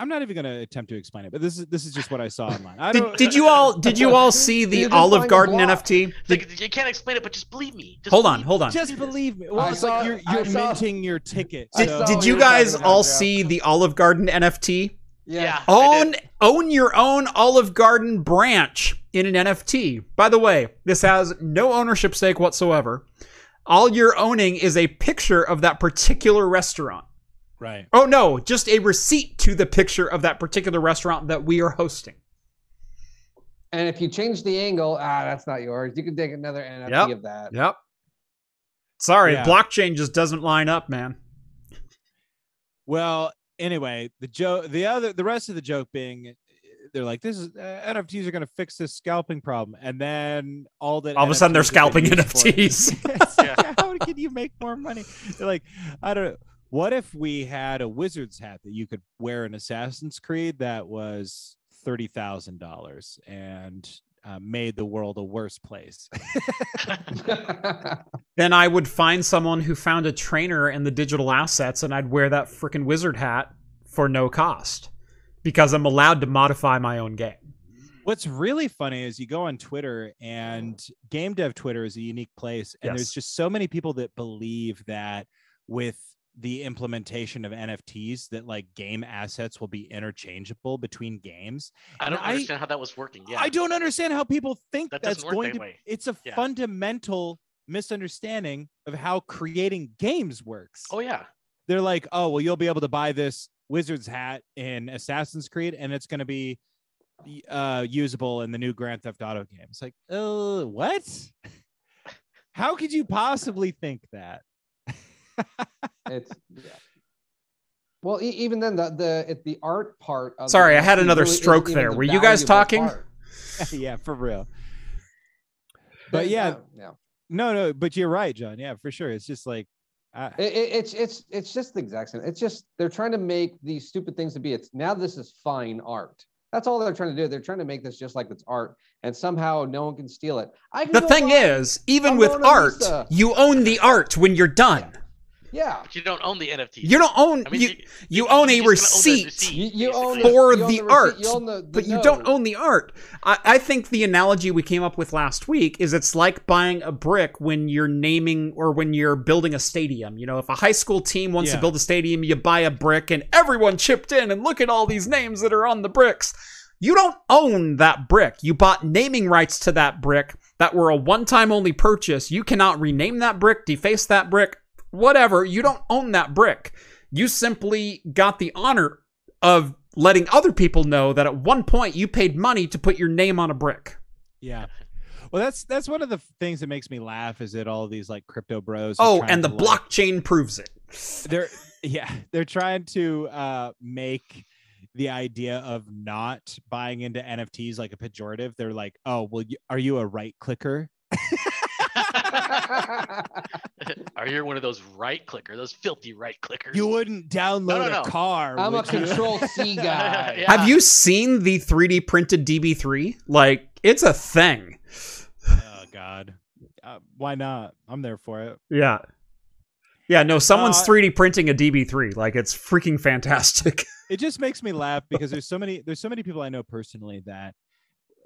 Speaker 4: I'm not even going to attempt to explain it, but this is this is just what I saw online. I
Speaker 2: Did,
Speaker 4: don't. *laughs*
Speaker 2: did you all did you all see the
Speaker 1: You just
Speaker 2: Olive
Speaker 1: find a
Speaker 2: Garden
Speaker 1: block.
Speaker 2: NFT?
Speaker 3: It's like, you can't explain it, but just believe me. Just
Speaker 2: Hold on,
Speaker 3: believe
Speaker 2: hold on.
Speaker 4: just believe me. Well,
Speaker 1: I
Speaker 4: it's
Speaker 1: saw-
Speaker 4: like you're,
Speaker 1: I
Speaker 4: you're
Speaker 1: saw-
Speaker 4: minting your ticket.
Speaker 1: I
Speaker 2: Did,
Speaker 1: saw
Speaker 2: did
Speaker 1: what
Speaker 2: you
Speaker 1: you're talking
Speaker 2: guys
Speaker 1: about,
Speaker 2: all
Speaker 1: Joe.
Speaker 2: see the Olive Garden NFT?
Speaker 3: me. Yeah. I
Speaker 2: Own
Speaker 3: did.
Speaker 2: own your own Olive Garden branch in an NFT. By the way, this has no ownership stake whatsoever. All you're owning is a picture of that particular restaurant.
Speaker 4: right.
Speaker 2: Oh no, just a receipt to the picture of that particular restaurant that we are hosting.
Speaker 1: And if you change the angle, ah, that's not yours. You can take another NFT
Speaker 2: Yep.
Speaker 1: of that.
Speaker 2: Yep. Sorry,
Speaker 4: Yeah.
Speaker 2: blockchain just doesn't line up, man.
Speaker 4: Well, anyway, the joke, the other, the rest of the joke being, eh, they're like, this is uh, NFTs are going to fix this scalping problem, and then all that.
Speaker 2: All of a sudden, they're
Speaker 4: NFTs have been
Speaker 2: scalping
Speaker 4: used for-
Speaker 2: NFTs. *laughs*
Speaker 4: Yes, *laughs* How can you make more money? They're like, I don't. know. What if we had a wizard's hat that you could wear in Assassin's Creed that was thirty thousand dollars and uh, made the world a worse place?
Speaker 1: *laughs*
Speaker 2: then I would find someone who found a trainer in the digital assets and I'd wear that freaking wizard hat for no cost because I'm allowed to modify my own game.
Speaker 4: What's really funny is you go on Twitter and game dev Twitter is a unique place. And
Speaker 2: Yes.
Speaker 4: there's just so many people that believe that with the implementation of NFTs that like game assets will be interchangeable between games.
Speaker 3: I don't
Speaker 4: I-
Speaker 3: understand how that was working. Yeah.
Speaker 4: I don't understand how people think
Speaker 3: That doesn't
Speaker 4: that's
Speaker 3: work
Speaker 4: going
Speaker 3: that
Speaker 4: to
Speaker 3: way.
Speaker 4: it's a
Speaker 3: Yeah.
Speaker 4: fundamental misunderstanding of how creating games works.
Speaker 3: Oh yeah.
Speaker 4: They're like, "Oh, well you'll be able to buy this wizard's hat in Assassin's Creed and it's going to be y- uh usable in the new Grand Theft Auto game. It's like, oh, what? *laughs* How could you possibly think that? *laughs*
Speaker 1: it's yeah. well, e- even then, the the it, the art part. Of the
Speaker 2: Sorry, I had
Speaker 1: NFT
Speaker 2: another
Speaker 1: really isn't
Speaker 2: stroke
Speaker 1: even
Speaker 2: there.
Speaker 1: the
Speaker 2: Were you guys
Speaker 1: valuable
Speaker 2: talking?
Speaker 1: part.
Speaker 4: yeah, for real. But
Speaker 1: It-
Speaker 4: yeah,
Speaker 1: uh, yeah.
Speaker 4: no, no, but you're right, John. Yeah, for sure. It's just like, uh,
Speaker 1: It, it, it's it's it's just the exact same. It's just they're trying to make these stupid things to be. It's now this is fine art. That's all they're trying to do. They're trying to make this just like it's art, and somehow no one can steal it. I can
Speaker 2: The
Speaker 1: go
Speaker 2: thing
Speaker 1: buy-
Speaker 2: is, even
Speaker 1: I'm
Speaker 2: with
Speaker 1: Mona
Speaker 2: art,
Speaker 1: Lisa.
Speaker 2: you own the art when you're done.
Speaker 1: yeah,
Speaker 3: But you don't own the NFT.
Speaker 2: You don't own
Speaker 3: I mean,
Speaker 2: you,
Speaker 3: you-
Speaker 2: you own a
Speaker 3: you're just gonna own the
Speaker 2: receipt.
Speaker 3: receipt,
Speaker 1: you, you own
Speaker 3: basically.
Speaker 2: For
Speaker 1: you own
Speaker 2: the
Speaker 1: receipt,
Speaker 2: art,
Speaker 1: you own the, the
Speaker 2: but you don't
Speaker 1: node.
Speaker 2: own the art. I, I think the analogy we came up with last week is it's like buying a brick when you're naming or when you're building a stadium. You know, if a high school team wants to
Speaker 4: Yeah.
Speaker 2: build a stadium, you buy a brick and everyone chipped in and look at all these names that are on the bricks. You don't own that brick. You bought naming rights to that brick that were a one time only purchase. You cannot rename that brick, deface that brick, whatever. You don't own that brick. You simply got the honor of letting other people know that at one point you paid money to put your name on a brick. *laughs*
Speaker 4: Yeah. Well, that's that's one of the things that makes me laugh is that all these like crypto bros. are
Speaker 2: Oh,
Speaker 4: trying
Speaker 2: and the
Speaker 4: to, like-
Speaker 2: blockchain proves it.
Speaker 4: they're *laughs* yeah they're trying to uh make the idea of not buying into nfts like a pejorative they're like oh well you, are you a right clicker
Speaker 1: *laughs*
Speaker 3: Are you one of those right clicker, those filthy right clickers? *laughs*
Speaker 4: you wouldn't download
Speaker 3: no, no.
Speaker 4: a car
Speaker 1: I'm a
Speaker 4: would you?"
Speaker 1: control
Speaker 4: *laughs*
Speaker 1: C guy.
Speaker 3: Yeah.
Speaker 2: Have you seen the 3D printed DB3? Like, it's a thing.
Speaker 4: oh god uh, why not i'm there for it
Speaker 2: Yeah. Yeah, no, someone's
Speaker 4: Uh,
Speaker 2: 3D printing a DB3. Like, it's freaking fantastic. *laughs*
Speaker 4: it just makes me laugh because there's so many there's so many people i know personally that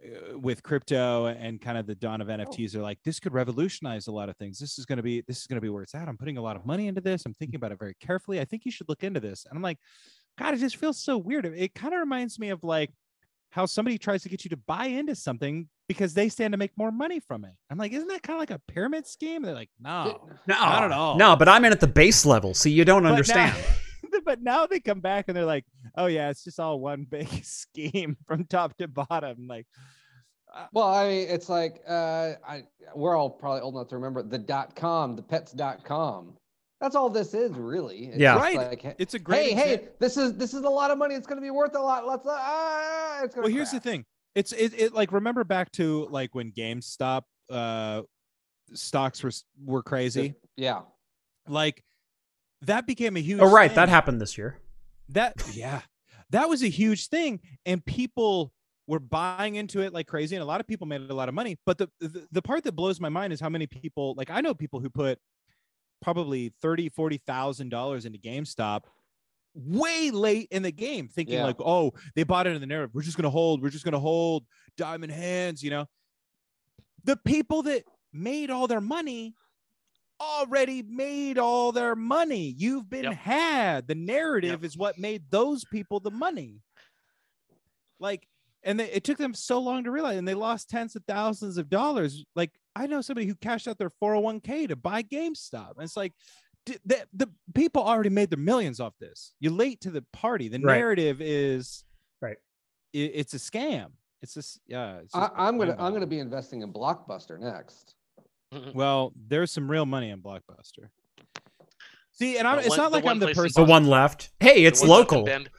Speaker 4: uh, with crypto and kind of the dawn of nfts are like this could revolutionize a lot of things this is going to be this is going to be where it's at i'm putting a lot of money into this i'm thinking about it very carefully i think you should look into this and i'm like god it just feels so weird It- it kind of reminds me of like how somebody tries to get you to buy into something because they stand to make more money from it i'm like isn't that kind of like a pyramid scheme they're like no
Speaker 2: No,
Speaker 4: Not at all.
Speaker 2: No, but I'm in at the base level, so you don't
Speaker 4: But now-
Speaker 2: understand.
Speaker 4: *laughs* but now they come back and they're like, "Oh yeah, it's just all one big *laughs* scheme from top to bottom." Like,
Speaker 1: Well, I mean, it's like uh, I we're all probably old enough to remember the dot com, the pets dot com. That's all this is really. It's
Speaker 2: Yeah.
Speaker 1: just
Speaker 4: Right.
Speaker 1: like, hey,
Speaker 4: it's a great.
Speaker 1: hey,
Speaker 4: exam-
Speaker 1: this is this is a lot of money. It's going to be worth a lot. Let's. Uh, ah, it's gonna
Speaker 4: Well, here's the
Speaker 1: crash.
Speaker 4: thing. It's it, it like remember back to like when GameStop uh, stocks were s- were crazy.
Speaker 1: Yeah.
Speaker 4: Like that became a huge.
Speaker 2: Oh, right.
Speaker 4: thing.
Speaker 2: That happened this year.
Speaker 4: that yeah that was a huge thing and people were buying into it like crazy and a lot of people made a lot of money but the, the the part that blows my mind is how many people like i know people who put probably 30 40 thousand dollars into gamestop way late in the game thinking
Speaker 1: Yeah.
Speaker 4: like oh they bought into the narrative we're just gonna hold we're just gonna hold diamond hands you know the people that made all their money already made all their money. You've been
Speaker 3: Yep.
Speaker 4: had. The narrative is what made those people the money. Like, and they, it took them so long to realize, and they lost tens of thousands of dollars. Like, I know somebody who cashed out their 401k to buy GameStop. And it's like, d- the, the people already made their millions off this. You're late to the party. The
Speaker 2: Right.
Speaker 4: narrative is
Speaker 2: Right.
Speaker 4: i- it's a scam. It's just, yeah. It's
Speaker 1: I,
Speaker 4: just
Speaker 1: I'm gonna I'm
Speaker 4: mind-boggling.
Speaker 1: gonna be investing in Blockbuster
Speaker 4: *laughs*
Speaker 1: next. *laughs*
Speaker 4: Well, there's some real money in Blockbuster. See, and I'm,
Speaker 3: The
Speaker 4: it's
Speaker 3: one-
Speaker 4: not
Speaker 3: the
Speaker 4: like
Speaker 3: one
Speaker 4: I'm the
Speaker 3: place in
Speaker 4: person.
Speaker 2: The one left. Hey, it's
Speaker 3: The ones that can
Speaker 2: local.
Speaker 3: bend.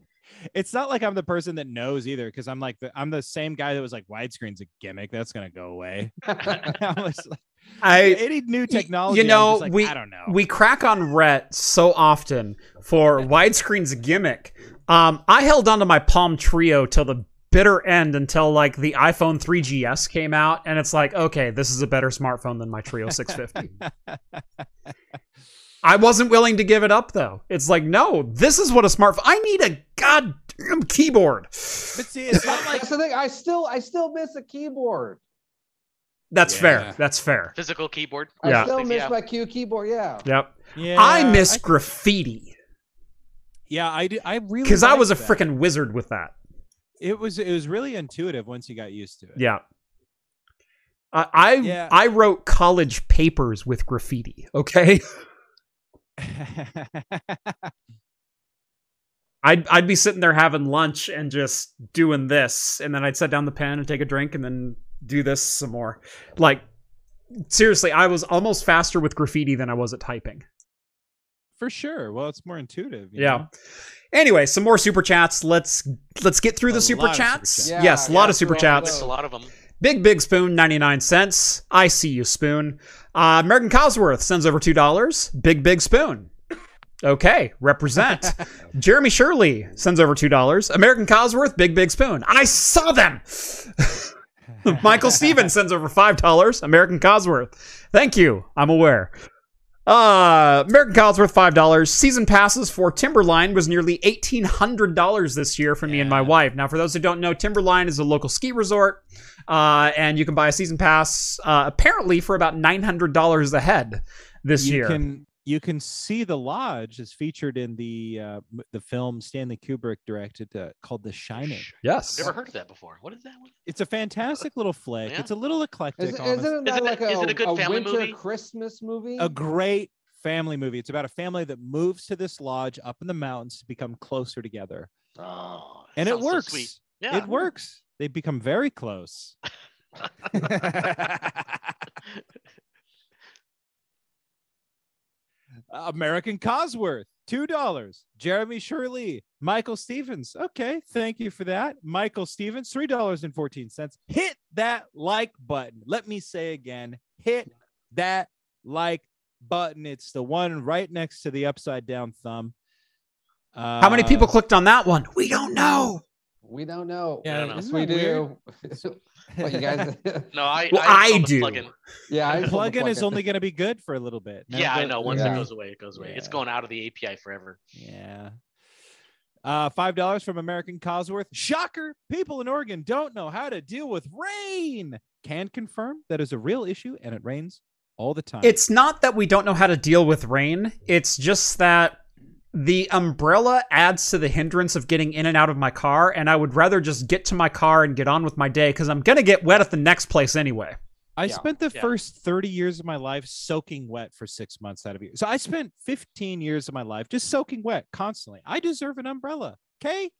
Speaker 4: *laughs* it's not like I'm the person that knows either, because I'm like the, I'm the same guy that was like widescreen's a gimmick. That's gonna go away. *laughs* I was like,
Speaker 2: I
Speaker 4: any new technology, I'm
Speaker 2: know,
Speaker 4: just like,
Speaker 2: we-
Speaker 4: I don't know.
Speaker 2: we crack on Rhett so often for widescreen's gimmick. Um, I held onto my Palm Trio till the bitter end until like the iPhone 3GS came out, and it's like, okay, this is a better smartphone than my Trio 650. I wasn't willing to give it up though. It's like, no, this is what a smartphone. I need a goddamn keyboard.
Speaker 4: but see, it's not
Speaker 2: *laughs*
Speaker 4: like
Speaker 1: That's the thing. I still I still miss a keyboard.
Speaker 2: That's
Speaker 4: Yeah.
Speaker 2: fair. That's fair.
Speaker 3: Physical keyboard.
Speaker 2: Yeah.
Speaker 1: I still miss
Speaker 3: Yeah.
Speaker 1: my Q keyboard. Yeah.
Speaker 2: Yep.
Speaker 4: yeah,
Speaker 2: I miss graffiti
Speaker 4: yeah, I do. I really
Speaker 2: because I
Speaker 4: liked
Speaker 2: was a
Speaker 4: that.
Speaker 2: freaking wizard with that.
Speaker 4: It was it was really intuitive once you got used to it.
Speaker 2: Yeah. I I,
Speaker 4: Yeah.
Speaker 2: I wrote college papers with graffiti. Okay, *laughs* I'd I'd be sitting there having lunch and just doing this, and then I'd set down the pen and take a drink, and then do this some more. Like seriously, I was almost faster with graffiti than I was at typing.
Speaker 4: *laughs* for sure. Well, it's more intuitive. you
Speaker 2: Yeah.
Speaker 4: know?
Speaker 2: Anyway, some more super chats. Let's let's get through
Speaker 4: A
Speaker 2: the
Speaker 4: lot
Speaker 2: super
Speaker 4: of super
Speaker 2: chats.
Speaker 4: chats.
Speaker 1: Yeah,
Speaker 2: yes, a lot
Speaker 1: yeah,
Speaker 2: of super
Speaker 1: through all
Speaker 2: chats.
Speaker 3: There's a lot of them.
Speaker 2: Big Big Spoon, 99 cents. I see you, Spoon. Uh, American Cosworth sends over $2. Big Big Spoon. Okay, represent. Jeremy Shirley sends over $2. American Cosworth, Big Big Spoon. I saw them. *laughs* Michael Stevens sends over $5. American Cosworth. Thank you. I'm aware. Uh, American Cosworth, $5. Season passes for Timberline was nearly $1,800 this year for me and my
Speaker 4: Yeah.
Speaker 2: wife. Now, for those who don't know, Timberline is a local ski resort, uh, and you can buy a season pass uh, apparently for about $900 a head this
Speaker 4: you
Speaker 2: year.
Speaker 4: Can, you can see the lodge is featured in the uh, m- the film Stanley Kubrick directed uh, called The Shining.
Speaker 3: Sh- I've
Speaker 2: Yes.
Speaker 3: never heard of that before. What is that one?
Speaker 4: It's a fantastic little flick.
Speaker 3: Yeah.
Speaker 4: It's a little eclectic.
Speaker 1: Is, isn't
Speaker 4: honestly.
Speaker 1: that
Speaker 3: Isn't it-
Speaker 1: like a,
Speaker 3: is it a good family
Speaker 1: winter
Speaker 3: movie?
Speaker 1: Christmas movie?
Speaker 4: a great family movie. It's about a family that moves to this lodge up in the mountains to become closer together,
Speaker 3: Oh,
Speaker 4: and it
Speaker 3: sounds so
Speaker 4: works.
Speaker 3: sweet. Yeah.
Speaker 4: It works. They become very close. American Cosworth, two dollars. Jeremy Shirley, Michael Stevens. Okay, thank you for that. Michael Stevens, three dollars and fourteen cents. Hit that like button. Let me say again, hit that like button. It's the one right next to the upside down thumb. Uh,
Speaker 2: How many
Speaker 4: *laughs*
Speaker 2: people clicked on that one? We don't know.
Speaker 1: we don't know.
Speaker 3: Yeah, I don't know.
Speaker 1: yes,
Speaker 4: isn't
Speaker 1: we
Speaker 4: that weird?
Speaker 1: do. *laughs* what, you
Speaker 2: *laughs*
Speaker 1: guys?
Speaker 3: No, I.
Speaker 2: Well, I
Speaker 3: installed the
Speaker 2: do.
Speaker 3: plugin.
Speaker 1: yeah, I just pulled the
Speaker 4: plugin is
Speaker 1: plug-in.
Speaker 4: only going to be good for a little bit. Now
Speaker 3: Yeah, I
Speaker 4: go-
Speaker 3: know. Once
Speaker 1: Yeah.
Speaker 3: it goes away, it goes away. It's
Speaker 4: Yeah.
Speaker 3: going out of the API forever.
Speaker 4: Yeah. Uh, five dollars from American Cosworth. Shocker! People in Oregon don't know how to deal with rain. Can confirm that is a real issue, and it rains all the time.
Speaker 2: It's not that we don't know how to deal with rain, it's just that the umbrella adds to the hindrance of getting in and out of my car, and I would rather just get to my car and get on with my day because I'm going to get wet at the next place anyway.
Speaker 4: I
Speaker 1: yeah,
Speaker 4: spent the
Speaker 3: yeah.
Speaker 4: first thirty years of my life soaking wet for six months out of a year. So I spent fifteen years of my life just soaking wet constantly. I deserve an umbrella. Okay,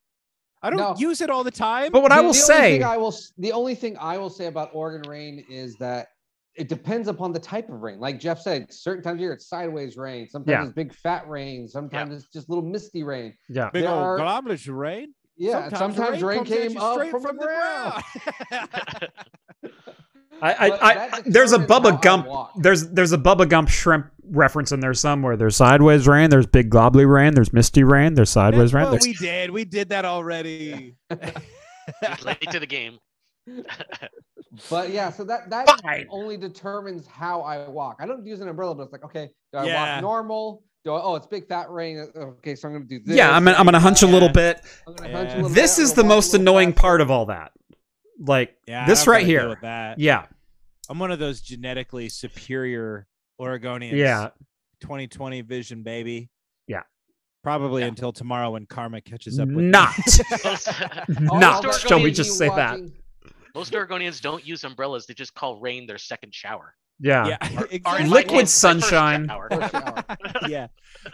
Speaker 4: I don't
Speaker 1: No.
Speaker 4: use it all the time.
Speaker 2: But what I
Speaker 1: The-
Speaker 2: will
Speaker 1: the only
Speaker 2: say,
Speaker 1: thing I will s- the only thing I will say about Oregon rain is that it depends upon the type of rain. Like Jeff said, certain times of year it's sideways rain. Sometimes
Speaker 2: Yeah.
Speaker 1: it's big fat rain. Sometimes it's just little misty rain.
Speaker 2: yeah.
Speaker 4: Big
Speaker 1: there
Speaker 4: old
Speaker 1: are-
Speaker 4: goblet of rain.
Speaker 1: Yeah, and sometimes,
Speaker 4: the
Speaker 1: rain,
Speaker 4: comes at
Speaker 1: came
Speaker 4: you
Speaker 1: up
Speaker 4: straight
Speaker 1: from, the ground. *laughs*
Speaker 2: I, I,
Speaker 1: But
Speaker 2: I,
Speaker 1: that
Speaker 2: I- there's a
Speaker 1: determines how
Speaker 2: Bubba
Speaker 1: I
Speaker 2: Gump.
Speaker 1: walk.
Speaker 2: There's there's a Bubba Gump shrimp reference in there somewhere. There's sideways rain. There's big globly rain. There's misty rain. There's sideways
Speaker 4: That's
Speaker 2: rain.
Speaker 4: what
Speaker 2: There's
Speaker 4: we did. We did that already.
Speaker 3: It's late to the game. *laughs*
Speaker 1: But yeah, so that that
Speaker 2: fine.
Speaker 1: only determines how I walk. I don't use an umbrella, but it's like, okay, do I
Speaker 4: Yeah.
Speaker 1: walk normal? Do I, oh, it's big fat rain. uh, Okay, so I'm gonna do this.
Speaker 2: Yeah, I'm gonna, I'm gonna hunch a little
Speaker 4: Yeah.
Speaker 2: bit.
Speaker 1: I'm gonna hunch a little
Speaker 2: This
Speaker 1: bit, I'm
Speaker 2: is the
Speaker 1: gonna walk a
Speaker 2: most
Speaker 1: little
Speaker 2: annoying
Speaker 1: faster.
Speaker 2: part of all that. Like
Speaker 4: Yeah, I
Speaker 2: this
Speaker 4: don't
Speaker 2: right
Speaker 4: really deal
Speaker 2: here.
Speaker 4: with that.
Speaker 2: Yeah,
Speaker 4: I'm one of those genetically superior Oregonians.
Speaker 2: yeah.
Speaker 4: 2020 vision, baby.
Speaker 2: Yeah.
Speaker 4: Probably
Speaker 3: Yeah.
Speaker 4: until tomorrow when karma catches up with me.
Speaker 2: Not,
Speaker 4: *laughs*
Speaker 1: All
Speaker 3: Most,
Speaker 2: not.
Speaker 1: that
Speaker 3: Oregonians
Speaker 2: Mm-hmm. Shall we
Speaker 1: you
Speaker 2: just say that? *laughs*
Speaker 1: watching-
Speaker 3: most Oregonians don't use umbrellas. They just call rain their second shower.
Speaker 2: Yeah.
Speaker 4: yeah.
Speaker 3: Or
Speaker 4: *laughs* exactly.
Speaker 3: in my
Speaker 2: Liquid
Speaker 3: case, their first
Speaker 2: sunshine.
Speaker 3: shower.
Speaker 1: First hour.
Speaker 4: yeah.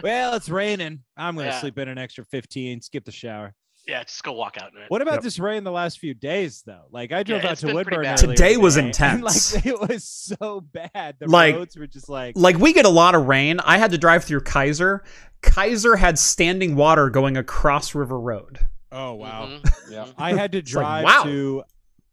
Speaker 4: Well, it's raining. I'm going to
Speaker 3: Yeah.
Speaker 4: sleep in an extra 15, skip the shower.
Speaker 3: Yeah, just go walk out in it.
Speaker 4: What about
Speaker 2: Yep.
Speaker 4: this rain the last few days, though? Like, I drove
Speaker 3: Yeah,
Speaker 4: out
Speaker 3: it's
Speaker 4: to
Speaker 3: been pretty
Speaker 4: Woodburn.
Speaker 3: bad.
Speaker 4: earlier
Speaker 2: Today was
Speaker 4: today, *laughs* and,
Speaker 2: intense.
Speaker 4: like, it was so bad. The
Speaker 2: Like-
Speaker 4: roads were just like,
Speaker 2: Like we get a lot of rain. I had to drive through Kaiser. Kaiser had standing water going across River Road.
Speaker 4: oh, wow.
Speaker 3: Mhm.
Speaker 1: Yeah.
Speaker 4: I had
Speaker 2: *laughs*
Speaker 4: to
Speaker 2: It's like,
Speaker 4: drive
Speaker 2: wow.
Speaker 4: to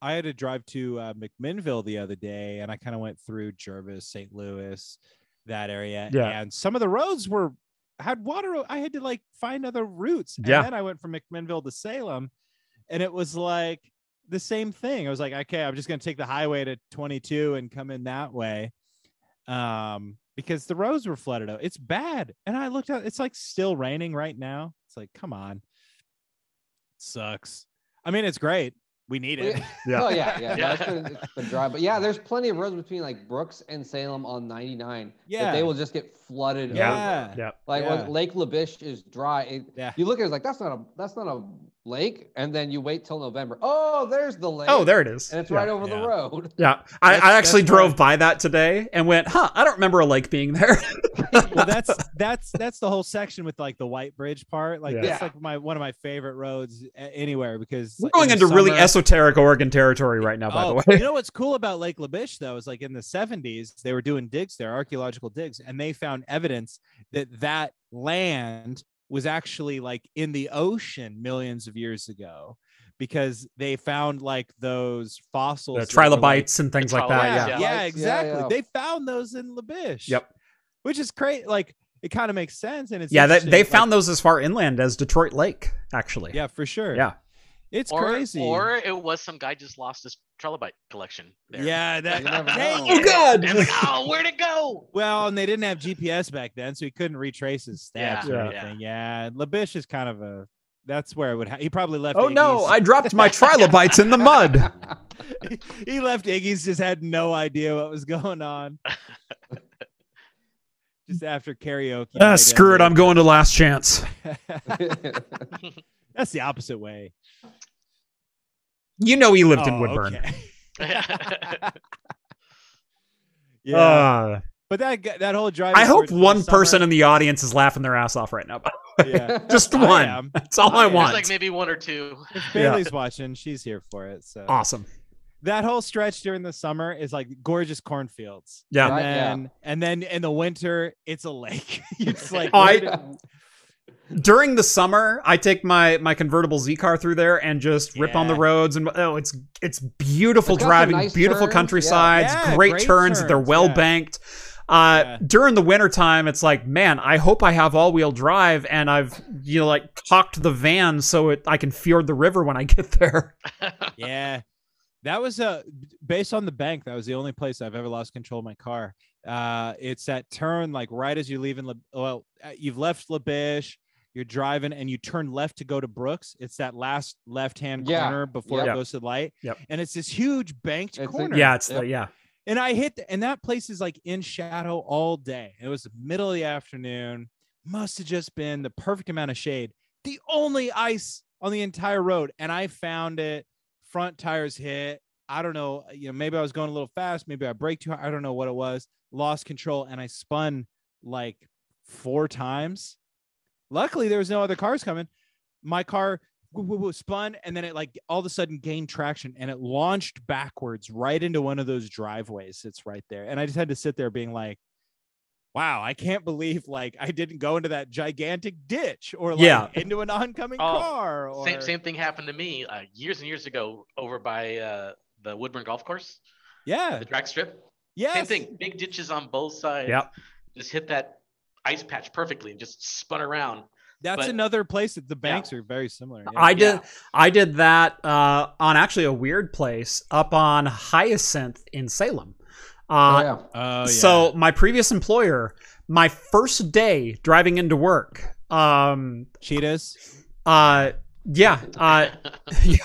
Speaker 4: I had to drive to uh, McMinnville the other day, and I kind of went through Jervis, St. Louis, that area,
Speaker 2: Yeah.
Speaker 4: and some of the roads were had water. o- I had to like find other routes, and
Speaker 2: Yeah.
Speaker 4: then I went from McMinnville to Salem, and it was like the same thing. I was like, okay, I'm just gonna take the highway to 22 and come in that way, um, because the roads were flooded out. It's bad, and I looked out. It's like still raining right now. It's like, come on, sucks. I mean, it's great. We
Speaker 2: *laughs*
Speaker 4: need it.
Speaker 1: Yeah. Oh yeah, yeah. No, it's,
Speaker 3: Yeah.
Speaker 1: been, it's been dry, but yeah, there's plenty of roads between like Brooks and Salem on 99
Speaker 4: Yeah.
Speaker 1: that they will just get flooded. over.
Speaker 4: yeah.
Speaker 2: Yeah.
Speaker 1: Like
Speaker 4: Yeah.
Speaker 1: when Lake Labish is dry, it,
Speaker 4: Yeah.
Speaker 1: you look at it it's like that's not a that's not a lake, and then you wait till November. Oh, there's the lake.
Speaker 2: Oh, there it is.
Speaker 1: and it's
Speaker 2: Yeah.
Speaker 1: right over
Speaker 4: Yeah.
Speaker 1: the road.
Speaker 2: Yeah, I,
Speaker 4: That's-
Speaker 2: I actually
Speaker 4: that's
Speaker 2: drove
Speaker 4: why-
Speaker 2: by that today and went, huh, I don't remember a lake being there.
Speaker 4: Well, that's that's that's the whole section with like the White Bridge part. Like
Speaker 2: Yeah.
Speaker 4: that's
Speaker 1: Yeah.
Speaker 4: like my one of my favorite roads a- anywhere because
Speaker 2: *laughs* We're
Speaker 4: like, in
Speaker 2: going
Speaker 4: the
Speaker 2: into really
Speaker 4: summer-
Speaker 2: esoteric Oregon territory right now, by
Speaker 4: Oh, *laughs*
Speaker 2: the way. *laughs*
Speaker 4: you know what's cool about Lake Labiche though is like in the 70s they were doing digs there, archaeological digs, and they found evidence that that land was actually like in the ocean millions of years ago because they found like those fossils,
Speaker 2: The
Speaker 4: that were, like-
Speaker 2: trilobites and things like that.
Speaker 4: Yeah,
Speaker 2: Yeah.
Speaker 4: yeah,
Speaker 3: Yeah.
Speaker 1: Lights, yeah,
Speaker 4: exactly.
Speaker 1: yeah.
Speaker 4: They found those in Labiche.
Speaker 2: Yep.
Speaker 4: Which is great. Like it kind of makes sense, and it's
Speaker 2: Yeah, that, they
Speaker 4: interesting,
Speaker 2: found
Speaker 4: like-
Speaker 2: those as far inland as Detroit Lake, actually.
Speaker 4: Yeah, for sure.
Speaker 2: Yeah.
Speaker 4: it's
Speaker 3: or,
Speaker 4: crazy.
Speaker 3: or it was some guy just lost his trilobite collection. There.
Speaker 4: yeah, that.
Speaker 1: You never
Speaker 4: *laughs* Dang
Speaker 1: know.
Speaker 4: it.
Speaker 2: God.
Speaker 3: And it's like, oh, where'd it
Speaker 4: *laughs*
Speaker 3: go? *laughs*
Speaker 4: Well, and they didn't have GPS back then, so he couldn't retrace his steps
Speaker 2: Yeah.
Speaker 4: or
Speaker 2: Yeah.
Speaker 4: anything. Yeah, Labiche is kind of a. That's where it would. Ha- he probably left.
Speaker 2: Oh, no, I
Speaker 4: Iggy's.
Speaker 2: dropped
Speaker 4: *laughs*
Speaker 2: my trilobites in the
Speaker 1: *laughs*
Speaker 2: mud.
Speaker 4: he left Iggy's. Just had no idea what was going on. Just just after karaoke.
Speaker 2: Ah,
Speaker 4: night
Speaker 2: screw it. I'm
Speaker 4: ended.
Speaker 2: going to last chance.
Speaker 4: *laughs* That's the opposite way.
Speaker 2: You know he lived in
Speaker 4: Oh,
Speaker 2: Woodburn.
Speaker 4: okay. *laughs* yeah,
Speaker 2: Uh,
Speaker 4: but that g- that whole drive.
Speaker 2: I hope one person in the audience is laughing their ass off right now.
Speaker 4: *laughs*
Speaker 2: *laughs*
Speaker 4: yeah.
Speaker 1: *laughs*
Speaker 2: Just
Speaker 4: I
Speaker 2: one. *laughs*
Speaker 4: am.
Speaker 2: That's all I,
Speaker 4: I am.
Speaker 2: want.
Speaker 3: There's like maybe one or two. *laughs*
Speaker 4: If Bailey's watching, she's here for it. So
Speaker 2: awesome.
Speaker 4: that whole stretch during the summer is like gorgeous cornfields.
Speaker 2: Yeah.
Speaker 4: And
Speaker 1: Right, yeah.
Speaker 4: then, and then in the winter, it's a lake. *laughs* it's like
Speaker 2: Oh, I-
Speaker 4: where did-
Speaker 2: During the summer, I take my my convertible Z car through there and just rip on the
Speaker 4: Yeah.
Speaker 2: roads and oh, it's it's beautiful
Speaker 1: It's got some
Speaker 2: driving,
Speaker 1: nice
Speaker 2: beautiful
Speaker 1: turns, yeah.
Speaker 2: countryside,
Speaker 4: Yeah,
Speaker 2: great,
Speaker 4: great
Speaker 2: turns, they're
Speaker 4: turns,
Speaker 2: well
Speaker 4: yeah.
Speaker 2: banked. Uh,
Speaker 4: Yeah.
Speaker 2: during the wintertime, it's like, man, I hope I have all wheel drive and I've, you know, like cocked the van so it, I can fjord the river when I get *laughs* there.
Speaker 4: yeah. That was a based on the bank. That was the only place I've ever lost control of my car. Uh, it's that turn, like right as you leave in La, well, uh, you've left Labish, you're driving, and you turn left to go to Brooks. It's that last left hand
Speaker 1: Yeah.
Speaker 4: corner before
Speaker 2: Yep.
Speaker 4: it goes to the light.
Speaker 2: Yep.
Speaker 4: And it's this huge banked
Speaker 1: It's a-
Speaker 4: corner.
Speaker 2: Yeah, it's,
Speaker 1: Yep.
Speaker 2: the, yeah.
Speaker 4: And I hit, th- and that place is like in shadow all day. It was the middle of the afternoon. Must have just been the perfect amount of shade. The only ice on the entire road, and I found it. Front tires hit. I don't know. You know, maybe I was going a little fast. Maybe I braked too. hard. I don't know what it was. Lost control, and I spun like four times. Luckily, there was no other cars coming. My car woo, woo, woo, spun, and then it like all of a sudden gained traction, and it launched backwards right into one of those driveways that's right there. And I just had to sit there being like, "Wow, I can't believe like I didn't go into that gigantic ditch or like
Speaker 2: Yeah.
Speaker 4: into an oncoming
Speaker 3: Oh,
Speaker 4: car." Or...
Speaker 3: Same same thing happened to me uh, years and years ago over by uh, the Woodburn Golf Course,
Speaker 4: Yeah.
Speaker 3: the track strip.
Speaker 4: Yeah.
Speaker 3: Same thing. Big ditches on both sides.
Speaker 2: Yep.
Speaker 3: Just hit that ice patch perfectly and just spun around.
Speaker 4: That's
Speaker 3: But-
Speaker 4: another place that the banks are very similar. yeah.
Speaker 2: I did. I did that uh, on actually a weird place up on Hyacinth in Salem.
Speaker 1: oh,
Speaker 2: Uh,
Speaker 1: yeah.
Speaker 4: Oh,
Speaker 2: So my previous employer, my first day driving into work, um,
Speaker 4: cheetahs. *laughs*
Speaker 2: uh, yeah, uh,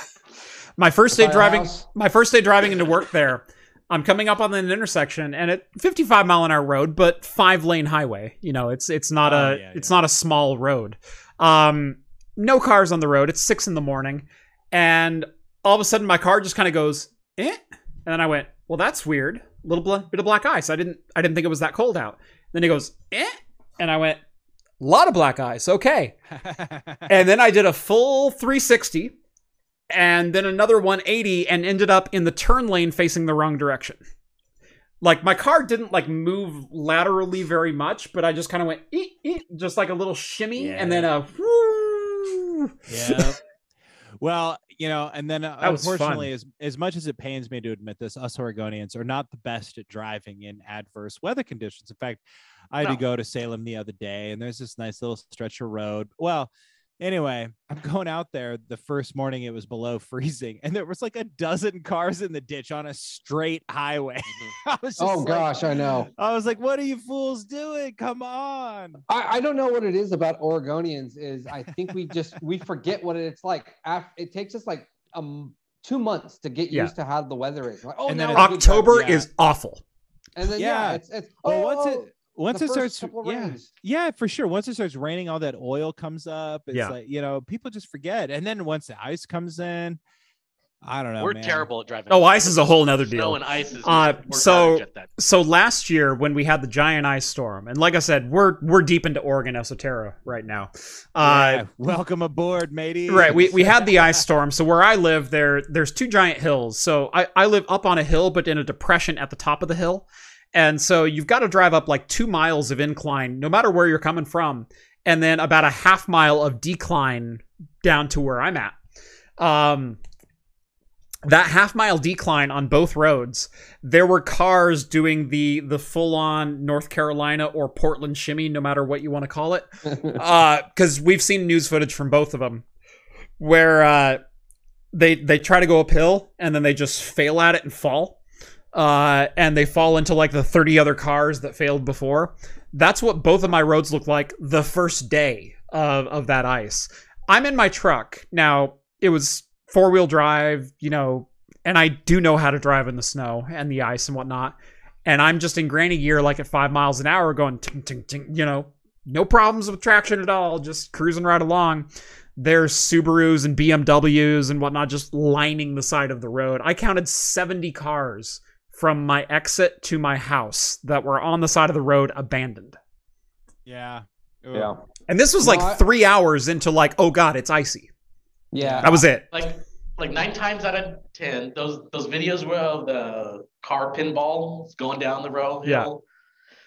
Speaker 2: *laughs* my first day
Speaker 1: By a
Speaker 2: driving,
Speaker 1: house.
Speaker 2: my first day driving into work there. I'm coming up on an intersection and at 55 mile an hour road, but five lane highway. You know, it's it's not
Speaker 4: Oh,
Speaker 2: a
Speaker 4: yeah,
Speaker 2: it's
Speaker 4: yeah.
Speaker 2: not a small road. Um, no cars on the road. It's six in the morning, and all of a sudden my car just kind of goes eh, and then I went, well, that's weird. Little bl- bit of black ice. I didn't I didn't think it was that cold out. Then he goes eh, and I went, lot of black ice. Okay, and then I did a full 360 and then another 180 and ended up in the turn lane facing the wrong direction. Like my car didn't like move laterally very much, but I just kind of went eek, eek, just like a little shimmy and then a whoo.
Speaker 1: *laughs*
Speaker 4: yeah. Well, you know, and then uh,
Speaker 2: That was fun.
Speaker 4: unfortunately, as as much as it pains me to admit this, us Oregonians are not the best at driving in adverse weather conditions. In fact, I had
Speaker 3: No.
Speaker 4: to go to Salem the other day, and there's this nice little stretch of road. Well, anyway, I'm going out there. The first morning, it was below *laughs* freezing, and there was like a dozen cars in the ditch on a straight highway. *laughs* I was just
Speaker 1: Oh,
Speaker 4: like-
Speaker 1: gosh, I know.
Speaker 4: I was like, "What are you fools doing? Come on!"
Speaker 1: I, I don't know what it is about Oregonians is I think we just we forget what it's like. After, it takes us like um two months to get
Speaker 2: Yeah.
Speaker 1: used to how the weather is. Like, oh,
Speaker 4: And
Speaker 1: now
Speaker 4: then
Speaker 1: it's good weather.
Speaker 2: October
Speaker 4: Yeah.
Speaker 2: is awful.
Speaker 1: and then yeah,
Speaker 4: Yeah.
Speaker 1: it's it's
Speaker 4: Well,
Speaker 1: oh,
Speaker 4: once
Speaker 1: oh,
Speaker 4: it once
Speaker 1: the
Speaker 4: it
Speaker 1: first
Speaker 4: starts,
Speaker 1: couple
Speaker 4: yeah, *laughs*
Speaker 1: rains.
Speaker 4: Yeah, for sure. Once it starts raining, all that oil comes up. It's
Speaker 2: Yeah.
Speaker 4: like, you know, people just forget. And then once the ice comes in, I don't know.
Speaker 3: We're
Speaker 4: man.
Speaker 3: terrible at driving.
Speaker 2: Oh, ice is a whole nother
Speaker 3: Snow
Speaker 2: deal.
Speaker 3: and ice is.
Speaker 2: Uh,
Speaker 3: we're
Speaker 2: so-
Speaker 3: garbage at that.
Speaker 2: So last year when we had the giant ice storm, and like I said, we're we're deep into Oregon Esoterra right now. Uh
Speaker 4: Yeah, *laughs* welcome aboard, matey.
Speaker 2: right we, we had the ice storm so where i live there there's two giant hills so I, I live up on a hill but in a depression at the top of the hill and so you've got to drive up like two miles of incline no matter where you're coming from and then about a half mile of decline down to where i'm at um that half mile decline on both roads there were cars doing the the full on north carolina or portland shimmy no matter what you want to call it because Uh, we've seen news footage from both of them where uh, they they try to go uphill and then they just fail at it and fall, uh, and they fall into like the thirty other cars that failed before. That's what both of my roads look like the first day of of that ice. I'm in my truck now. It was four wheel drive, you know, and I do know how to drive in the snow and the ice and whatnot. and I'm just in granny gear, like at five miles an hour, going ting ting ting. You know, no problems with traction at all, just cruising right along. There's Subarus and BMWs and whatnot just lining the side of the road. I counted 70 cars from my exit to my house that were on the side of the road abandoned.
Speaker 4: Yeah. Ooh.
Speaker 1: Yeah.
Speaker 2: And this was
Speaker 1: No,
Speaker 2: like
Speaker 1: I-
Speaker 2: three hours into like, oh god, it's icy.
Speaker 1: Yeah.
Speaker 2: That was it.
Speaker 3: Like like nine times out of ten, those those videos were of the car pinball going down the road.
Speaker 2: Yeah.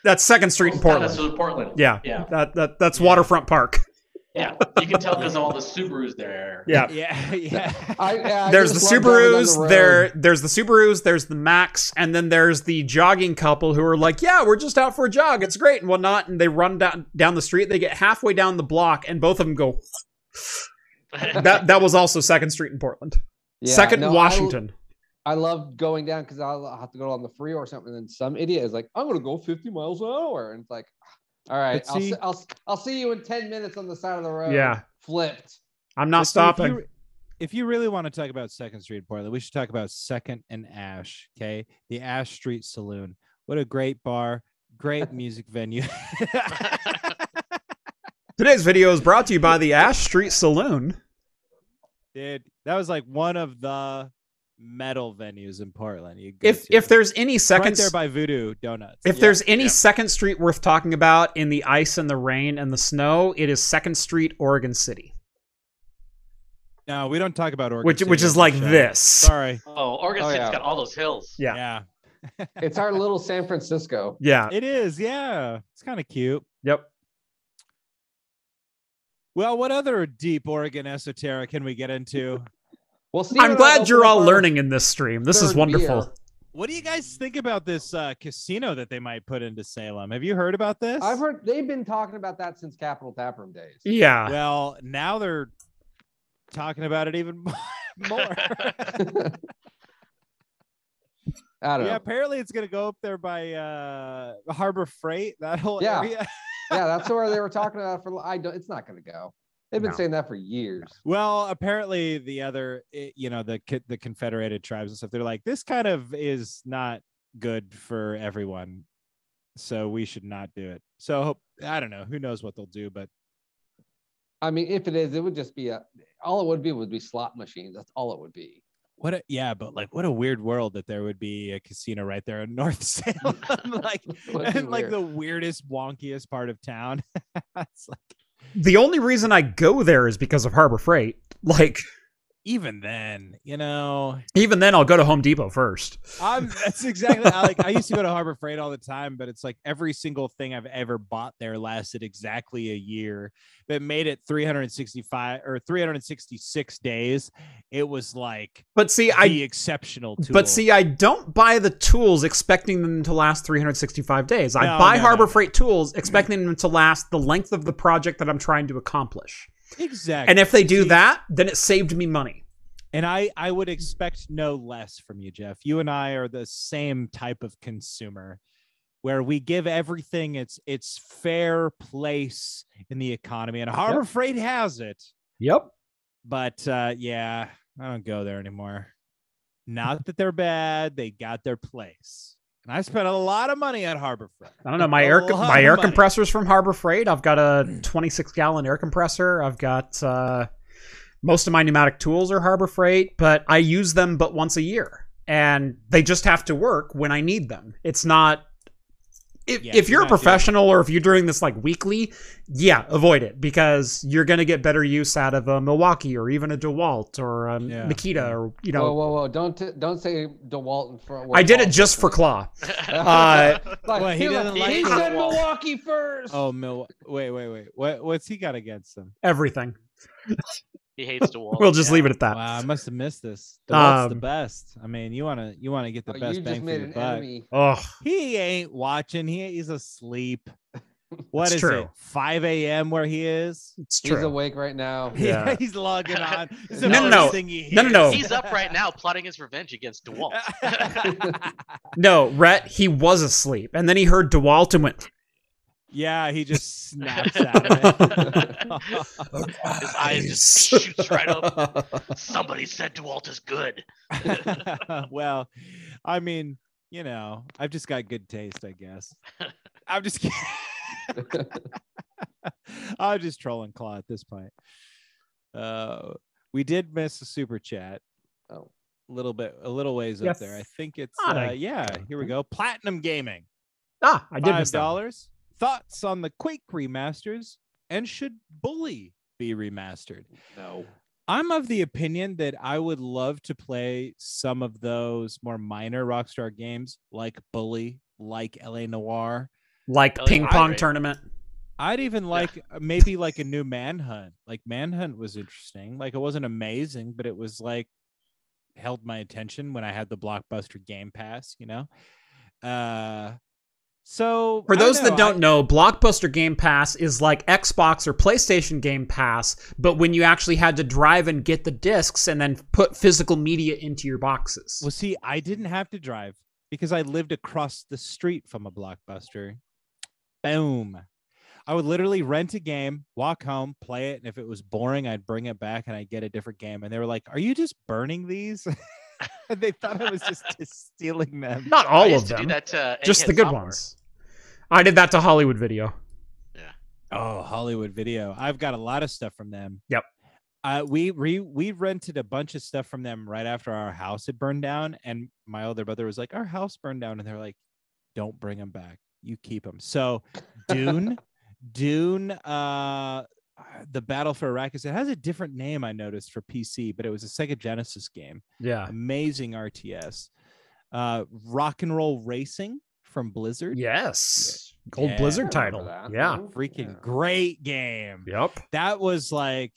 Speaker 2: That's Second Street in
Speaker 3: That's
Speaker 2: Portland.
Speaker 3: in Portland.
Speaker 2: Yeah.
Speaker 3: Yeah.
Speaker 2: That, that that's Waterfront Park.
Speaker 3: Yeah. You can tell because all the Subarus there. *laughs*
Speaker 2: Yeah.
Speaker 4: Yeah. *laughs* Yeah.
Speaker 1: I, yeah, I
Speaker 2: there's the
Speaker 1: just love driving down
Speaker 2: Subarus,
Speaker 1: road.
Speaker 2: there there's the Subarus, there's the Max, and then there's the jogging couple who are like, Yeah, we're just out for a jog, it's great and whatnot, and they run down down the street, they get halfway down the block, and both of them go that that was also Second Street in Portland.
Speaker 1: Yeah,
Speaker 2: Second
Speaker 1: no, I-
Speaker 2: Washington.
Speaker 1: I love going down because I'll I'll have to go on the free or something. And some idiot is like, I'm going to go 50 miles an hour. And it's like, all right,
Speaker 4: But
Speaker 1: I'll,
Speaker 4: see-
Speaker 1: see, I'll, I'll see you in 10 minutes on the side of the road.
Speaker 2: Yeah.
Speaker 1: Flipped.
Speaker 2: I'm not
Speaker 4: But so if
Speaker 2: stopping.
Speaker 4: you- If you really want to talk about Second Street in Portland, we should talk about Second and Ash. Okay, the Ash Street Saloon. What a great bar, *laughs* great music
Speaker 3: *laughs*
Speaker 4: venue.
Speaker 2: Today's video is brought to you by the Ash Street Saloon.
Speaker 4: Dude, that was like one of the metal venues in Portland. You go
Speaker 2: If
Speaker 4: to.
Speaker 2: if there's any
Speaker 4: It's
Speaker 2: second
Speaker 4: right there by Voodoo Donuts.
Speaker 2: If
Speaker 3: Yeah,
Speaker 2: there's any
Speaker 3: yeah.
Speaker 2: second street worth talking about in the ice and the rain and the snow, it is Second Street, Oregon City,
Speaker 4: no, we don't talk about Oregon,
Speaker 2: which
Speaker 4: City
Speaker 2: which
Speaker 4: on
Speaker 2: is
Speaker 4: the
Speaker 2: like
Speaker 4: show.
Speaker 2: this.
Speaker 4: Sorry.
Speaker 3: Oh, Oregon
Speaker 1: Oh,
Speaker 3: City's
Speaker 1: yeah.
Speaker 3: got all those hills. *laughs*
Speaker 2: Yeah.
Speaker 4: Yeah.
Speaker 1: It's our little San Francisco.
Speaker 2: Yeah.
Speaker 4: *laughs* It is. Yeah. It's kind of cute.
Speaker 2: Yep.
Speaker 4: Well, what other deep Oregon esoteric can we get into?
Speaker 1: Well, Steve and
Speaker 2: I'm
Speaker 1: I
Speaker 2: glad
Speaker 1: opened
Speaker 2: you're
Speaker 1: up
Speaker 2: all
Speaker 1: our
Speaker 2: learning in this stream. This is
Speaker 1: third
Speaker 2: wonderful.
Speaker 1: beer.
Speaker 4: What do you guys think about this uh, casino that they might put into Salem? Have you heard about this?
Speaker 1: I've heard they've been talking about that since Capital Taproom days.
Speaker 2: Yeah.
Speaker 4: Well, now they're talking about it even *laughs*
Speaker 2: *laughs*
Speaker 4: more.
Speaker 1: I don't
Speaker 4: yeah,
Speaker 1: know.
Speaker 4: apparently it's going to go up there by uh, Harbor Freight, *laughs* that whole
Speaker 1: Yeah.
Speaker 4: area.
Speaker 1: Yeah, that's where they were talking about for. I don't. It's not going to go. They've been
Speaker 2: No.
Speaker 1: saying that for years.
Speaker 4: Well, apparently the other, i- you know, the co- the Confederated tribes and stuff, they're like, this kind of is not good for everyone, so we should not do it. So hope- I don't know, who knows what they'll do, but
Speaker 1: I mean, if it is, it would just be a. All it would be would be slot machines. That's all it would be. *laughs*
Speaker 4: what? A, yeah, but like, what a weird world that there would be a casino right there in *laughs*
Speaker 1: *laughs*
Speaker 4: North Salem, like,
Speaker 1: Would be
Speaker 4: in, *laughs* like
Speaker 1: weird.
Speaker 4: the weirdest, wonkiest part of town. *laughs* it's like,
Speaker 2: The only reason I go there is because of Harbor Freight. *laughs* Like,
Speaker 4: even then, you know,
Speaker 2: even then, I'll go to Home Depot first.
Speaker 4: I'm that's exactly I like I used to go to Harbor Freight all the time, but it's like every single thing I've ever bought there lasted exactly a year. That made it 365 or 366 days. It was like
Speaker 2: But see,
Speaker 4: the
Speaker 2: I.
Speaker 4: exceptional tool.
Speaker 2: But see, I don't buy the tools expecting them to last 365 days. I
Speaker 4: No,
Speaker 2: buy
Speaker 4: no,
Speaker 2: Harbor
Speaker 4: no, no.
Speaker 2: Freight tools expecting them to last the length of the project that I'm trying to accomplish.
Speaker 4: exactly
Speaker 2: And if they do
Speaker 4: See,
Speaker 2: that, then it saved me money.
Speaker 4: and I I would expect no less from you, Jeff. You and I are the same type of consumer where we give everything its its fair place in the economy. And Harbor Freight has it.
Speaker 2: Yep.
Speaker 4: but uh yeah i don't go there anymore not that they're bad they got their place and i spent a lot of money at harbor freight
Speaker 2: I don't know. My
Speaker 4: A
Speaker 2: air
Speaker 4: lot of
Speaker 2: my air
Speaker 4: money.
Speaker 2: compressor's from Harbor Freight. I've got a 26 gallon air compressor. I've got uh, most of my pneumatic tools are Harbor Freight, but I use them but once a year, and they just have to work when I need them. It's not. If,
Speaker 4: Yeah,
Speaker 2: if you're
Speaker 4: you're
Speaker 2: a
Speaker 4: not doing-
Speaker 2: professional or if you're doing this like weekly, yeah, avoid it because you're gonna get better use out of a Milwaukee or even a DeWalt or a
Speaker 4: Yeah.
Speaker 2: Makita or you
Speaker 1: Whoa,
Speaker 2: know.
Speaker 1: whoa, whoa! Don't t- don't say DeWalt in front.
Speaker 2: I did it just for Claw. Uh,
Speaker 1: *laughs* Like,
Speaker 4: Well, he
Speaker 1: he was-
Speaker 4: doesn't
Speaker 1: he
Speaker 4: like
Speaker 1: said
Speaker 3: DeWalt.
Speaker 1: Milwaukee first.
Speaker 4: oh mil wait wait wait what what's he got against them
Speaker 2: Everything.
Speaker 3: he hates DeWalt.
Speaker 2: We'll just leave it at that.
Speaker 4: wow i must have missed this DeWalt's the
Speaker 2: Um,
Speaker 4: best i mean you want to you want to get the
Speaker 1: Oh,
Speaker 4: best
Speaker 1: you
Speaker 4: bang
Speaker 1: just
Speaker 4: for
Speaker 1: made
Speaker 4: your
Speaker 1: an
Speaker 4: buck
Speaker 1: enemy.
Speaker 2: Oh,
Speaker 4: he ain't watching he he's *laughs* asleep What is
Speaker 2: It's
Speaker 4: it
Speaker 2: true.
Speaker 4: 5 a.m where he is
Speaker 2: it's true.
Speaker 1: He's awake right now.
Speaker 2: *laughs* Yeah.
Speaker 4: *laughs* he's logging on It's the
Speaker 1: No, no,
Speaker 4: first
Speaker 2: no.
Speaker 4: thing he
Speaker 2: No, no, no.
Speaker 4: hears.
Speaker 3: He's up right now plotting his revenge against
Speaker 2: *laughs*
Speaker 3: DeWalt.
Speaker 1: *laughs*
Speaker 2: No, Rhett, he was asleep. And then he heard DeWalt and went,
Speaker 4: *laughs* yeah he
Speaker 2: *laughs*
Speaker 4: just snaps at it
Speaker 3: His eyes just *laughs* shoots right
Speaker 4: *laughs*
Speaker 3: up. Somebody said DeWalt is good.
Speaker 4: well, I mean, you know, I've just got good taste, I
Speaker 2: *laughs*
Speaker 4: guess. I'm just kidding. *laughs* I'm just trolling Claw at this point. Uh, we did miss a super chat.
Speaker 1: Oh.
Speaker 4: A little bit, a little ways up there. I
Speaker 2: Yes.
Speaker 4: think it's
Speaker 2: Not
Speaker 4: uh,
Speaker 2: a-
Speaker 4: yeah. Here we go. Platinum Gaming.
Speaker 2: *laughs* Ah, I did
Speaker 4: Five
Speaker 2: miss that. one.
Speaker 4: dollars. Thoughts on the Quake remasters, and should Bully be remastered?
Speaker 1: No.
Speaker 4: I'm of the opinion that I would love to play some of those more minor Rockstar games, like Bully, like LA Noir.
Speaker 2: Like
Speaker 3: Ellie
Speaker 2: ping pong
Speaker 3: Irate.
Speaker 2: tournament.
Speaker 4: I'd even like uh, maybe like a new Manhunt. Like Manhunt was interesting. Like it wasn't amazing, but it was like held my attention when I had the blockbuster Game Pass. You know. Uh, so
Speaker 2: For
Speaker 4: I
Speaker 2: those that
Speaker 4: I-
Speaker 2: don't know, Blockbuster Game Pass is like Xbox or PlayStation Game Pass, but when you actually had to drive and get the discs and then put physical media into your boxes.
Speaker 4: Well, see, I didn't have to drive because I lived across the street from a blockbuster. Boom. I would literally rent a game, walk home, play it, and if it was boring, I'd bring it back and I'd get a different game. And they were like, Are you just burning these? *laughs* and they thought I was just, *laughs* just stealing them.
Speaker 2: Not
Speaker 3: I
Speaker 2: all
Speaker 3: used
Speaker 2: of
Speaker 3: to do
Speaker 2: them,
Speaker 3: that uh, to
Speaker 2: just
Speaker 3: Egghead
Speaker 2: the good
Speaker 3: software.
Speaker 2: ones. I did that to Hollywood Video.
Speaker 4: Oh, Hollywood Video. I've got a lot of stuff from them.
Speaker 2: Yep.
Speaker 4: Uh, we re- we rented a bunch of stuff from them right after our house had burned down, and my older brother was like, "Our house burned down," and they're like, "Don't bring them back. You keep them."
Speaker 2: *laughs*
Speaker 4: So, Dune, Dune, uh, the Battle for Arrakis. It has a different name I noticed for PC, but it was a Sega Genesis game.
Speaker 2: Yeah.
Speaker 4: Amazing RTS. Uh, Rock and Roll Racing from Blizzard.
Speaker 2: Yes. Gold
Speaker 4: Yeah.
Speaker 1: I
Speaker 2: Blizzard
Speaker 1: remember
Speaker 2: title.
Speaker 1: that.
Speaker 2: Yeah.
Speaker 4: Freaking
Speaker 1: Yeah.
Speaker 4: great game.
Speaker 2: Yep.
Speaker 4: That was like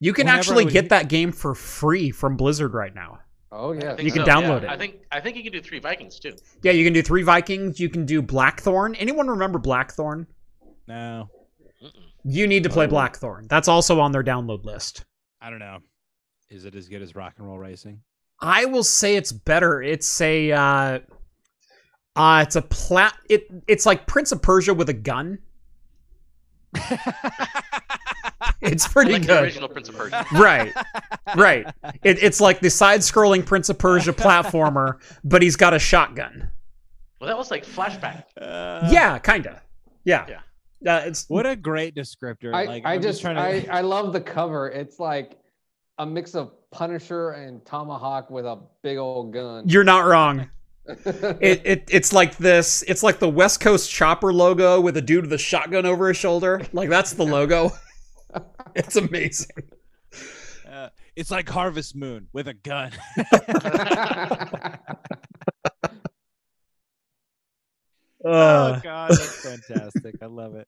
Speaker 2: You can
Speaker 4: Whenever I
Speaker 2: actually
Speaker 4: would
Speaker 2: get
Speaker 4: hit-
Speaker 2: that game for free from Blizzard right now.
Speaker 1: Oh
Speaker 3: I
Speaker 1: yeah.
Speaker 3: think
Speaker 2: You can
Speaker 3: so,
Speaker 2: download
Speaker 3: yeah.
Speaker 2: it.
Speaker 3: I think I think you can do three Vikings too.
Speaker 2: Yeah, you can do Three Vikings. You can do Blackthorn. Anyone remember Blackthorn?
Speaker 4: no,
Speaker 3: Mm-mm.
Speaker 2: You need to play
Speaker 1: Oh.
Speaker 2: Blackthorn. That's also on their download list.
Speaker 4: I don't know. Is it as good as rock and roll racing?
Speaker 2: I will say it's better. It's a uh, uh it's a plat. It it's like Prince of Persia with a gun. It's pretty
Speaker 3: Like the
Speaker 2: good.
Speaker 3: original Prince of Persia.
Speaker 2: *laughs* Right, right. It, it's like the side-scrolling Prince of Persia platformer, but he's got a shotgun.
Speaker 3: Well, that was like flashback.
Speaker 4: Uh,
Speaker 2: yeah, kinda. Yeah. Yeah. Uh, it's
Speaker 4: What a great descriptor.
Speaker 1: I,
Speaker 4: like
Speaker 1: I
Speaker 4: I'm
Speaker 1: just,
Speaker 4: trying to. *laughs*
Speaker 1: I, I love the cover. It's like a mix of Punisher and Tomahawk with a big old gun. *laughs*
Speaker 2: you're not wrong. it, it it's like this it's like the west coast chopper logo with a dude with a shotgun over his shoulder like that's the logo *laughs* it's amazing
Speaker 4: uh, it's like Harvest Moon with
Speaker 3: *laughs*
Speaker 4: a gun. *laughs*
Speaker 3: Uh.
Speaker 2: Uh,
Speaker 4: oh God, that's fantastic! I love it.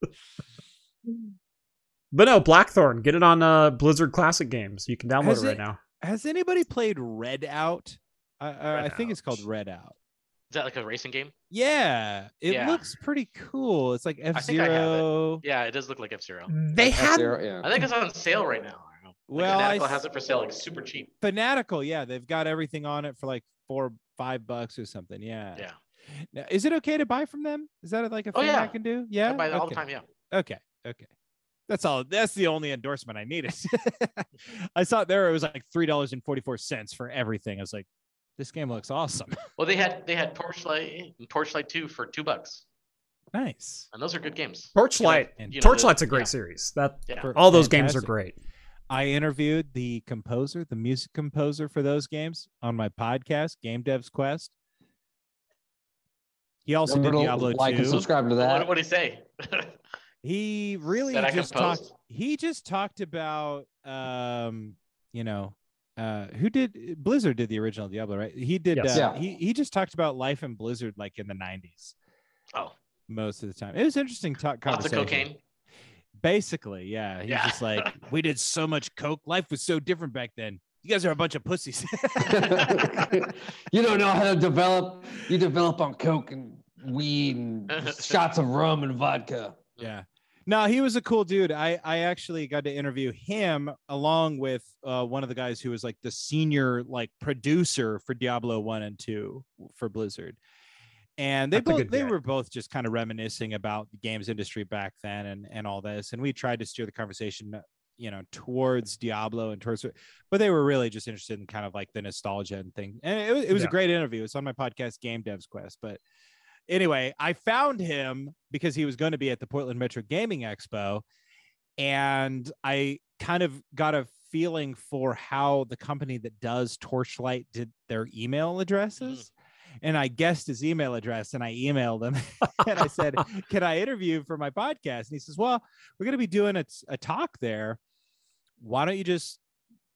Speaker 2: but no blackthorn get it on uh blizzard classic games you can download
Speaker 4: Has
Speaker 2: it right
Speaker 4: it-
Speaker 2: now
Speaker 4: Has anybody played Red Out? I, I, I think it's called
Speaker 2: Redout.
Speaker 4: Red Out.
Speaker 3: Is that like a racing game?
Speaker 4: Yeah, it
Speaker 3: Yeah.
Speaker 4: looks pretty cool. It's like F
Speaker 3: think I have it.
Speaker 4: Zero.
Speaker 3: Yeah, it does look like F Zero.
Speaker 2: they had
Speaker 1: F-Zero, yeah.
Speaker 3: I think it's on sale right now. I don't know. Like,
Speaker 4: Well, I
Speaker 3: Fanatical
Speaker 4: s-
Speaker 3: has it for sale like super cheap.
Speaker 4: Fanatical. Yeah, they've got everything on it for like four, five bucks or something. Yeah.
Speaker 3: Yeah.
Speaker 4: Now, is it okay to buy from them? Is that like a
Speaker 3: Oh,
Speaker 4: thing I
Speaker 3: yeah.
Speaker 4: can do?
Speaker 3: I
Speaker 4: Yeah.
Speaker 3: buy it all
Speaker 4: okay.
Speaker 3: the time. Yeah.
Speaker 4: Okay. Okay. That's all. That's the only endorsement I needed. *laughs* I saw it there it was like three dollars and forty four cents for everything. I was like, this game looks awesome. *laughs*
Speaker 3: Well, they had they had Torchlight and Torchlight Two for two bucks,
Speaker 4: nice.
Speaker 3: and those are good games.
Speaker 2: torchlight
Speaker 4: And
Speaker 3: You know,
Speaker 2: torchlight's a great
Speaker 3: yeah.
Speaker 2: series that
Speaker 3: Yeah.
Speaker 4: for-
Speaker 2: all those games are
Speaker 4: fantastic.
Speaker 2: great
Speaker 4: I interviewed the composer, the music composer for those games on my podcast, Game Devs Quest. He also did
Speaker 1: Remember to
Speaker 4: Diablo
Speaker 1: like and
Speaker 4: 2.
Speaker 1: subscribe to
Speaker 3: What
Speaker 1: that.
Speaker 3: would he say? *laughs*
Speaker 4: He really
Speaker 3: That I
Speaker 4: just talked
Speaker 3: composed?
Speaker 4: he just talked about um you know uh who did blizzard did the original diablo right he did
Speaker 2: Yes.
Speaker 4: uh,
Speaker 1: Yeah.
Speaker 4: he, he just talked about life in blizzard like in the 90s
Speaker 3: oh,
Speaker 4: most of the time it was interesting talk
Speaker 3: lots of
Speaker 4: conversation
Speaker 3: cocaine.
Speaker 4: basically yeah he's
Speaker 3: Yeah.
Speaker 4: just like we did so much coke life was so different back then you guys are a bunch of pussies *laughs*
Speaker 1: *laughs* you don't know how to develop. You develop on coke and weed and shots of rum and vodka.
Speaker 4: Yeah. No, he was a cool dude. I I actually got to interview him along with uh, one of the guys who was like the senior like producer for Diablo one and two for Blizzard, and they
Speaker 2: That's a
Speaker 4: both
Speaker 2: good
Speaker 4: they
Speaker 2: guy.
Speaker 4: were both just kind of reminiscing about the games industry back then and and all this, and we tried to steer the conversation you know towards Diablo and towards, but they were really just interested in kind of like the nostalgia and thing. And it was, it was
Speaker 2: Yeah.
Speaker 4: a great interview. It's on my podcast, Game Devs Quest. But anyway, I found him because he was going to be at the Portland Metro Gaming Expo, and I kind of got a feeling for how the company that does Torchlight did their email addresses. And I guessed his email address and I emailed him *laughs* and I said, Can I interview for my podcast? And he says, Well, we're going to be doing a, a talk there. Why don't you just,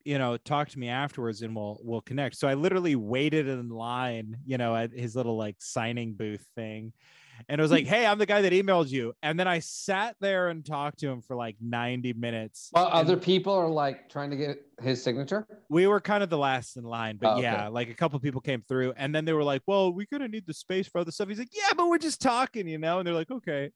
Speaker 4: you know, talk to me afterwards and we'll, we'll connect. So I literally waited in line, you know, at his little like signing booth thing. And it was
Speaker 1: Hmm.
Speaker 4: like, Hey, I'm the guy that emailed you. And then I sat there and talked to him for like 90 minutes.
Speaker 1: Well,
Speaker 4: And-
Speaker 1: other people are like trying to get his signature.
Speaker 4: we were kind of the last in line,
Speaker 1: Oh,
Speaker 4: but
Speaker 1: okay.
Speaker 4: yeah, like a couple people came through and then they were like, Well, we're gonna need the space for other stuff. He's like, Yeah, but we're just talking, you know? And they're like, Okay.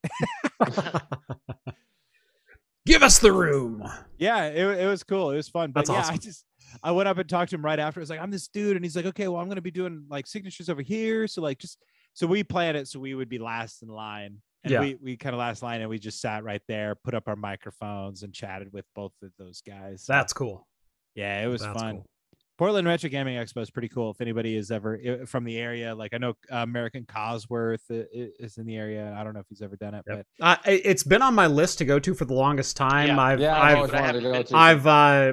Speaker 2: Give us the room.
Speaker 4: Yeah, it, wa- it was cool. It was fun. But
Speaker 2: That's
Speaker 4: yeah, I
Speaker 2: awesome.
Speaker 4: just I went up and talked to him right after. I was like, I'm this dude, and he's like, Okay, well, I'm gonna be doing like signatures over here. So like just so we planned it so we would be last in line. And
Speaker 2: Yeah.
Speaker 4: we, we kind of last line and we just sat right there, put up our microphones and chatted with both of those guys.
Speaker 2: That's cool.
Speaker 4: yeah, it was
Speaker 2: That's
Speaker 4: fun.
Speaker 2: cool.
Speaker 4: Portland Retro Gaming Expo is pretty cool. If anybody is ever i- from the area, like I know uh, American Cosworth i- i- is in the area. I don't know if he's ever done it,
Speaker 2: Yep. Uh, I- it's been on my list to go to for the longest time.
Speaker 3: Yeah.
Speaker 2: I've
Speaker 1: yeah, I've,
Speaker 2: I've
Speaker 1: always wanted to go to.
Speaker 2: I've uh,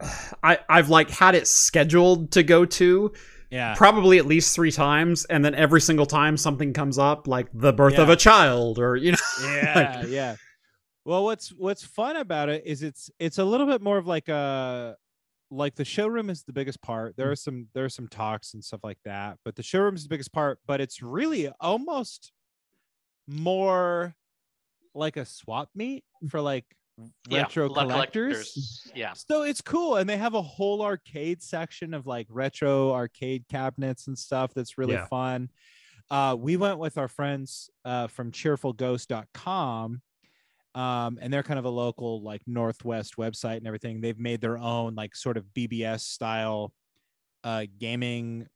Speaker 2: *sighs* I I've like had it scheduled to go to
Speaker 4: but yeah,
Speaker 2: probably at least three times, and then every single time something comes up, like the birth of
Speaker 4: Yeah.
Speaker 2: a child, or you know,
Speaker 4: yeah, yeah. Well, what's what's fun about it is it's it's a little bit more of like a like the showroom is the biggest part. There are some there are some talks and stuff like that, but the showroom is the biggest part. But it's really almost more like a swap meet for like
Speaker 3: Yeah,
Speaker 4: retro
Speaker 3: lot of
Speaker 4: collectors.
Speaker 3: Yeah.
Speaker 4: So it's cool, and they have a whole arcade section of like retro arcade cabinets and stuff. That's really
Speaker 2: Yeah.
Speaker 4: fun. Uh, we went with our friends uh, from CheerfulGhost.com, um, and they're kind of a local like Northwest website and everything. They've made their own like sort of BBS style uh, gaming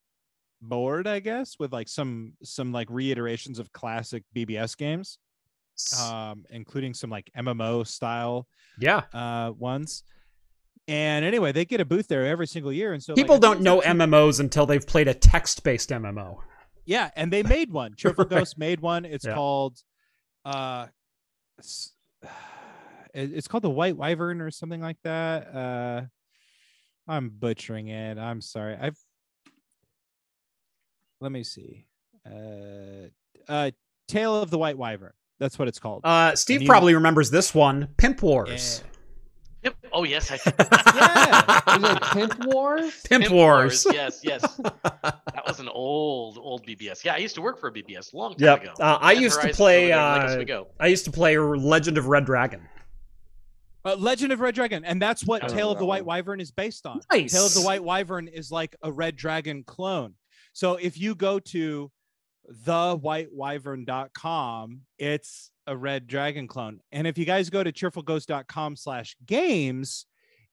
Speaker 4: board, I guess, with like some some like reiterations of classic BBS games,
Speaker 2: *laughs*
Speaker 4: um, including some like MMO style
Speaker 2: yeah.
Speaker 4: uh ones. And anyway, they get a booth there every single year. And so like,
Speaker 2: People
Speaker 4: I think
Speaker 2: don't
Speaker 4: it's
Speaker 2: know
Speaker 4: actually-
Speaker 2: MMOs until they've played a text-based MMO.
Speaker 4: Yeah, and they made
Speaker 1: *laughs*
Speaker 4: one. Cheerful
Speaker 2: Right.
Speaker 4: Ghost made one. It's
Speaker 2: Yeah.
Speaker 4: called uh s- *sighs* it- it's called the White Wyvern or something like that. Uh I'm butchering it. I'm sorry. I've let me see. Uh uh Tale of the White Wyvern. That's what it's called.
Speaker 2: Uh, Steve
Speaker 4: And you-
Speaker 2: probably remembers this one, Pimp Wars.
Speaker 4: Yeah.
Speaker 3: Yep. Oh yes, I
Speaker 2: *laughs*
Speaker 1: Is it Pimp Wars?
Speaker 2: Pimp, Wars.
Speaker 3: Yes, yes. that was an old, old BBS. Yeah, I used to work for a BBS a long time
Speaker 2: Yep.
Speaker 3: ago.
Speaker 2: Uh, I
Speaker 3: At
Speaker 2: used to
Speaker 3: Verizon
Speaker 2: play.
Speaker 3: over there in Lake
Speaker 2: Uh,
Speaker 3: Oswego.
Speaker 2: I used to play Legend of Red Dragon.
Speaker 4: Uh, Legend of Red Dragon, and that's
Speaker 1: I
Speaker 4: what
Speaker 1: don't
Speaker 4: Tale
Speaker 1: know
Speaker 4: of the
Speaker 1: that
Speaker 4: White
Speaker 1: one.
Speaker 4: Wyvern is based on.
Speaker 2: Nice.
Speaker 4: Tale of the White Wyvern is like a Red Dragon clone. So if you go to thewhitewyvern.com, it's a Red Dragon clone. And if you guys go to cheerfulghost.com slash games,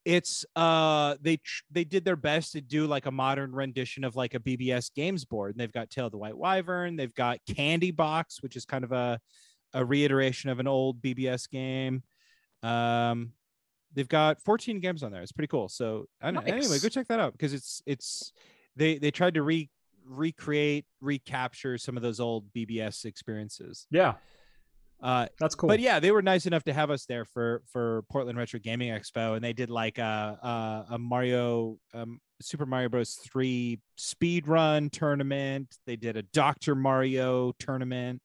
Speaker 4: it's uh they tr- they did their best to do like a modern rendition of like a BBS games board. And they've got Tale of the White Wyvern, they've got Candy Box, which is kind of a a reiteration of an old BBS game. Um they've got 14 games on there. It's pretty cool. So I don't, anyway,
Speaker 2: Nice.
Speaker 4: go check that out because it's it's they they tried to re recreate recapture some of those old BBS experiences.
Speaker 2: Yeah,
Speaker 4: Uh,
Speaker 2: that's cool.
Speaker 4: but yeah, they were nice enough to have us there for for Portland Retro Gaming Expo, and they did like a a, a Mario um, Super Mario Bros. three speed run tournament. They did a Doctor Mario tournament.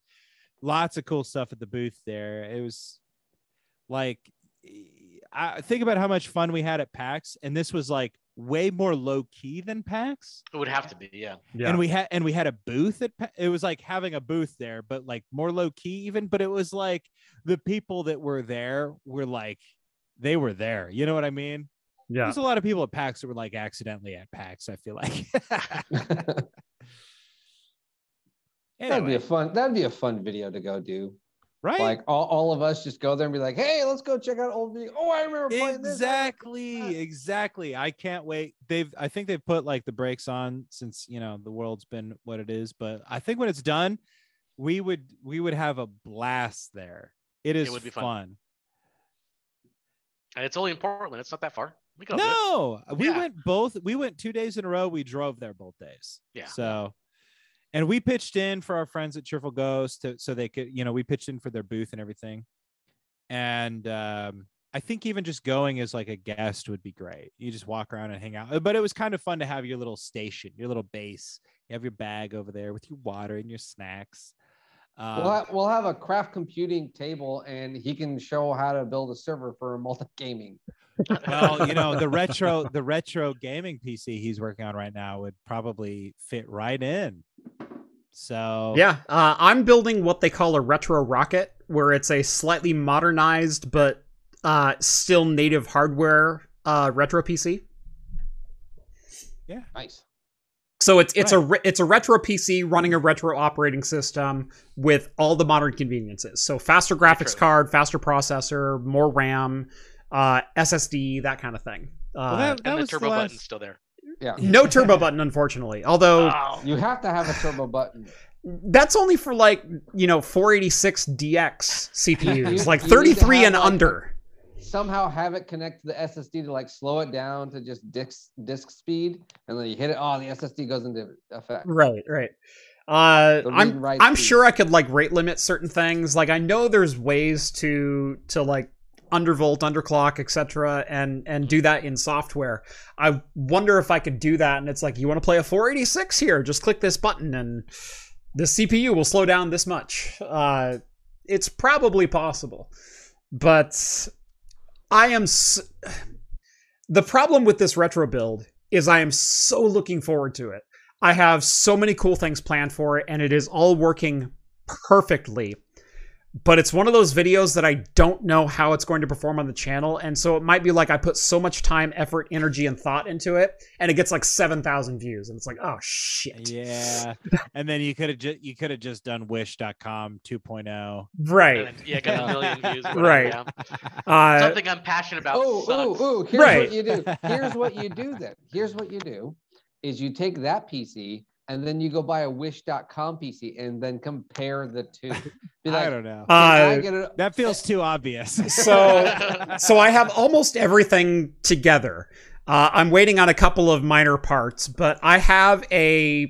Speaker 4: Lots of cool stuff at the booth there. It was like e, I think about how much fun we had at PAX, and this was like way more low key than PAX
Speaker 3: It would have to be, yeah.
Speaker 2: yeah.
Speaker 4: and we had and we had a booth at Pa- it was like having a booth there but like more low key even but it was like the people that were there were like they were there you know what i mean
Speaker 2: yeah.
Speaker 4: there's a lot of people at pax that were like accidentally at pax i feel like *laughs*
Speaker 1: *laughs* that'd be
Speaker 4: anyway,
Speaker 1: a fun. That'd be a fun video to go do.
Speaker 4: right
Speaker 1: Like all, all of us just go there and be like, "Hey, let's go check out old video." Oh, I remember playing this.
Speaker 4: exactly exactly i can't wait they've i think they've put like the brakes on since you know the world's been what it is but i think when it's done we would we would have a blast there it is
Speaker 3: would be fun.
Speaker 4: fun
Speaker 3: And it's only in Portland. It's not that far. We can all do it.
Speaker 4: No, we
Speaker 3: Yeah.
Speaker 4: went both. We went two days in a row. We drove there both days.
Speaker 3: Yeah.
Speaker 4: So, and we pitched in for our friends at Cheerful Ghost, to, so they could, you know, we pitched in for their booth and everything. And um, I think even just going as like a guest would be great. You just walk around and hang out. Uh, But it was kind of fun to have your little station, your little base. You have your bag over there with your water and your snacks. Um,
Speaker 1: We'll, ha- we'll have a craft computing table, and he can show how to build a server for multi *laughs* gaming.
Speaker 4: well, you
Speaker 2: *laughs*
Speaker 4: know, the retro the retro gaming PC he's working on right now would probably fit right in. So
Speaker 2: Yeah, uh, I'm building what they call a retro rocket, where it's a slightly modernized but uh, still native hardware uh, retro PC.
Speaker 1: Nice.
Speaker 2: So it's it's a re- it's a retro PC running a retro operating system with all the modern conveniences. So faster graphics
Speaker 3: Retro.
Speaker 2: card, faster processor, more RAM, uh, SSD, that kind of thing.
Speaker 4: Well,
Speaker 2: Uh,
Speaker 4: that, that
Speaker 3: And the
Speaker 4: was the
Speaker 3: turbo
Speaker 4: last-
Speaker 3: button's still there.
Speaker 1: Yeah.
Speaker 2: no turbo button, unfortunately. Although
Speaker 3: Oh.
Speaker 1: You have to have a
Speaker 2: *laughs*
Speaker 1: turbo button.
Speaker 2: that's only for like you know 486 DX CPUs,
Speaker 1: *laughs* You-
Speaker 2: like
Speaker 1: you need to
Speaker 2: 33
Speaker 1: have,
Speaker 2: and
Speaker 1: like,
Speaker 2: under.
Speaker 1: Somehow have it connect to the SSD to like slow it down to just disk disk speed, and then you hit it. Oh, the SSD goes into effect.
Speaker 2: Right, right. Uh,
Speaker 1: The read
Speaker 2: I'm
Speaker 1: write
Speaker 2: I'm
Speaker 1: speed.
Speaker 2: sure I could like rate limit certain things. Like I know there's ways to to like undervolt, underclock, etc. and and do that in software. I wonder if I could do that. And it's like you want to play a 486 here, just click this button and the CPU will slow down this much. Uh, it's probably possible, but I am. S- the problem with this retro build is I am so looking forward to it. I have so many cool things planned for it, and it is all working perfectly. But it's one of those videos that I don't know how it's going to perform on the channel, and so it might be like I put so much time, effort, energy, and thought into it, and it gets like seven thousand views, and it's like, oh shit.
Speaker 4: Yeah. and then you could have just you could have just done wish.com 2.0.
Speaker 3: And
Speaker 1: *laughs*
Speaker 2: Right.
Speaker 3: then- yeah, got a million views. or whatever,
Speaker 2: Right.
Speaker 3: yeah.
Speaker 2: Uh,
Speaker 3: Something I'm passionate about.
Speaker 1: Oh,
Speaker 3: sucks. *laughs*
Speaker 1: ooh, ooh! Here's
Speaker 2: Right.
Speaker 1: what you
Speaker 2: *laughs*
Speaker 1: do. Here's what you do. Then here's what you do: is you take that PC and then you go buy a Wish.com PC and then compare the two.
Speaker 2: *laughs*
Speaker 1: Be
Speaker 4: I
Speaker 1: like,
Speaker 4: don't know.
Speaker 1: "Did I
Speaker 2: Uh,
Speaker 1: get it?
Speaker 4: That feels too obvious.
Speaker 2: *laughs*
Speaker 4: *laughs*
Speaker 1: *laughs*
Speaker 2: so so I have almost everything together. Uh, I'm waiting on a couple of minor parts, but I have a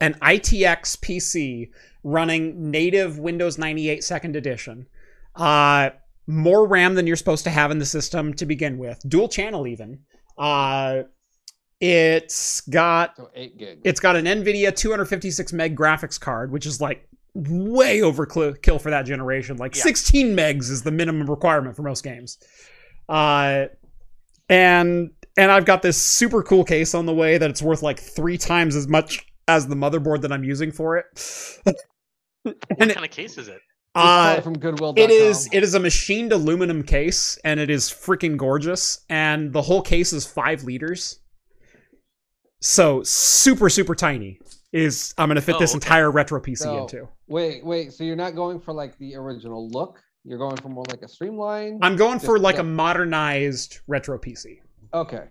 Speaker 2: an ITX PC running native Windows 98 Second Edition. Uh, more RAM than you're supposed to have in the system to begin with, dual channel even. Uh, it's got
Speaker 1: So eight gigs.
Speaker 2: it's got an NVIDIA 256 meg graphics card, which is like way overkill for that generation. Like
Speaker 3: Yeah.
Speaker 2: 16 megs is the minimum requirement for most games. Uh, and and I've got this super cool case on the way that it's worth like three times as much as the motherboard that I'm using for it.
Speaker 3: what kind of case is it?
Speaker 1: You saw
Speaker 2: Uh,
Speaker 1: it from Goodwill.
Speaker 2: it is it is a machined aluminum case, and it is freaking gorgeous. And the whole case is five liters, so super super tiny. Is I'm gonna fit
Speaker 3: Oh,
Speaker 2: this
Speaker 3: okay.
Speaker 2: entire retro PC
Speaker 1: So-
Speaker 2: into.
Speaker 1: Wait, wait. So you're not going for like the original look. You're going for more like a streamline.
Speaker 2: I'm going for
Speaker 1: Just-
Speaker 2: like a
Speaker 1: yeah.
Speaker 2: modernized retro PC.
Speaker 1: okay,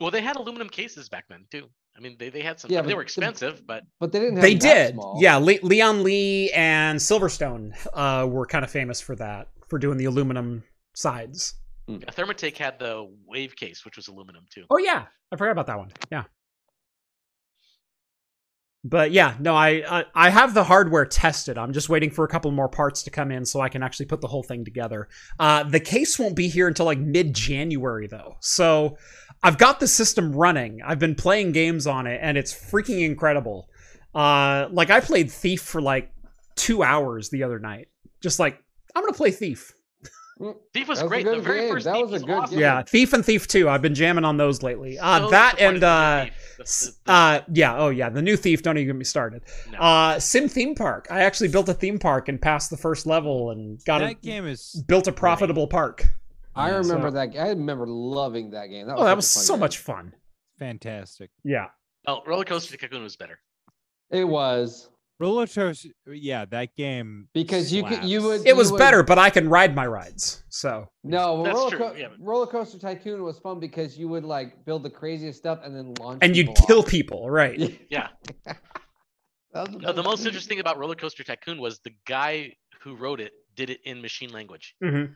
Speaker 3: Well, they had aluminum cases back then too. I mean, they, they had some.
Speaker 1: Yeah,
Speaker 3: I mean, they
Speaker 1: but
Speaker 3: were
Speaker 1: the-
Speaker 3: expensive, but
Speaker 1: but they didn't. Have
Speaker 2: They
Speaker 1: that
Speaker 2: did,
Speaker 1: small.
Speaker 2: yeah. Le- Leon Lee and Silverstone uh, were kind of famous for that for doing the aluminum sides.
Speaker 3: Thermatake had the wave case, which was aluminum too.
Speaker 2: Oh yeah, I forgot about that one. Yeah. But yeah, no, I, I I have the hardware tested. I'm just waiting for a couple more parts to come in so I can actually put the whole thing together. Uh, the case won't be here until like mid January though, so I've got the system running. I've been playing games on it, and it's freaking incredible. Uh, like I played Thief for like two hours the other night. Just like I'm gonna play Thief.
Speaker 3: Thief was
Speaker 1: That was a
Speaker 3: great. The
Speaker 1: good
Speaker 3: very
Speaker 1: game.
Speaker 3: first
Speaker 1: That
Speaker 3: Thief
Speaker 1: was a
Speaker 3: was
Speaker 1: good
Speaker 3: awesome.
Speaker 1: game.
Speaker 2: Yeah, Thief and Thief Two. I've been jamming on those lately. Uh,
Speaker 3: So
Speaker 2: that
Speaker 3: disappointed
Speaker 2: and uh,
Speaker 3: with the
Speaker 2: S-
Speaker 3: Thief. The- the-
Speaker 2: Uh, yeah. Oh, yeah. The new Thief. Don't even get me started.
Speaker 3: the- no.
Speaker 2: Uh, Sim theme park. I actually built a theme park and passed the first level and got a,
Speaker 4: that game is
Speaker 2: built a profitable park.
Speaker 1: I
Speaker 4: Yeah,
Speaker 1: remember
Speaker 2: so-
Speaker 1: that. I remember loving that game. That
Speaker 2: Oh, that was
Speaker 1: such a fun
Speaker 2: so
Speaker 1: game.
Speaker 2: much fun.
Speaker 4: fantastic.
Speaker 2: Yeah.
Speaker 3: oh, Roller Coaster to Cocoon was
Speaker 2: *laughs*
Speaker 3: better.
Speaker 1: It was
Speaker 4: Roller coaster, yeah, that game
Speaker 1: because you could you
Speaker 4: slaps.
Speaker 1: would
Speaker 2: It was
Speaker 1: you would-
Speaker 2: better, but I can ride my rides. So
Speaker 1: No,
Speaker 3: That's
Speaker 1: roller,
Speaker 3: true,
Speaker 1: Co-
Speaker 3: yeah, but-
Speaker 1: roller coaster tycoon was fun because you would like build the craziest stuff and then launch
Speaker 2: and you'd
Speaker 1: people
Speaker 2: kill
Speaker 1: off.
Speaker 2: people, right?
Speaker 1: *laughs*
Speaker 3: Yeah.
Speaker 1: That was-
Speaker 3: No, the most interesting thing about Roller Coaster Tycoon was the guy who wrote it did it in machine language.
Speaker 2: Mhm.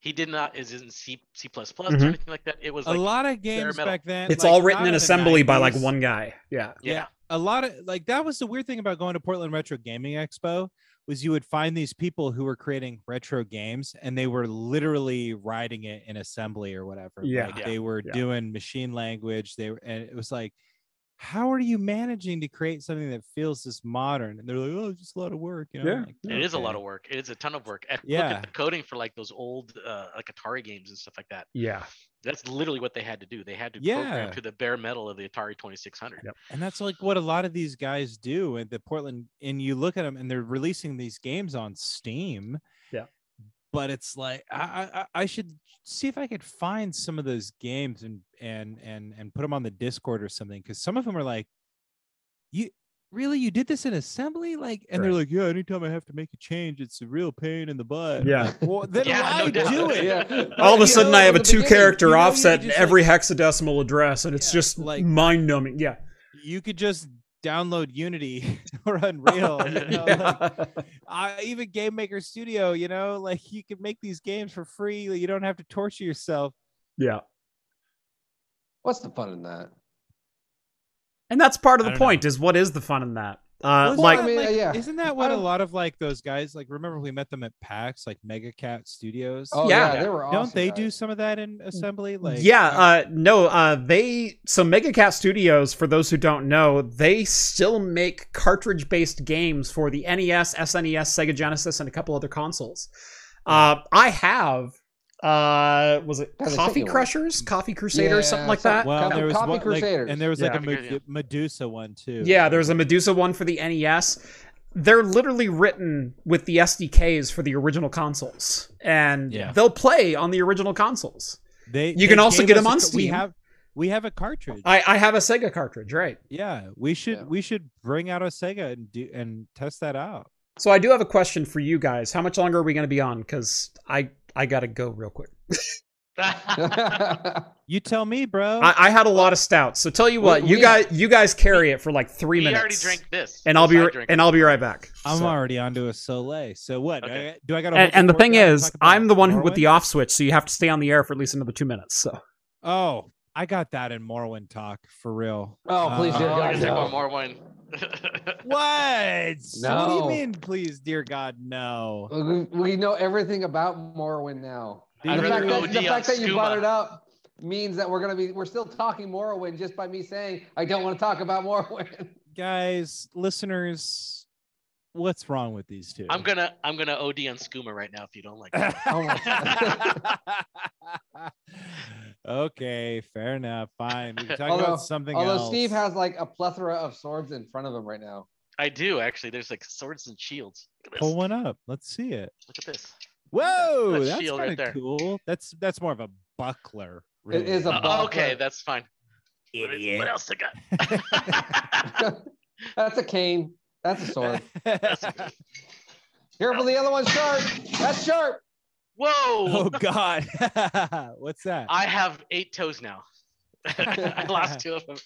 Speaker 3: He did not is in C C plus plus
Speaker 2: Mhm.
Speaker 3: or anything like that. It was
Speaker 4: a
Speaker 3: like
Speaker 4: lot of games
Speaker 3: metal.
Speaker 4: back then.
Speaker 2: It's
Speaker 4: like,
Speaker 2: all written
Speaker 4: not
Speaker 2: in
Speaker 4: the
Speaker 2: assembly by like
Speaker 4: 90s.
Speaker 2: one guy. Yeah.
Speaker 3: yeah.
Speaker 4: yeah. a lot of like that was the weird thing about going to Portland Retro Gaming Expo was you would find these people who were creating retro games and they were literally writing it in assembly or whatever.
Speaker 2: Yeah.
Speaker 4: Like,
Speaker 3: Yeah.
Speaker 4: they were
Speaker 2: Yeah.
Speaker 4: doing machine language. They were, and it was like, how are you managing to create something that feels this modern? And they're like, oh, it's just a lot of work. You know,
Speaker 2: Yeah.
Speaker 4: I'm like,
Speaker 3: It is a lot
Speaker 4: "Okay."
Speaker 3: of work. It's a ton of work. And Look
Speaker 4: Yeah.
Speaker 3: at the coding for like those old uh, like Atari games and stuff like that.
Speaker 2: Yeah.
Speaker 3: That's literally what they had to do. They had to
Speaker 4: Yeah.
Speaker 3: program to the bare metal of the Atari 2600.
Speaker 2: Yep.
Speaker 4: And that's like what a lot of these guys do at the Portland. And you look at them and they're releasing these games on Steam.
Speaker 2: Yeah.
Speaker 4: But it's like I, I- I I should see if I could find some of those games and and and and put them on the Discord or something because some of them are like, you really you did this in assembly like and they're
Speaker 2: Right.
Speaker 4: like yeah anytime I have to make a change it's a real pain in the butt.
Speaker 2: Yeah.
Speaker 4: Well *laughs* then
Speaker 3: Yeah,
Speaker 4: why
Speaker 3: no doubt.
Speaker 4: do
Speaker 1: *laughs*
Speaker 4: it?
Speaker 1: Yeah.
Speaker 4: *laughs*
Speaker 2: All of
Speaker 1: You
Speaker 2: a sudden,
Speaker 1: know,
Speaker 2: I have
Speaker 1: in
Speaker 2: a
Speaker 1: the beginning,
Speaker 2: two-character
Speaker 4: you know, you
Speaker 2: offset in
Speaker 4: just,
Speaker 2: every
Speaker 4: like-
Speaker 2: hexadecimal address, and it's
Speaker 4: Yeah,
Speaker 2: just
Speaker 4: like-
Speaker 2: mind-numbing. Yeah.
Speaker 4: You could just download Unity *laughs* or Unreal.
Speaker 3: *laughs*
Speaker 4: you know, like, uh, even Game Maker Studio, you know, like you can make these games for free. like, You don't have to torture yourself.
Speaker 2: Yeah.
Speaker 1: *laughs* What's the fun in that?
Speaker 2: And that's part of
Speaker 4: I
Speaker 2: the
Speaker 4: don't know.
Speaker 2: point. Is what is the fun in that? Uh,
Speaker 4: Well,
Speaker 2: like,
Speaker 1: I mean, yeah.
Speaker 4: isn't that what a
Speaker 1: don't-
Speaker 4: lot of like those guys like? Remember we met them at PAX, like Mega Cat Studios.
Speaker 1: Oh
Speaker 2: Yeah.
Speaker 1: yeah, they were. Awesome
Speaker 4: don't they
Speaker 1: guys. Mm.
Speaker 4: do some of that in assembly? Like,
Speaker 2: yeah,
Speaker 4: I-
Speaker 2: uh, no, uh, they so Mega Cat Studios. For those who don't know, they still make cartridge-based games for the E NES, SNES, Sega Genesis, and a couple other consoles. Uh, I have. Uh, was it
Speaker 1: God, they sent
Speaker 2: Coffee
Speaker 1: you one.
Speaker 2: Crushers, Coffee Crusaders, something
Speaker 1: Yeah,
Speaker 2: like
Speaker 1: some-
Speaker 2: that?
Speaker 4: well,
Speaker 1: Copy-
Speaker 4: there was
Speaker 1: Copy
Speaker 4: one, like,
Speaker 1: Crusaders.
Speaker 4: and there was like
Speaker 3: Yeah.
Speaker 4: a Med-
Speaker 3: Crusader.
Speaker 4: Medusa one too.
Speaker 2: Yeah, there's a Medusa one for the NES. They're literally written with the SDKs for the original consoles, and
Speaker 4: Yeah.
Speaker 2: they'll play on the original consoles.
Speaker 4: They
Speaker 2: You
Speaker 4: they
Speaker 2: can also
Speaker 4: gave
Speaker 2: get
Speaker 4: us
Speaker 2: 'em
Speaker 4: a
Speaker 2: on
Speaker 4: ca- We
Speaker 2: Steam.
Speaker 4: have we have a cartridge.
Speaker 2: I, I have a Sega cartridge, right?
Speaker 4: yeah, we should
Speaker 1: Yeah.
Speaker 4: we should bring out a Sega and do and test that out.
Speaker 2: So I do have a question for you guys. How much longer are we going to be on? Because I I gotta go real quick.
Speaker 3: *laughs*
Speaker 1: *laughs*
Speaker 4: You tell me, bro.
Speaker 2: I, I had a lot of stouts, so tell you what,
Speaker 1: We-
Speaker 2: you
Speaker 1: we-
Speaker 2: guys you guys carry it for like three
Speaker 3: we
Speaker 2: minutes.
Speaker 3: already drank this.
Speaker 2: and I'll be
Speaker 3: I
Speaker 2: ri-
Speaker 3: drank
Speaker 2: and I'll be right back.
Speaker 4: I'm
Speaker 2: So-
Speaker 4: already onto a Soleil. So what?
Speaker 3: Okay.
Speaker 4: I- do I got to?
Speaker 2: And, and the thing is, I'm the one who with the off switch, so you have to stay on the air for at least another two minutes. So
Speaker 4: Oh, I got that in Morrowind talk for real.
Speaker 1: Oh, please,
Speaker 3: Oh,
Speaker 4: Uh,
Speaker 1: dear
Speaker 3: we're
Speaker 1: God,
Speaker 3: gonna take
Speaker 1: no.
Speaker 3: one more wine.
Speaker 4: What? What do you
Speaker 1: No.
Speaker 4: mean, please, dear God, no?
Speaker 1: We, we know everything about Morrowind now.
Speaker 4: I'd
Speaker 1: the
Speaker 4: rather
Speaker 1: fact,
Speaker 4: go
Speaker 1: that,
Speaker 3: OD
Speaker 1: the
Speaker 3: on
Speaker 1: fact that you brought
Speaker 3: scuba.
Speaker 1: it up means that we're gonna be we're still talking Morrowind just by me saying I don't want to talk about Morrowind.
Speaker 4: Guys, listeners, what's wrong with these two? *laughs*
Speaker 3: I'm gonna I'm gonna OD on skooma right now if you don't like it.
Speaker 1: Oh my
Speaker 4: okay, fair enough. Fine. We can talk
Speaker 1: Although-
Speaker 4: about something
Speaker 1: Although
Speaker 4: else.
Speaker 1: Steve has like a plethora of swords in front of him right now. *laughs*
Speaker 3: I do actually. There's like swords and shields. Look at this.
Speaker 4: pull one up. Let's see it.
Speaker 3: Look at this.
Speaker 4: Whoa,
Speaker 3: That's
Speaker 4: that's
Speaker 3: shield
Speaker 4: kind
Speaker 3: right there.
Speaker 4: of cool. That's that's more of a buckler.
Speaker 1: It is a
Speaker 3: Uh,
Speaker 1: buckler.
Speaker 3: okay, that's fine. What is- What
Speaker 4: *laughs*
Speaker 3: else I got?
Speaker 1: *laughs* That's a cane. That's a sword.
Speaker 3: *laughs* That's okay.
Speaker 1: Careful, the other one's sharp. That's sharp.
Speaker 3: Whoa!
Speaker 4: oh God, *laughs* what's that?
Speaker 3: I have eight toes now. *laughs* I lost two of them.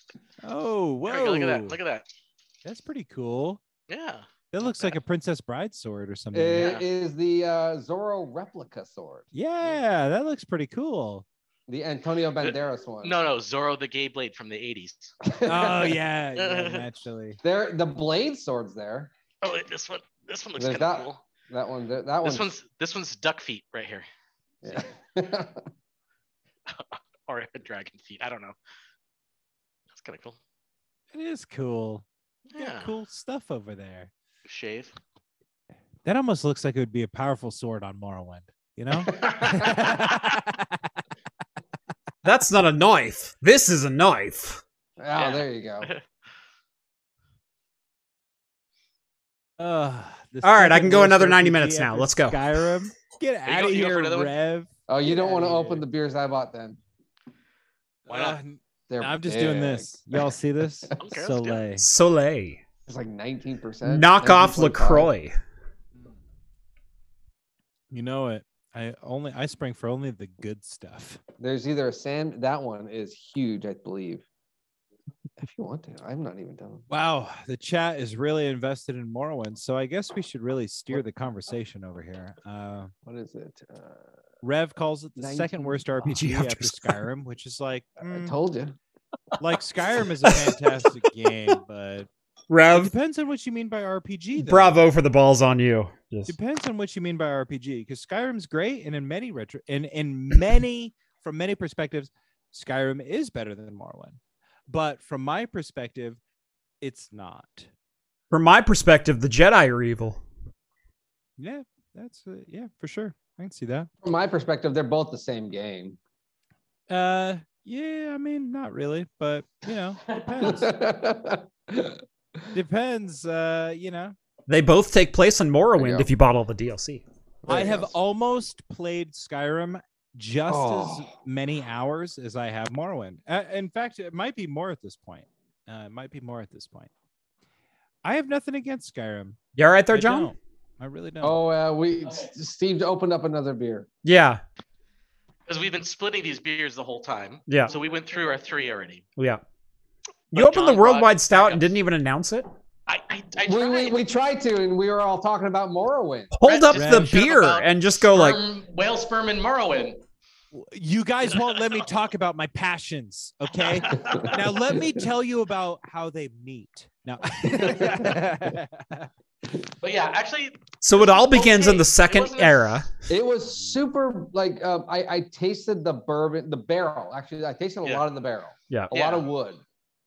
Speaker 4: Oh,
Speaker 3: There
Speaker 4: whoa!
Speaker 3: we go, Look at that. Look at that.
Speaker 4: That's pretty cool.
Speaker 3: Yeah.
Speaker 4: That looks like a Princess Bride sword or something.
Speaker 1: It is the uh, Zorro replica sword,
Speaker 4: yeah, that looks pretty cool.
Speaker 1: the Antonio Banderas one.
Speaker 3: No, no. Zorro the Gay Blade from the 80s.
Speaker 1: *laughs*
Speaker 4: Oh yeah,
Speaker 3: *laughs*
Speaker 4: yeah naturally.
Speaker 1: There, the blade sword's there.
Speaker 3: Oh, wait, this one. This one looks
Speaker 1: There's
Speaker 3: kind of
Speaker 1: that
Speaker 3: cool.
Speaker 1: That one. That, that
Speaker 3: This
Speaker 1: one.
Speaker 3: one's this one's duck feet right here, *laughs*
Speaker 1: Yeah. *laughs*
Speaker 3: or dragon feet. I don't know. That's kind of cool.
Speaker 4: It is cool. You got
Speaker 3: Yeah.
Speaker 4: cool stuff over there.
Speaker 3: Shave.
Speaker 4: That almost looks like it would be a powerful sword on Morrowind.
Speaker 3: *laughs*
Speaker 4: You know? *laughs*
Speaker 1: Oh,
Speaker 2: that's not a knife. This is a knife.
Speaker 1: oh,
Speaker 3: Yeah.
Speaker 1: there you
Speaker 3: *laughs*
Speaker 1: go.
Speaker 4: Ugh, the
Speaker 2: All right, I
Speaker 4: second
Speaker 2: can go
Speaker 4: worst
Speaker 2: another 90
Speaker 4: RPG
Speaker 2: minutes now.
Speaker 4: after
Speaker 2: Let's go.
Speaker 4: Skyrim. Get out
Speaker 3: go-
Speaker 4: of
Speaker 3: you go for
Speaker 4: here,
Speaker 3: another one?
Speaker 4: Rev.
Speaker 1: Oh, you don't
Speaker 4: Yeah,
Speaker 1: want to
Speaker 4: yeah,
Speaker 1: open
Speaker 4: yeah.
Speaker 1: the beers I bought then.
Speaker 3: Why not?
Speaker 4: Ugh,
Speaker 1: They're
Speaker 4: I'm just doing
Speaker 1: big.
Speaker 4: this.
Speaker 3: *laughs*
Speaker 4: Y'all see this?
Speaker 3: Okay, let's do it.
Speaker 4: Soleil.
Speaker 2: Soleil.
Speaker 1: It's like 19%.
Speaker 2: Knock off
Speaker 1: 19.5.
Speaker 2: LaCroix.
Speaker 4: You know it. I only I spring for only the good stuff.
Speaker 1: There's either a sand. That one is huge, I believe. If you want to, I'm not even done.
Speaker 4: Wow, the chat is really invested in Morrowind, so I guess we should really steer the conversation over here. Uh,
Speaker 1: What is it? Uh,
Speaker 4: Rev calls it the second
Speaker 1: 19
Speaker 4: worst RPG
Speaker 2: after
Speaker 4: after, Skyrim, which is like,
Speaker 1: I
Speaker 4: mm,
Speaker 1: told you.
Speaker 2: *laughs*
Speaker 4: like Skyrim is a fantastic game, but it
Speaker 2: Rev,
Speaker 4: depends on what you mean by RPG. Though.
Speaker 2: bravo for the balls on you.
Speaker 4: Depends on what you mean by RPG, because Skyrim's great, and in many retro, and in many from many perspectives, Skyrim is better than Morrowind. But from my perspective, it's not.
Speaker 2: From my perspective, the Jedi are evil.
Speaker 4: Yeah, that's uh, yeah for sure. I can see that.
Speaker 1: From my perspective, they're both the same game.
Speaker 4: Uh, yeah, I mean, not really, but
Speaker 1: *laughs*
Speaker 4: you know, depends. depends. Uh, you know,
Speaker 2: They both take place in
Speaker 1: There you
Speaker 2: Morrowind
Speaker 1: go.
Speaker 2: if you bought all the DLC.
Speaker 4: I
Speaker 1: Yes.
Speaker 4: have almost played Skyrim just as
Speaker 1: Oh.
Speaker 4: many hours as I have Morrowind. Uh, in fact, it might be more at this point. Uh, it might be more at this point. I have nothing against Skyrim.
Speaker 2: You all right there,
Speaker 4: I
Speaker 2: John?
Speaker 4: don't. I really don't.
Speaker 1: Oh, uh, we S- Steve opened up another beer.
Speaker 2: Yeah,
Speaker 3: because we've been splitting these beers the whole time.
Speaker 2: yeah,
Speaker 3: So we went through our three already.
Speaker 2: yeah.
Speaker 3: But
Speaker 2: You opened the
Speaker 3: John
Speaker 2: worldwide
Speaker 3: Rogers-
Speaker 2: stout and didn't even announce it.
Speaker 3: I, I,
Speaker 1: We,
Speaker 3: I tried.
Speaker 1: we, we tried to, and we were all talking about
Speaker 3: *laughs*
Speaker 1: Morrowind.
Speaker 2: Hold up
Speaker 4: Brad,
Speaker 2: the
Speaker 3: shut up
Speaker 2: beer
Speaker 3: about
Speaker 2: and just go like,
Speaker 3: Sperm- whale sperm and Morrowind.
Speaker 4: You guys won't let me talk about my passions, okay? Now let me tell you about how they meet. *laughs* Now,
Speaker 3: But yeah, actually,
Speaker 2: so it all begins in
Speaker 3: Okay,
Speaker 2: the
Speaker 3: it
Speaker 2: second
Speaker 3: wasn't a-
Speaker 2: era.
Speaker 1: *laughs* It was super. Like um, I, I tasted the bourbon, the barrel. Actually, I tasted a
Speaker 3: Yeah.
Speaker 1: lot of the barrel.
Speaker 2: Yeah.
Speaker 1: a lot of wood.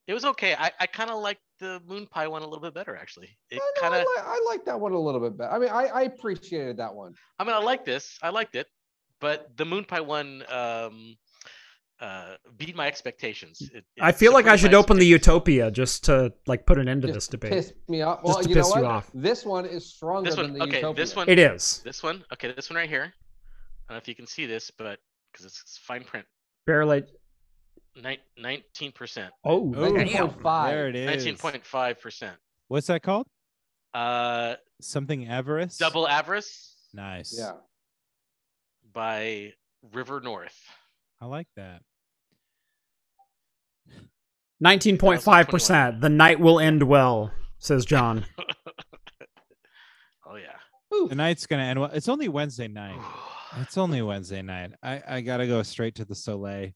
Speaker 3: it was okay. I, I kind of like the moon pie one a little bit better, actually.
Speaker 1: I,
Speaker 3: It
Speaker 1: know,
Speaker 3: kind of.
Speaker 1: I, li- I like that one a little bit better. I mean, I, I appreciated that one.
Speaker 3: I mean, I like this. I liked it, but the moon pie one um, uh, beat my expectations. It-
Speaker 2: I
Speaker 3: it
Speaker 2: feel like I
Speaker 3: subverted
Speaker 2: should
Speaker 3: my
Speaker 2: open the
Speaker 3: expectations.
Speaker 2: Utopia just to like put an end to
Speaker 1: Just
Speaker 2: this debate.
Speaker 1: Pissed me off.
Speaker 2: Just
Speaker 1: Well,
Speaker 2: to
Speaker 1: you know
Speaker 2: piss
Speaker 1: what?
Speaker 2: you off.
Speaker 1: This one is stronger
Speaker 3: This
Speaker 1: than
Speaker 3: one,
Speaker 1: the
Speaker 3: okay.
Speaker 1: Utopia.
Speaker 3: This one,
Speaker 2: It is
Speaker 3: this one, okay. This one right here. I don't know if you can see this, but because it's, it's fine print,
Speaker 2: barely.
Speaker 3: nineteen percent,
Speaker 2: Oh,
Speaker 4: Ooh.
Speaker 2: damn.
Speaker 1: 19.5.
Speaker 4: there it is.
Speaker 3: nineteen point five percent.
Speaker 4: What's that called?
Speaker 3: Uh,
Speaker 4: Something avarice.
Speaker 3: double avarice
Speaker 4: Nice.
Speaker 1: Yeah.
Speaker 3: by River North. *laughs*
Speaker 4: I like that.
Speaker 2: Nineteen point five percent. The night will end well, says John.
Speaker 3: Oh yeah.
Speaker 1: Ooh.
Speaker 4: The night's gonna end. Well. It's only Wednesday night. It's only Wednesday night. I, I gotta go straight to the Soleil.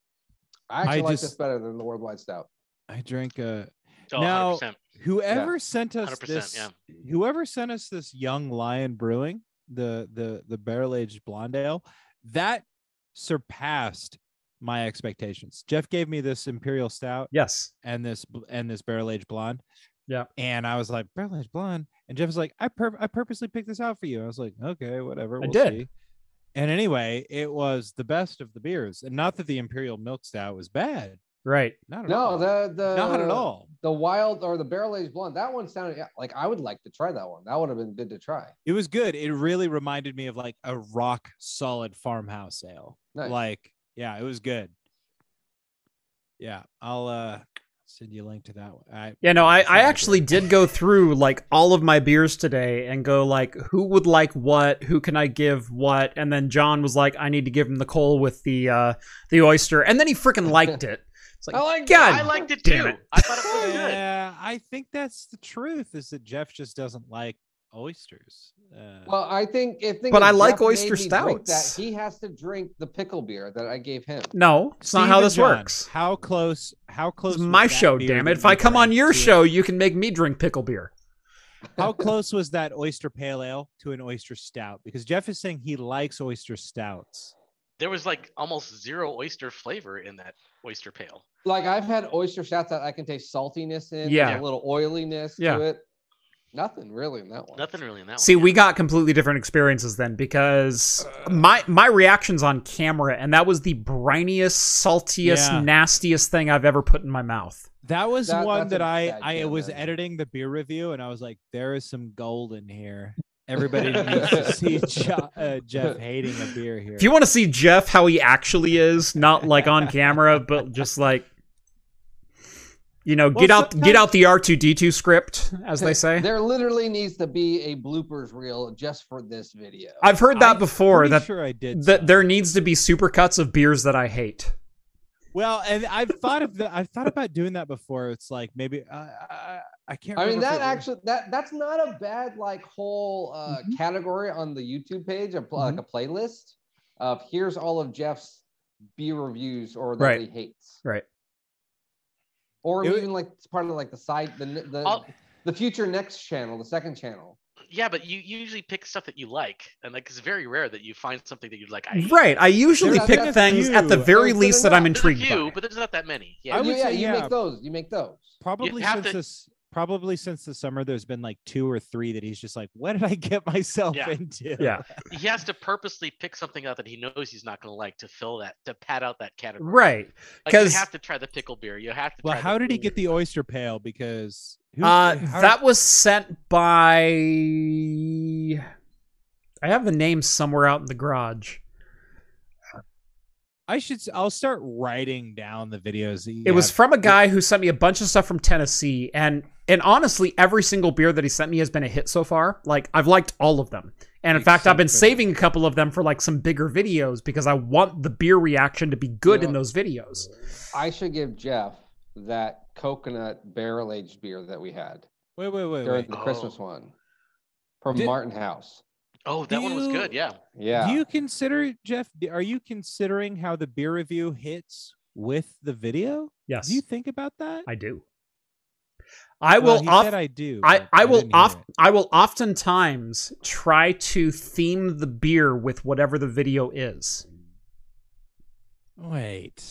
Speaker 1: I actually
Speaker 4: I
Speaker 1: like
Speaker 4: just-
Speaker 1: this better than the Worldwide Stout.
Speaker 4: I drank a.
Speaker 3: Oh,
Speaker 4: Now-
Speaker 3: 100%.
Speaker 4: Whoever sent us
Speaker 3: 100%,
Speaker 4: this,
Speaker 3: yeah.
Speaker 4: whoever sent us this Young Lion Brewing, the the the barrel aged blonde ale, that surpassed my expectations. Jeff gave me this Imperial Stout
Speaker 2: Yes.
Speaker 4: and this bl- and this barrel aged blonde.
Speaker 2: Yeah.
Speaker 4: And I was like barrel aged blonde, and Jeff was like, I pur- I purposely picked this out for you. I was like, okay, whatever.
Speaker 2: I
Speaker 4: we'll
Speaker 2: did.
Speaker 4: see." And anyway, it was the best of the beers, and not that the Imperial Milk Stout was bad.
Speaker 2: Right.
Speaker 4: Not at
Speaker 1: No, uh,
Speaker 4: all.
Speaker 1: the the
Speaker 4: not at all.
Speaker 1: The wild or the barrel aged blonde. That one sounded yeah, like I would like to try that one. That would have been good to try.
Speaker 4: It was good. It really reminded me of like a rock solid farmhouse ale.
Speaker 1: Nice.
Speaker 4: Like, yeah, it was good. Yeah, I'll uh send you a link to that one. I,
Speaker 2: Yeah, no, I,
Speaker 4: That's not
Speaker 2: I
Speaker 4: my
Speaker 2: actually
Speaker 4: beer.
Speaker 2: did go through like all of my beers today and go like who would like what, who can I give what, and then John was like, I need to give him the coal with the uh the oyster, and then he freaking liked it. It's
Speaker 4: Oh,
Speaker 2: like,
Speaker 1: like
Speaker 2: God
Speaker 3: I liked it
Speaker 2: damn
Speaker 3: too.
Speaker 2: it.
Speaker 3: I thought it was good.
Speaker 2: *laughs*
Speaker 4: yeah, I think that's the truth is that Jeff just doesn't like oysters. Uh,
Speaker 1: Well, I think if think
Speaker 2: But
Speaker 1: if
Speaker 2: I like
Speaker 1: Jeff made
Speaker 2: oyster
Speaker 1: me drink
Speaker 2: stouts.
Speaker 1: That, he has to drink the pickle beer that I gave him.
Speaker 2: no, it's not
Speaker 4: Steve
Speaker 2: how
Speaker 4: and
Speaker 2: this
Speaker 4: John,
Speaker 2: works.
Speaker 4: How close? How close?
Speaker 2: It's
Speaker 4: was
Speaker 2: my
Speaker 4: that
Speaker 2: show,
Speaker 4: beer
Speaker 2: damn
Speaker 4: that
Speaker 2: it. If I
Speaker 4: you
Speaker 2: come on
Speaker 4: drank
Speaker 2: your
Speaker 4: to-
Speaker 2: show, you can make me drink pickle beer. *laughs*
Speaker 4: how close was that oyster pale ale to an oyster stout? Because Jeff is saying he likes oyster stouts.
Speaker 3: There was like almost zero oyster flavor in that oyster pail.
Speaker 1: Like I've had oyster stouts that I can taste saltiness in,
Speaker 2: Yeah.
Speaker 1: a little oiliness
Speaker 2: Yeah.
Speaker 1: to it. Nothing really in that one.
Speaker 3: Nothing really
Speaker 4: Oh,
Speaker 3: in that
Speaker 2: See,
Speaker 3: one.
Speaker 2: we
Speaker 3: yeah.
Speaker 2: got completely different experiences then because
Speaker 4: Uh.
Speaker 2: my my reactions on camera, and that was the briniest, saltiest,
Speaker 4: Yeah.
Speaker 2: nastiest thing I've ever put in my mouth.
Speaker 4: That was
Speaker 1: That-
Speaker 4: one
Speaker 1: that's
Speaker 4: that
Speaker 1: a
Speaker 4: I
Speaker 1: bad
Speaker 4: I
Speaker 1: can,
Speaker 4: was
Speaker 1: man.
Speaker 4: editing the beer review and I was like, there is some gold in here.
Speaker 2: *laughs*
Speaker 4: Everybody needs to see Jo- uh, Jeff hating a beer here.
Speaker 2: If you want to see Jeff how he actually is, not like on camera, but just like you know,
Speaker 4: Well,
Speaker 2: get out get
Speaker 4: sometimes-
Speaker 2: out the R two D two script, as they say.
Speaker 1: There literally needs to be a bloopers reel just for this video.
Speaker 2: I've heard that
Speaker 4: I'm
Speaker 2: before
Speaker 4: Pretty
Speaker 2: that
Speaker 4: sure I did.
Speaker 2: that
Speaker 4: some.
Speaker 2: there needs to be supercuts of beers that I hate.
Speaker 4: well, and I've thought of that. I've thought about doing that before. It's like maybe uh, I I, I can't.
Speaker 1: I mean
Speaker 4: remember if
Speaker 1: that
Speaker 4: it was-
Speaker 1: actually that that's not a bad like whole uh, category on the YouTube page, a, pl- like a playlist. of here's all of Jeff's beer reviews or that
Speaker 2: Right.
Speaker 1: he hates.
Speaker 2: Right.
Speaker 1: Or
Speaker 4: It would-
Speaker 1: even like it's part of like the side the the,
Speaker 3: I'll-
Speaker 1: the future next channel, the second channel.
Speaker 3: yeah, but you usually pick stuff that you like, and like it's very rare that you find something that you like. I hate.
Speaker 2: Right. I usually
Speaker 1: There's
Speaker 2: pick
Speaker 1: a
Speaker 2: things
Speaker 4: few.
Speaker 2: at the very
Speaker 1: There's
Speaker 2: least that
Speaker 1: enough.
Speaker 2: I'm
Speaker 3: There's a
Speaker 2: intrigued
Speaker 3: few,
Speaker 2: by.
Speaker 3: but there's not that many.
Speaker 4: I
Speaker 3: Yeah,
Speaker 1: You-
Speaker 4: would
Speaker 1: yeah,
Speaker 4: say,
Speaker 1: you
Speaker 4: yeah.
Speaker 1: make those. You make those.
Speaker 4: Probably
Speaker 3: have
Speaker 4: since
Speaker 3: to-
Speaker 4: this, probably since the summer, there's been like two or three that he's just like, "What did I get myself
Speaker 3: Yeah.
Speaker 4: into?"
Speaker 2: Yeah.
Speaker 3: he has to purposely pick something out that he knows he's not going to like to fill that to pad out that category.
Speaker 2: Right.
Speaker 3: Like, you
Speaker 2: 'cause-
Speaker 3: have to try the pickle beer. You have to.
Speaker 4: Well,
Speaker 3: try
Speaker 4: how did he
Speaker 3: brew.
Speaker 4: get the oyster pail? Because who,
Speaker 2: Uh,
Speaker 4: how-
Speaker 2: that was sent by. I have the name somewhere out in the garage.
Speaker 4: I should. s- I'll start writing down the videos. That you
Speaker 2: It was
Speaker 4: have.
Speaker 2: from a guy who sent me a bunch of stuff from Tennessee, and and honestly, every single beer that he sent me has been a hit so far. Like I've liked all of them, and in fact, I've been
Speaker 4: Except for-
Speaker 2: saving a couple of them for like some bigger videos because I want the beer reaction to be good in
Speaker 1: Yeah.
Speaker 2: those videos.
Speaker 1: I should give Jeff that coconut barrel aged beer that we had
Speaker 4: Wait, wait, wait,
Speaker 1: during
Speaker 4: wait.
Speaker 1: the
Speaker 3: Oh.
Speaker 1: Christmas one from
Speaker 4: Did-
Speaker 1: Martin House.
Speaker 3: Oh, that one was
Speaker 4: You-
Speaker 3: good. Yeah.
Speaker 1: Yeah.
Speaker 4: Do you consider Jeff? d- Are you considering how the beer review hits with the video?
Speaker 2: Yes,
Speaker 4: Do you think about that?
Speaker 2: I do. I
Speaker 4: Well,
Speaker 2: will
Speaker 4: he
Speaker 2: off
Speaker 4: said I do.
Speaker 2: I,
Speaker 4: but
Speaker 2: I will
Speaker 4: didn't hear
Speaker 2: off
Speaker 4: it.
Speaker 2: I will oftentimes try to theme the beer with whatever the video is.
Speaker 4: Wait.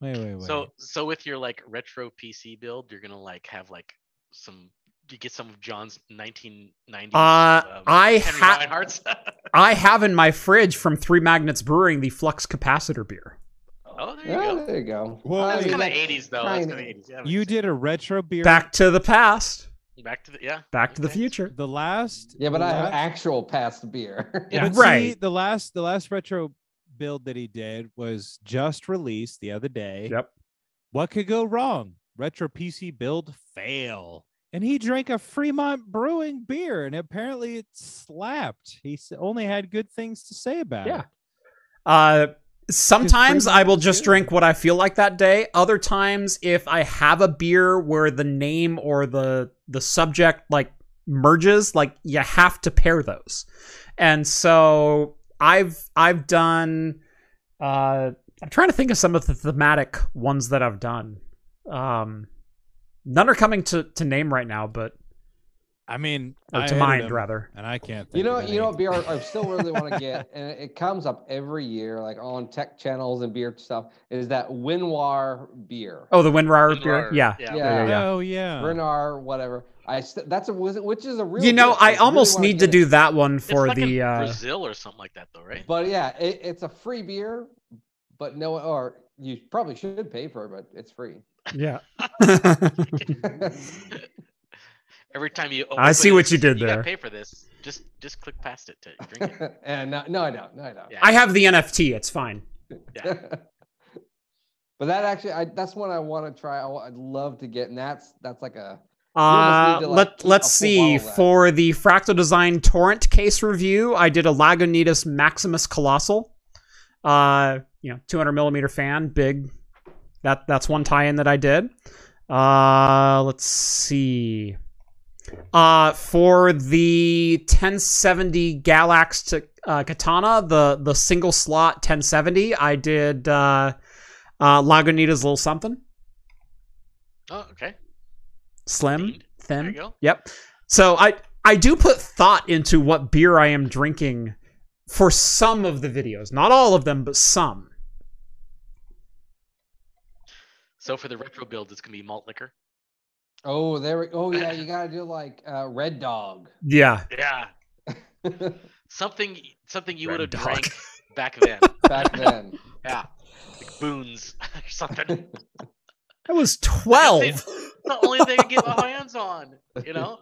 Speaker 4: Wait, wait, wait.
Speaker 3: So so with your like retro PC build, you're gonna like have like some you get some of John's 1990s.
Speaker 2: Uh, I
Speaker 3: Henry
Speaker 2: ha-
Speaker 3: Reinhardt's. *laughs*
Speaker 2: I have in my fridge from Three Magnets Brewing the Flux Capacitor beer.
Speaker 3: oh, there you
Speaker 1: Yeah,
Speaker 3: go.
Speaker 1: there you go.
Speaker 4: Well,
Speaker 1: I
Speaker 3: That's
Speaker 1: mean,
Speaker 3: kind of
Speaker 1: that's
Speaker 3: 80s though. That's
Speaker 1: kinda-
Speaker 3: kinda 80s. Yeah, that
Speaker 4: you
Speaker 3: makes
Speaker 4: did a retro beer
Speaker 2: Back to the past.
Speaker 3: sense. back to the yeah.
Speaker 2: Back to the
Speaker 3: Okay.
Speaker 2: future.
Speaker 4: The last.
Speaker 1: Yeah, but
Speaker 4: the
Speaker 1: I have
Speaker 4: last-
Speaker 1: actual past
Speaker 2: *laughs*
Speaker 1: beer.
Speaker 3: Yeah.
Speaker 4: But
Speaker 2: Right.
Speaker 4: see, the last the last retro build that he did was just released the other day.
Speaker 2: Yep.
Speaker 4: What could go wrong? Retro PC build fail. And he drank a Fremont Brewing beer, and apparently it slapped. He s- only had good things to say about
Speaker 2: Yeah.
Speaker 4: it.
Speaker 2: Uh, sometimes
Speaker 4: Magnets
Speaker 2: I will just
Speaker 4: Brewing.
Speaker 2: drink what I feel like that day. Other times, if I have a beer where the name or the the subject like merges, like you have to pair those. And so I've I've done. Uh, I'm trying to think of some of the thematic ones that I've done. Um, none are coming to to name right now, but
Speaker 4: I mean,
Speaker 2: or
Speaker 4: I
Speaker 2: to
Speaker 4: hated
Speaker 2: mind
Speaker 4: him,
Speaker 2: rather.
Speaker 4: and I can't.
Speaker 1: You
Speaker 4: Think
Speaker 1: know,
Speaker 4: of
Speaker 1: you know,
Speaker 4: any.
Speaker 1: what beer I I still really want
Speaker 2: *laughs*
Speaker 4: *laughs*
Speaker 1: to get, and it- it comes up every year, like on tech channels and beer stuff, is that Winoir beer,
Speaker 2: Oh, the Winrar beer.
Speaker 3: Windrar,
Speaker 2: Yeah.
Speaker 3: Yeah.
Speaker 1: Yeah.
Speaker 2: yeah, yeah.
Speaker 4: Oh yeah.
Speaker 1: Renar, whatever. I st- that's a was it- which is a real.
Speaker 2: You know,
Speaker 1: beer,
Speaker 2: I
Speaker 1: really
Speaker 2: almost
Speaker 1: wanna
Speaker 2: need to
Speaker 1: get it.
Speaker 2: do that one
Speaker 3: It's
Speaker 2: for
Speaker 3: like in
Speaker 2: the uh,
Speaker 3: Brazil or something like that though, right?
Speaker 1: But yeah, it, it's a free beer, but no, or you probably should pay for it, but it's free. *laughs*
Speaker 2: Yeah.
Speaker 3: Every time you
Speaker 2: I see
Speaker 3: open
Speaker 2: what
Speaker 3: it,
Speaker 2: you did
Speaker 3: you gotta
Speaker 2: there.
Speaker 3: Pay for this. Just just click past it to drink
Speaker 1: *laughs*
Speaker 3: it.
Speaker 1: and no, no, I don't. No, I don't.
Speaker 3: Yeah.
Speaker 2: I have the NFT. It's fine.
Speaker 1: *laughs* but that actually, I that's one I want to try. I, wa- I'd love to get, and that's that's like a
Speaker 2: Uh,
Speaker 1: must need to, like,
Speaker 2: let, let's
Speaker 1: a full
Speaker 2: see.
Speaker 1: bottle of that.
Speaker 2: For the Fractal Design Torrent case review, I did a Lagunitas Maximus Colossal. Uh, you know, 200 millimeter fan, big. That That's one tie in that I did. Uh, let's see. Uh, for the 1070 Galax to, uh, Katana, the, the single slot 1070, I did uh, uh, Lagunitas Little Something.
Speaker 3: Oh, okay.
Speaker 2: Slim,
Speaker 3: Themed. There you
Speaker 2: thin.
Speaker 3: go.
Speaker 2: Yep. So I I do put thought into what beer I am drinking for some of the videos, not all of them, but some.
Speaker 3: So for the retro build, it's gonna be malt liquor.
Speaker 1: oh there. We, oh yeah, you gotta do like uh, Red Dog. *laughs*
Speaker 2: Yeah.
Speaker 3: Yeah. Something something you
Speaker 2: Red
Speaker 3: would have
Speaker 2: Dog. *laughs*
Speaker 3: drank back then.
Speaker 1: back then.
Speaker 3: Yeah. Like boons *laughs* or something.
Speaker 2: I was twelve.
Speaker 1: *laughs*
Speaker 3: It's the only thing I could get my hands on, you know?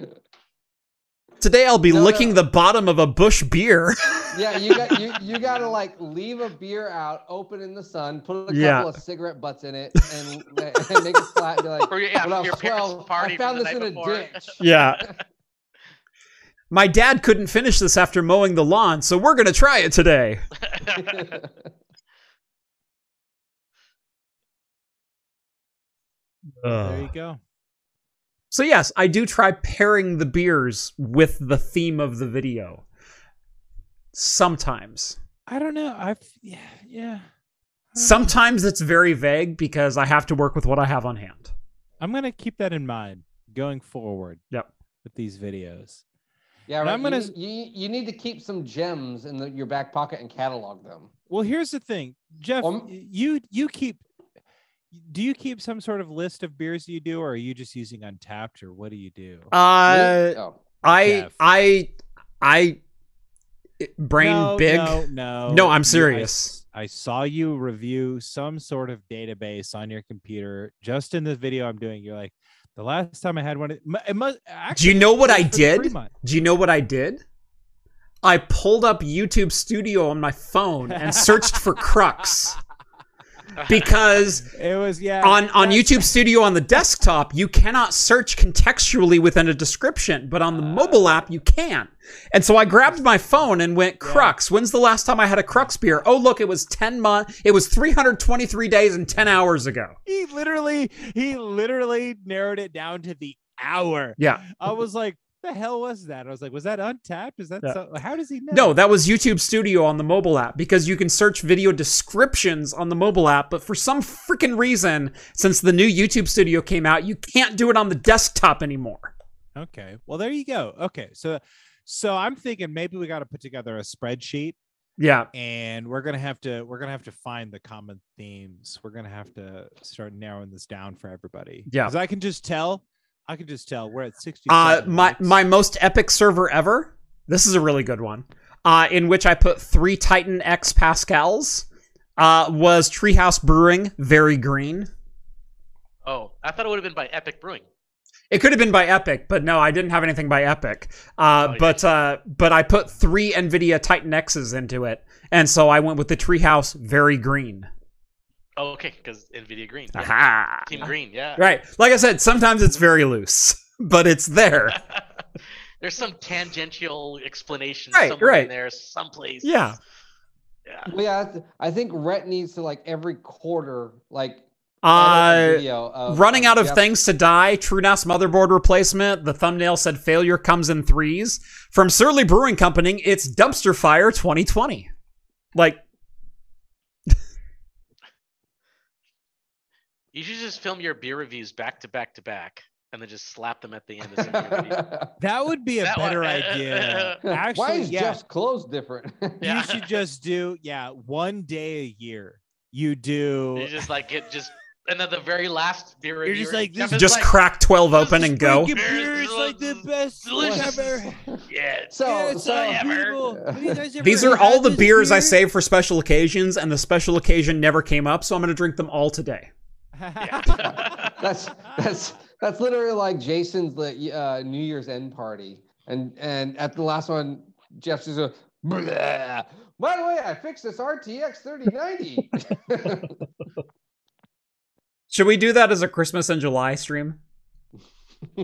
Speaker 3: *laughs*
Speaker 2: Today I'll be
Speaker 1: No, no.
Speaker 2: licking the bottom of a bush beer. *laughs*
Speaker 1: yeah, you got you, you gotta like leave a beer out, open in the sun, put a couple
Speaker 2: Yeah.
Speaker 1: of cigarette butts in it, and, and make it flat. And be like,
Speaker 3: Or your, yeah,
Speaker 1: when I
Speaker 3: from
Speaker 1: was
Speaker 3: your parents'
Speaker 1: 12,
Speaker 3: party
Speaker 1: I found
Speaker 3: from
Speaker 1: this
Speaker 3: the
Speaker 1: in
Speaker 3: night
Speaker 1: a
Speaker 3: before. *laughs*
Speaker 1: ditch.
Speaker 2: Yeah. My dad couldn't finish this after mowing the lawn, so we're gonna try it today.
Speaker 4: There you go.
Speaker 2: So yes, I do try pairing the beers with the theme of the video. Sometimes.
Speaker 4: I don't know. I've yeah, yeah.
Speaker 2: Sometimes it's very vague because I have to work with what I have on hand.
Speaker 4: I'm gonna keep that in mind going forward.
Speaker 2: Yep.
Speaker 4: With these videos.
Speaker 1: *laughs* Yeah,
Speaker 4: And
Speaker 1: right.
Speaker 4: I'm gonna-
Speaker 1: you, you you need to keep some gems in the, your back pocket and catalog them.
Speaker 4: Well, here's the thing, Jeff.
Speaker 1: Um,
Speaker 4: y- you you keep. Do you keep some sort of list of beers you do, or are you just using Untapped, or what do you do?
Speaker 2: Uh,
Speaker 1: oh,
Speaker 2: I
Speaker 4: Jeff.
Speaker 2: I I brain
Speaker 4: No,
Speaker 2: big.
Speaker 4: No, no,
Speaker 2: No, I'm
Speaker 4: You- I
Speaker 2: serious.
Speaker 4: s- I, saw you review some sort of database on your computer just in the video I'm doing. You're like, the last time I had one, of- mu- it must. Actually,
Speaker 2: know
Speaker 4: it
Speaker 2: what I
Speaker 4: was for
Speaker 2: did?
Speaker 4: Fremont.
Speaker 2: Do you know what I did? I pulled up YouTube Studio on my phone and searched for Crux because
Speaker 4: It was yeah.
Speaker 2: on on
Speaker 4: that's-
Speaker 2: YouTube Studio on the desktop you cannot search contextually within a description, but on the mobile app you can. And so I grabbed my phone and went Crux. When's the last time I had a Crux beer? Oh look, it was 10 month it was 323 days and 10 hours ago.
Speaker 4: He literally, he literally narrowed it down to the hour.
Speaker 2: Yeah.
Speaker 4: I was like, the hell was that? I was like, was that Untapped? Is that
Speaker 2: Yeah.
Speaker 4: so, how does he know?
Speaker 2: No, that was YouTube Studio on the mobile app because you can search video descriptions on the mobile app, but for some freaking reason, since the new YouTube Studio came out, you can't do it on the desktop anymore.
Speaker 4: Okay. Well, there you go. Okay. So, so I'm thinking maybe we got to put together a spreadsheet
Speaker 2: Yeah.
Speaker 4: and we're gonna have to we're gonna have to find the common themes we're gonna have to start narrowing this down for everybody
Speaker 2: Yeah.
Speaker 4: because i can just tell i can just tell we're at 60
Speaker 2: Uh, my my most epic server ever. This is a really good one. Uh, in which I put three Titan X Pascals. Uh, was Treehouse Brewing very green?
Speaker 3: *laughs* Oh, I thought it would have been by Epic Brewing.
Speaker 2: It could have been by Epic, but no, I didn't have anything by Epic. Uh,
Speaker 3: Oh, yeah.
Speaker 2: but uh, but I put three Nvidia Titan X's into it, and so I went with the Treehouse Very Green.
Speaker 3: Oh, okay, because Nvidia Green. yeah.
Speaker 2: Aha!
Speaker 3: Team Green, yeah.
Speaker 2: Right, like I said, sometimes it's very loose, *laughs* but it's there.
Speaker 3: *laughs* There's some tangential explanation
Speaker 2: Right,
Speaker 3: somewhere
Speaker 2: right.
Speaker 3: in there, someplace.
Speaker 2: Yeah.
Speaker 3: Yeah.
Speaker 1: well, yeah. I th- I think Rhett needs to like every quarter, like edit a
Speaker 2: Uh,
Speaker 1: video of,
Speaker 2: running out of
Speaker 1: Jeff-
Speaker 2: things to die. TrueNAS motherboard replacement. The thumbnail said failure comes in threes. From Surly Brewing Company, it's Dumpster Fire 2020. Like
Speaker 3: You should just film your beer reviews back to back to back and then just slap them at the end as a beer review.
Speaker 4: that would *laughs* be a
Speaker 3: That one-
Speaker 4: better
Speaker 3: *laughs*
Speaker 4: idea
Speaker 1: *laughs*
Speaker 4: actually
Speaker 1: Why is
Speaker 4: yeah
Speaker 1: Jeff's clothes different? *laughs*
Speaker 3: Yeah.
Speaker 4: you should just do yeah one day a year you
Speaker 3: You
Speaker 4: do
Speaker 3: just like it just and then the very last beer
Speaker 4: You're
Speaker 3: review.
Speaker 4: just like,
Speaker 3: Jeff
Speaker 4: this
Speaker 3: is
Speaker 2: just
Speaker 3: like,
Speaker 2: crack 12
Speaker 3: this
Speaker 2: open
Speaker 3: is
Speaker 2: and go.
Speaker 4: Freaking
Speaker 3: Beers
Speaker 4: beer is
Speaker 3: is
Speaker 4: like the
Speaker 3: delicious.
Speaker 4: best one
Speaker 3: Delicious.
Speaker 4: ever
Speaker 3: yeah.
Speaker 1: So,
Speaker 4: Yeah, it's
Speaker 1: so *laughs*
Speaker 4: unbelievable. Have you guys ever
Speaker 2: These are
Speaker 4: had
Speaker 2: all the
Speaker 4: this
Speaker 2: beers I
Speaker 4: beer? *laughs*
Speaker 2: save for special occasions, and the special occasion never came up, so I'm going to drink them all today. *laughs*
Speaker 3: Yeah.
Speaker 1: that's that's that's literally like Jason's like, uh, New Year's end party, and and at the last one, Jeff's just a. Bleh. By the way, I fixed this RTX 3090.
Speaker 2: Should we do that as a Christmas in July stream?
Speaker 1: *laughs*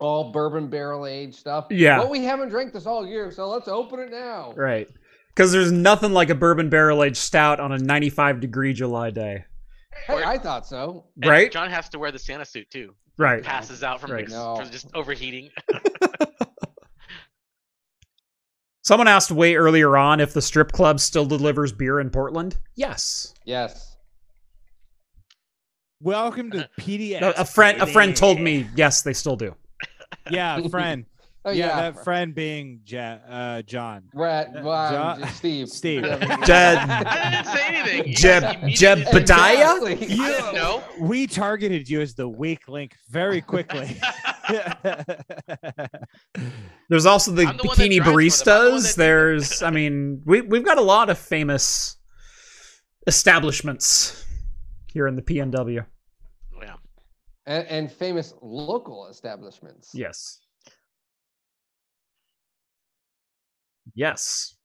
Speaker 1: all bourbon barrel aged stuff.
Speaker 2: Yeah.
Speaker 1: But we haven't drank this all year, so let's open it now.
Speaker 2: Right. Because there's nothing like a bourbon barrel aged stout on a 95 degree July day.
Speaker 1: Hey, I thought so.
Speaker 3: And
Speaker 2: Right?
Speaker 3: John has to wear the Santa suit too.
Speaker 2: Right.
Speaker 3: Passes out from,
Speaker 2: Right.
Speaker 3: ex-
Speaker 1: No.
Speaker 3: from just overheating.
Speaker 2: Someone asked way earlier on if the strip club still delivers beer in Portland. Yes.
Speaker 1: Yes.
Speaker 3: *laughs*
Speaker 4: welcome to pdx
Speaker 2: A, a friend a friend
Speaker 4: baby.
Speaker 2: told me yes, they still do.
Speaker 4: yeah
Speaker 2: *laughs*
Speaker 4: friend
Speaker 1: Oh
Speaker 4: yeah,
Speaker 1: yeah.
Speaker 4: that friend being ja- uh, john
Speaker 1: Brett,
Speaker 4: uh,
Speaker 1: well,
Speaker 4: John-
Speaker 1: J- Steve.
Speaker 4: Steve.
Speaker 1: *laughs*
Speaker 2: Jed
Speaker 3: *laughs* I didn't say anything. You
Speaker 2: Jeb-
Speaker 3: guys immediately
Speaker 2: Jeb
Speaker 3: just-
Speaker 2: Bada- Badaya?
Speaker 1: Exactly.
Speaker 3: I didn't know.
Speaker 4: we targeted you as the weak link
Speaker 3: *laughs*
Speaker 4: very quickly. *laughs*
Speaker 2: There's also the
Speaker 3: I'm the one that
Speaker 2: bikini
Speaker 3: drives for them. I'm the one
Speaker 2: baristas.
Speaker 3: that-
Speaker 2: There's, I mean, we we've got a lot of famous establishments here in the PNW.
Speaker 3: Yeah.
Speaker 1: and, and famous local establishments.
Speaker 2: Yes. Yes.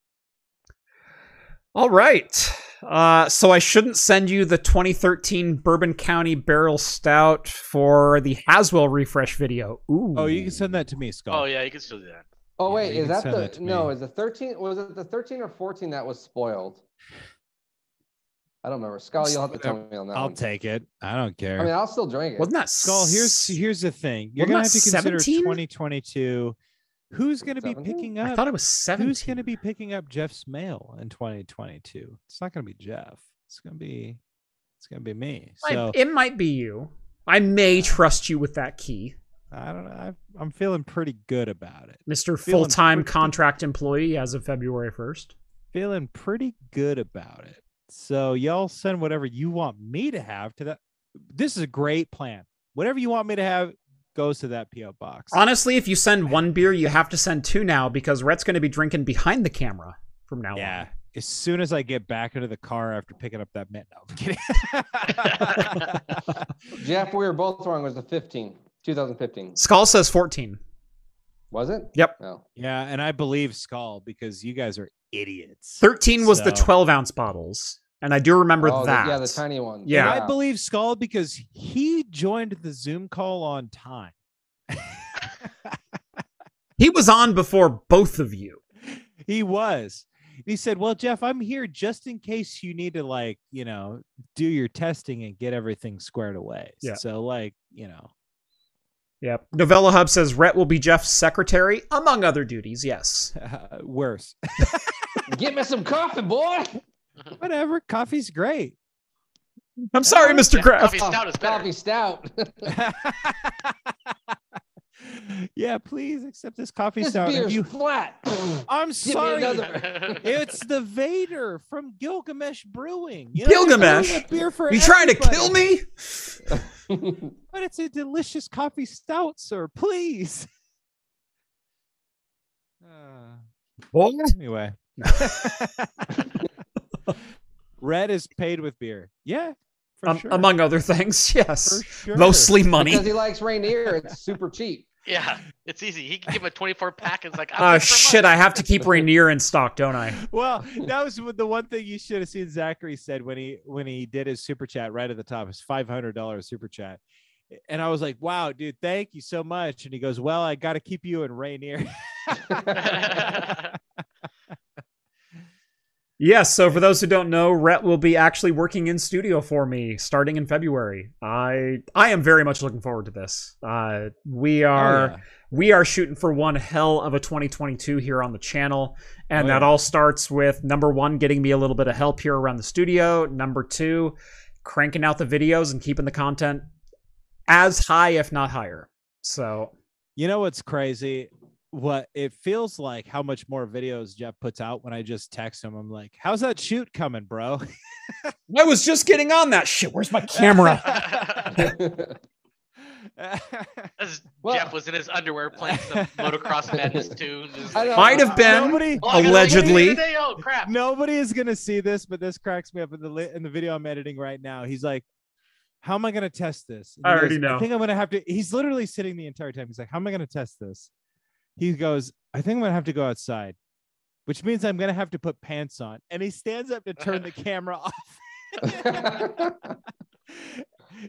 Speaker 2: All right. Uh, so I shouldn't send you the 2013 Bourbon County Barrel Stout for the Haswell refresh video. Ooh.
Speaker 4: oh, you can send that to me, Scott.
Speaker 3: Oh yeah, you can still do that.
Speaker 1: Oh
Speaker 4: Yeah,
Speaker 1: wait,
Speaker 4: you
Speaker 1: is
Speaker 4: can
Speaker 1: that
Speaker 4: send
Speaker 1: the
Speaker 4: that to
Speaker 1: no?
Speaker 4: me.
Speaker 1: Is the thirteen? Was it the thirteen or fourteen that was spoiled? I don't remember. Scott, you'll have to tell me on that.
Speaker 4: I'll
Speaker 1: one.
Speaker 4: take it. I don't care.
Speaker 1: I mean, I'll still drink it.
Speaker 2: Wasn't that
Speaker 4: Skull, here's
Speaker 2: s-
Speaker 4: here's the thing. You're
Speaker 2: Wasn't
Speaker 4: gonna
Speaker 2: that
Speaker 4: have to consider
Speaker 2: 17?
Speaker 4: 2022 Who's going to be
Speaker 1: 17?
Speaker 4: picking
Speaker 2: I
Speaker 4: up?
Speaker 2: thought it was seventeen.
Speaker 4: Who's going to be picking up Jeff's mail in 2022? It's not going to be Jeff. It's going to be it's going to be me.
Speaker 2: Might-
Speaker 4: So
Speaker 2: it might be you. I may trust you with that key,
Speaker 4: I don't know. I, I'm feeling pretty good about it.
Speaker 2: Mister
Speaker 4: Feeling
Speaker 2: Full Time
Speaker 4: pretty-
Speaker 2: Contract Employee, as of February first.
Speaker 4: Feeling pretty good about it. So y'all send whatever you want me to have to that. This is a great plan. Whatever you want me to have goes to that PO box.
Speaker 2: Honestly, if you send one beer, you have to send two now because Rhett's going to be drinking behind the camera from now
Speaker 4: yeah.
Speaker 2: on.
Speaker 4: As soon as I get back into the car after picking up that mint, no, I'm *laughs*
Speaker 2: *laughs*
Speaker 4: kidding.
Speaker 1: Jeff, we were both wrong. Was the 15, 2015?
Speaker 2: Skull says fourteen.
Speaker 1: Was it?
Speaker 2: Yep.
Speaker 1: No.
Speaker 4: yeah, and I believe Skull because you guys are idiots.
Speaker 2: 13 was the
Speaker 4: So-
Speaker 2: 12 ounce bottles. And I do remember
Speaker 1: Oh, the-
Speaker 2: that.
Speaker 1: yeah, the tiny one.
Speaker 2: Yeah.
Speaker 4: And I believe Skull because he joined the Zoom call on time.
Speaker 2: he was on before both of you.
Speaker 4: he was. And He said, Well, Jeff, I'm here just in case you need to, like, you know, do your testing and get everything squared away.
Speaker 2: Yeah.
Speaker 4: So, like, you know, *laughs*
Speaker 2: Yep. Novella Hub says Rhett will be Jeff's secretary, among other duties. Yes.
Speaker 4: worse.
Speaker 1: Get me some coffee, boy.
Speaker 4: Whatever. Coffee's great.
Speaker 2: I'm
Speaker 3: Oh,
Speaker 2: sorry, Mr. Kraft.
Speaker 3: Coffee stout is better.
Speaker 1: Coffee stout.
Speaker 4: yeah, please accept this coffee
Speaker 1: this
Speaker 4: stout.
Speaker 1: *laughs*
Speaker 4: Have
Speaker 1: beer's
Speaker 4: you-
Speaker 1: flat. Give
Speaker 4: I'm
Speaker 1: me
Speaker 4: sorry.
Speaker 1: another-
Speaker 3: *laughs*
Speaker 4: It's the Vader from Gilgamesh Brewing.
Speaker 2: Gilgamesh?
Speaker 4: You beer for
Speaker 2: You trying to kill
Speaker 4: everybody.
Speaker 2: me?
Speaker 4: But it's a delicious coffee stout, sir. Please. *laughs* Uh,
Speaker 2: *laughs*
Speaker 4: anyway. Red is paid with beer. Yeah. For
Speaker 2: Um,
Speaker 4: sure.
Speaker 2: Among other things. *laughs* Yes.
Speaker 4: for sure.
Speaker 2: Mostly money.
Speaker 1: Because he likes Rainier. It's super
Speaker 4: *laughs*
Speaker 1: cheap. *laughs*
Speaker 3: yeah, it's easy. He can give him a 24 pack. And it's like, I'm
Speaker 2: Oh,
Speaker 3: good for a
Speaker 2: shit. I
Speaker 3: month.
Speaker 2: have to keep Rainier in stock, don't I?
Speaker 4: Well, that was what- the one thing you should have seen Zachary said when he when he did his super chat right at the top, his five hundred dollar super chat. And I was like, wow, dude, thank you so much. And he goes, Well, I gotta keep you in Rainier.
Speaker 2: Yes. So, for those who don't know, Rhett will be actually working in studio for me starting in February. I I am very much looking forward to this. Uh, we are.
Speaker 4: Oh, yeah.
Speaker 2: we are shooting for one hell of a 2022 here on the channel and
Speaker 4: Oh,
Speaker 2: that
Speaker 4: yeah.
Speaker 2: all starts with number one getting me a little bit of help here around the studio number two cranking out the videos and keeping the content as high if not higher so
Speaker 4: You know what's crazy? What it feels like how much more videos Jeff puts out when I just text him. I'm like, how's that shoot coming, bro? *laughs*
Speaker 2: i was just getting on that shit where's my *laughs* camera
Speaker 3: *laughs* As
Speaker 1: Well-
Speaker 3: Jeff was in his underwear playing some
Speaker 4: *laughs*
Speaker 3: motocross madness tune. Just
Speaker 1: I
Speaker 3: like,
Speaker 1: know.
Speaker 2: might have been
Speaker 4: Nobody,
Speaker 3: "Oh, I gotta
Speaker 2: allegedly.
Speaker 3: leave today? Oh crap!
Speaker 4: nobody is gonna see this, but this cracks me up in the li- in the video I'm editing right now. He's like, How am I gonna test this? And
Speaker 2: I
Speaker 4: he goes,
Speaker 2: already know.
Speaker 4: I think I'm gonna have to. He's literally sitting the entire time. He's like, How am I gonna test this? He goes, I think I'm gonna have to go outside, which means I'm gonna have to put pants on. And he stands up to
Speaker 2: *laughs*
Speaker 4: turn the camera off.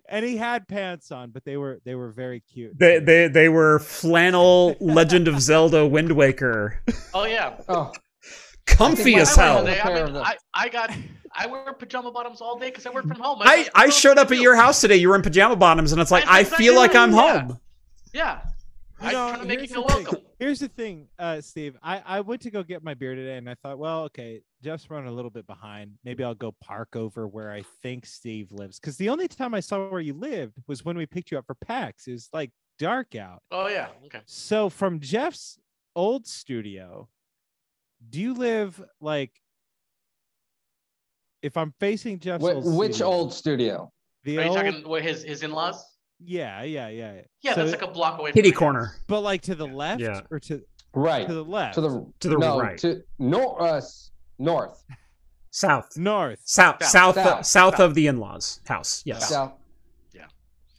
Speaker 4: and he had pants on, but they were they were very cute.
Speaker 2: they, they they were flannel legend of zelda wind waker
Speaker 3: Oh yeah.
Speaker 1: oh,
Speaker 2: comfy
Speaker 1: I
Speaker 2: as
Speaker 1: went
Speaker 3: I, wear
Speaker 2: hell
Speaker 1: with
Speaker 3: them today.
Speaker 1: Pair
Speaker 3: I,
Speaker 1: of
Speaker 3: mean,
Speaker 1: them.
Speaker 3: I, I got I wear pajama bottoms all day because I work from home.
Speaker 2: I,
Speaker 3: got
Speaker 2: I
Speaker 3: nothing
Speaker 2: showed up
Speaker 3: to
Speaker 2: at
Speaker 3: do.
Speaker 2: your house today. You were in pajama bottoms, and it's like
Speaker 3: That's
Speaker 2: I
Speaker 3: exactly
Speaker 2: feel like
Speaker 3: right,
Speaker 2: I'm
Speaker 3: yeah.
Speaker 2: home.
Speaker 3: Yeah.
Speaker 4: You
Speaker 3: I
Speaker 4: know,
Speaker 3: try to make you
Speaker 4: here's
Speaker 3: feel
Speaker 4: the thing.
Speaker 3: welcome.
Speaker 4: Here's the thing, uh, Steve. I, I went to go get my beer today, and I thought, well, okay, Jeff's running a little bit behind. Maybe I'll go park over where I think Steve lives. Because the only time I saw where you lived was when we picked you up for PAX. It was like dark out.
Speaker 3: Oh yeah. Okay.
Speaker 4: So from Jeff's old studio, do you live like? If I'm facing Jeff's
Speaker 1: wh-
Speaker 4: old
Speaker 1: which
Speaker 4: studio,
Speaker 1: old studio?
Speaker 4: the
Speaker 3: Are you
Speaker 4: old,
Speaker 3: talking what his his in laws?
Speaker 4: yeah, yeah, yeah, yeah.
Speaker 3: Yeah,
Speaker 4: So-
Speaker 3: that's like a block away.
Speaker 2: Kitty
Speaker 3: my house.
Speaker 2: corner
Speaker 4: but like to the left
Speaker 2: Yeah.
Speaker 4: or to
Speaker 1: Right.
Speaker 4: to the left
Speaker 1: To the,
Speaker 2: to the
Speaker 1: no,
Speaker 2: right,
Speaker 1: To nor- uh, s- north.
Speaker 2: south.
Speaker 4: north.
Speaker 2: South, south,
Speaker 1: South.
Speaker 2: uh, south,
Speaker 1: South.
Speaker 2: of the in-laws' house. Yes,
Speaker 1: South.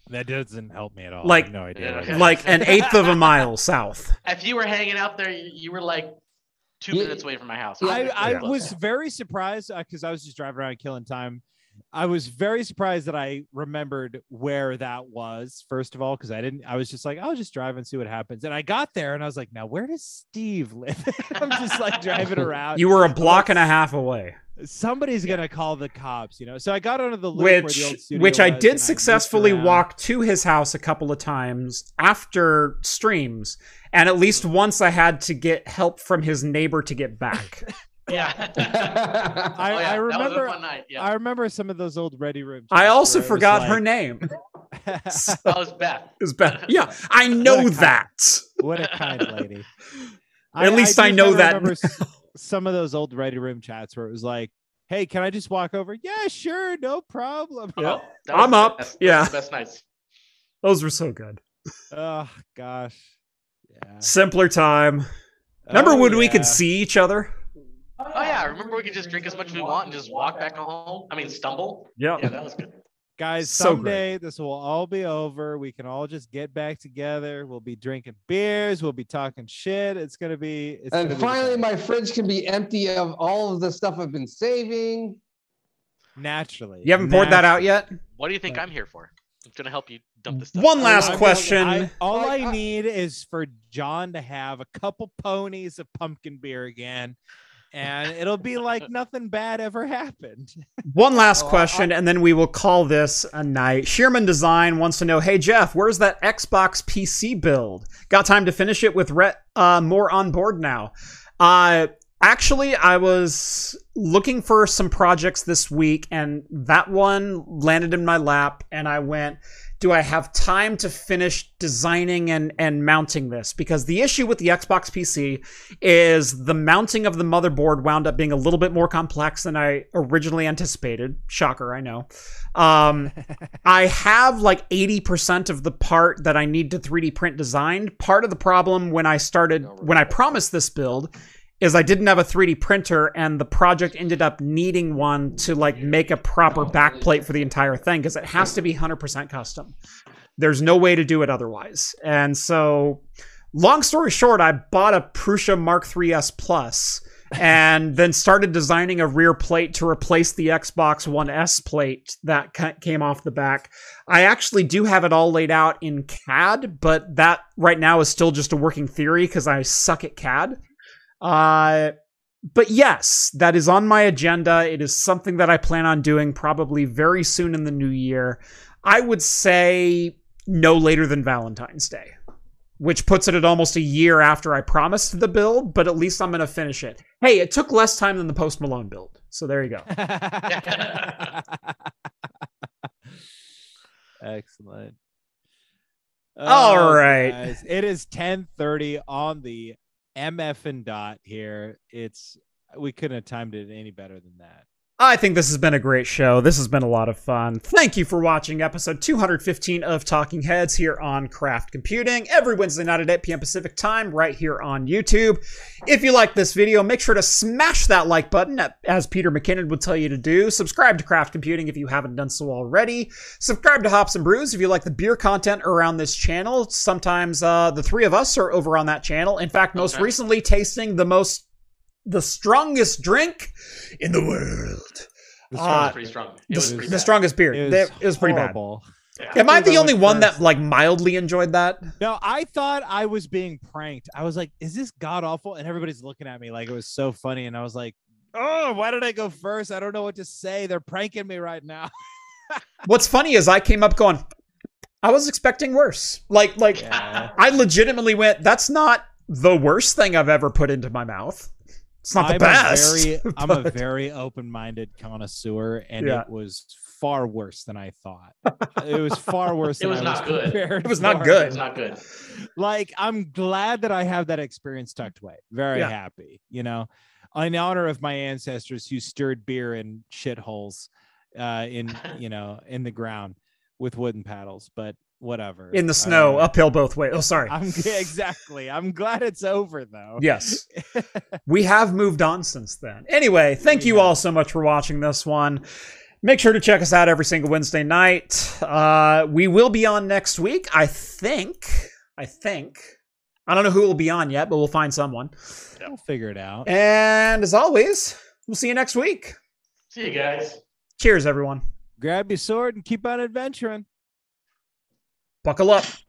Speaker 4: That doesn't help me at all.
Speaker 2: Like-
Speaker 4: I have no idea.
Speaker 3: Yeah,
Speaker 4: what
Speaker 3: okay.
Speaker 2: like an eighth of a mile south.
Speaker 3: If you were hanging out there, you, you were like two
Speaker 1: Yeah.
Speaker 3: minutes away from my house.
Speaker 1: Yeah,
Speaker 4: I,
Speaker 1: yeah,
Speaker 4: I
Speaker 1: yeah.
Speaker 4: was very surprised because I was just driving around killing time. I was very surprised that I remembered where that was, first of all, because I didn't, I was just like, I'll just drive and see what happens. And I got there and I was *laughs* like, now where does Steve live? I'm just like driving around.
Speaker 2: You were a block and a half away.
Speaker 4: Somebody's gonna call the cops, you know. So I got onto the loop where the old
Speaker 2: which
Speaker 4: studio
Speaker 2: which I
Speaker 4: was, and
Speaker 2: did
Speaker 4: messed
Speaker 2: successfully
Speaker 4: around.
Speaker 2: walk to his house a couple of times after streams, and at least once I had to get help from his neighbor to get back.
Speaker 3: *laughs* Yeah.
Speaker 1: *laughs* I,
Speaker 4: I,
Speaker 3: Oh, yeah,
Speaker 4: I
Speaker 3: That was
Speaker 4: remember.
Speaker 3: a fun night. Yeah.
Speaker 4: I remember some of those old ready room.
Speaker 2: I
Speaker 4: chats
Speaker 2: also
Speaker 4: where it was
Speaker 2: forgot her
Speaker 4: like-
Speaker 2: name.
Speaker 4: *laughs*
Speaker 2: So
Speaker 3: That was Beth.
Speaker 2: it's bad. Yeah, I know
Speaker 4: What a
Speaker 2: that.
Speaker 4: what a kind
Speaker 2: *laughs*
Speaker 4: lady.
Speaker 2: At least I
Speaker 4: do
Speaker 2: know
Speaker 4: kinda
Speaker 2: that
Speaker 4: remember
Speaker 2: *laughs*
Speaker 4: s- some of those old ready room chats where it was like, "Hey, can I just walk over?" Yeah, sure, no problem.
Speaker 3: Oh, that was
Speaker 2: I'm
Speaker 3: the
Speaker 2: up.
Speaker 3: best-
Speaker 2: Yeah.
Speaker 3: The best nights.
Speaker 2: Those were so good.
Speaker 4: Oh gosh. Yeah.
Speaker 2: Simpler time. Remember
Speaker 4: Oh,
Speaker 2: when we could
Speaker 4: yeah.
Speaker 2: see each other?
Speaker 3: Oh yeah, remember we could just drink as much as we want and just walk back home. I mean, stumble. Yeah, that was good.
Speaker 4: guys
Speaker 2: So great.
Speaker 4: someday this will all be over we can all just get back together we'll be drinking beers we'll be talking shit it's gonna be it's gonna
Speaker 1: and
Speaker 4: be
Speaker 1: finally,
Speaker 4: great.
Speaker 1: my fridge can be empty of all of the stuff I've been saving.
Speaker 4: naturally
Speaker 2: You haven't poured that out
Speaker 4: naturally.
Speaker 2: yet?
Speaker 3: What do you think I'm here for? I'm gonna help you dump this stuff.
Speaker 2: One last
Speaker 4: I'm
Speaker 2: question.
Speaker 4: gonna- I- all
Speaker 1: Like,
Speaker 4: i
Speaker 1: I-
Speaker 4: need is for john to have a couple ponies of pumpkin beer again and it'll be like nothing bad ever happened
Speaker 2: One last
Speaker 1: Oh, I-
Speaker 2: question, and then we will call this a night. Shearman Design wants to know Hey, Jeff, where's that Xbox PC build? Got time to finish it with Rhett uh, more on board now. Uh, actually, I was looking for some projects this week, and that one landed in my lap, and I went, do I have time to finish designing and, and mounting this? Because the issue with the Xbox PC is the mounting of the motherboard wound up being a little bit more complex than I originally anticipated. Shocker, I know. Um, I have like 80% of the part that I need to 3D print designed. Part of the problem when I started, when I promised this build, is I didn't have a 3D printer and the project ended up needing one to like make a proper backplate for the entire thing because it has to be 100% custom. There's no way to do it otherwise. And so, long story short, I bought a Prusa Mark 3S Plus and then started designing a rear plate to replace the Xbox One S plate that ca- came off the back. I actually do have it all laid out in CAD, but that right now is still just a working theory because I suck at CAD. Uh, but yes, that is on my agenda. It is something that I plan on doing probably very soon in the new year. I would say no later than Valentine's Day, which puts it at almost a year after I promised the build, but at least I'm going to finish it. Hey, it took less time than the Post Malone build. So there you go.
Speaker 4: Excellent.
Speaker 2: All
Speaker 4: All right,
Speaker 2: right.
Speaker 4: it is 10:30 on the MF and dot here. It's we couldn't have timed it any better than that.
Speaker 2: I think this has been a great show. This has been a lot of fun. Thank you for watching episode 215 of Talking Heads here on Craft Computing every Wednesday night at 8 p.m. Pacific time right here on YouTube. If you like this video, make sure to smash that like button as Peter McKinnon would tell you to do. Subscribe to Craft Computing if you haven't done so already. Subscribe to Hops and Brews if you like the beer content around this channel. Sometimes uh, the three of us are over on that channel. In fact, most
Speaker 3: Okay.
Speaker 2: recently tasting the most the strongest drink in the world.
Speaker 3: It
Speaker 2: Uh,
Speaker 4: The
Speaker 3: was
Speaker 4: strongest-
Speaker 3: pretty strong. It
Speaker 2: The,
Speaker 3: was pretty
Speaker 2: the
Speaker 3: bad.
Speaker 2: strongest beer.
Speaker 4: it
Speaker 2: It
Speaker 4: was,
Speaker 2: was, it was pretty bad.
Speaker 4: horrible.
Speaker 3: Yeah.
Speaker 2: Am I the
Speaker 4: Everyone
Speaker 2: only one
Speaker 4: first.
Speaker 2: that like mildly enjoyed that?
Speaker 4: No, I thought I was being pranked. I was like, "Is this god awful?" And everybody's looking at me like it was so funny, and I was like, "Oh, why did I go first? I don't know what to say. They're pranking me right now."
Speaker 2: What's funny is I came up going, I was expecting worse. Like like
Speaker 4: Yeah.
Speaker 2: I legitimately went, that's not the worst thing I've ever put into my mouth. It's not the
Speaker 4: I'm
Speaker 2: best. *laughs*
Speaker 4: A very, I'm a
Speaker 2: but-
Speaker 4: very open-minded connoisseur, and
Speaker 2: Yeah.
Speaker 4: it was far worse than I
Speaker 2: *laughs*
Speaker 4: thought. it was far worse.
Speaker 3: It
Speaker 4: than
Speaker 3: was
Speaker 4: I
Speaker 3: not good.
Speaker 4: prepared
Speaker 2: It was not
Speaker 4: for.
Speaker 2: *laughs* good.
Speaker 3: It's not good.
Speaker 4: Like I'm glad that I have that experience tucked away. Very
Speaker 2: Yeah.
Speaker 4: happy, you know, in honor of my ancestors who stirred beer in shitholes, uh,
Speaker 2: *laughs*
Speaker 4: in you know, in the ground with wooden paddles. But whatever.
Speaker 2: In the snow,
Speaker 4: Uh,
Speaker 2: uphill both ways. Oh, sorry.
Speaker 4: *laughs* I'm *laughs* exactly. I'm glad it's over though.
Speaker 2: *laughs*
Speaker 4: *laughs*
Speaker 2: Yes. we have moved on since then. Anyway, thank
Speaker 4: We
Speaker 2: you
Speaker 4: have.
Speaker 2: all so much for watching this one. Make sure to check us out every single Wednesday night. Uh, we will be on next week, I think. I think. I don't know who will be on yet, but we'll find someone.
Speaker 4: We'll figure it out.
Speaker 2: And as always, we'll see you next week.
Speaker 3: See you guys.
Speaker 2: Cheers, everyone.
Speaker 4: Grab your sword and keep on adventuring.
Speaker 2: Buckle up.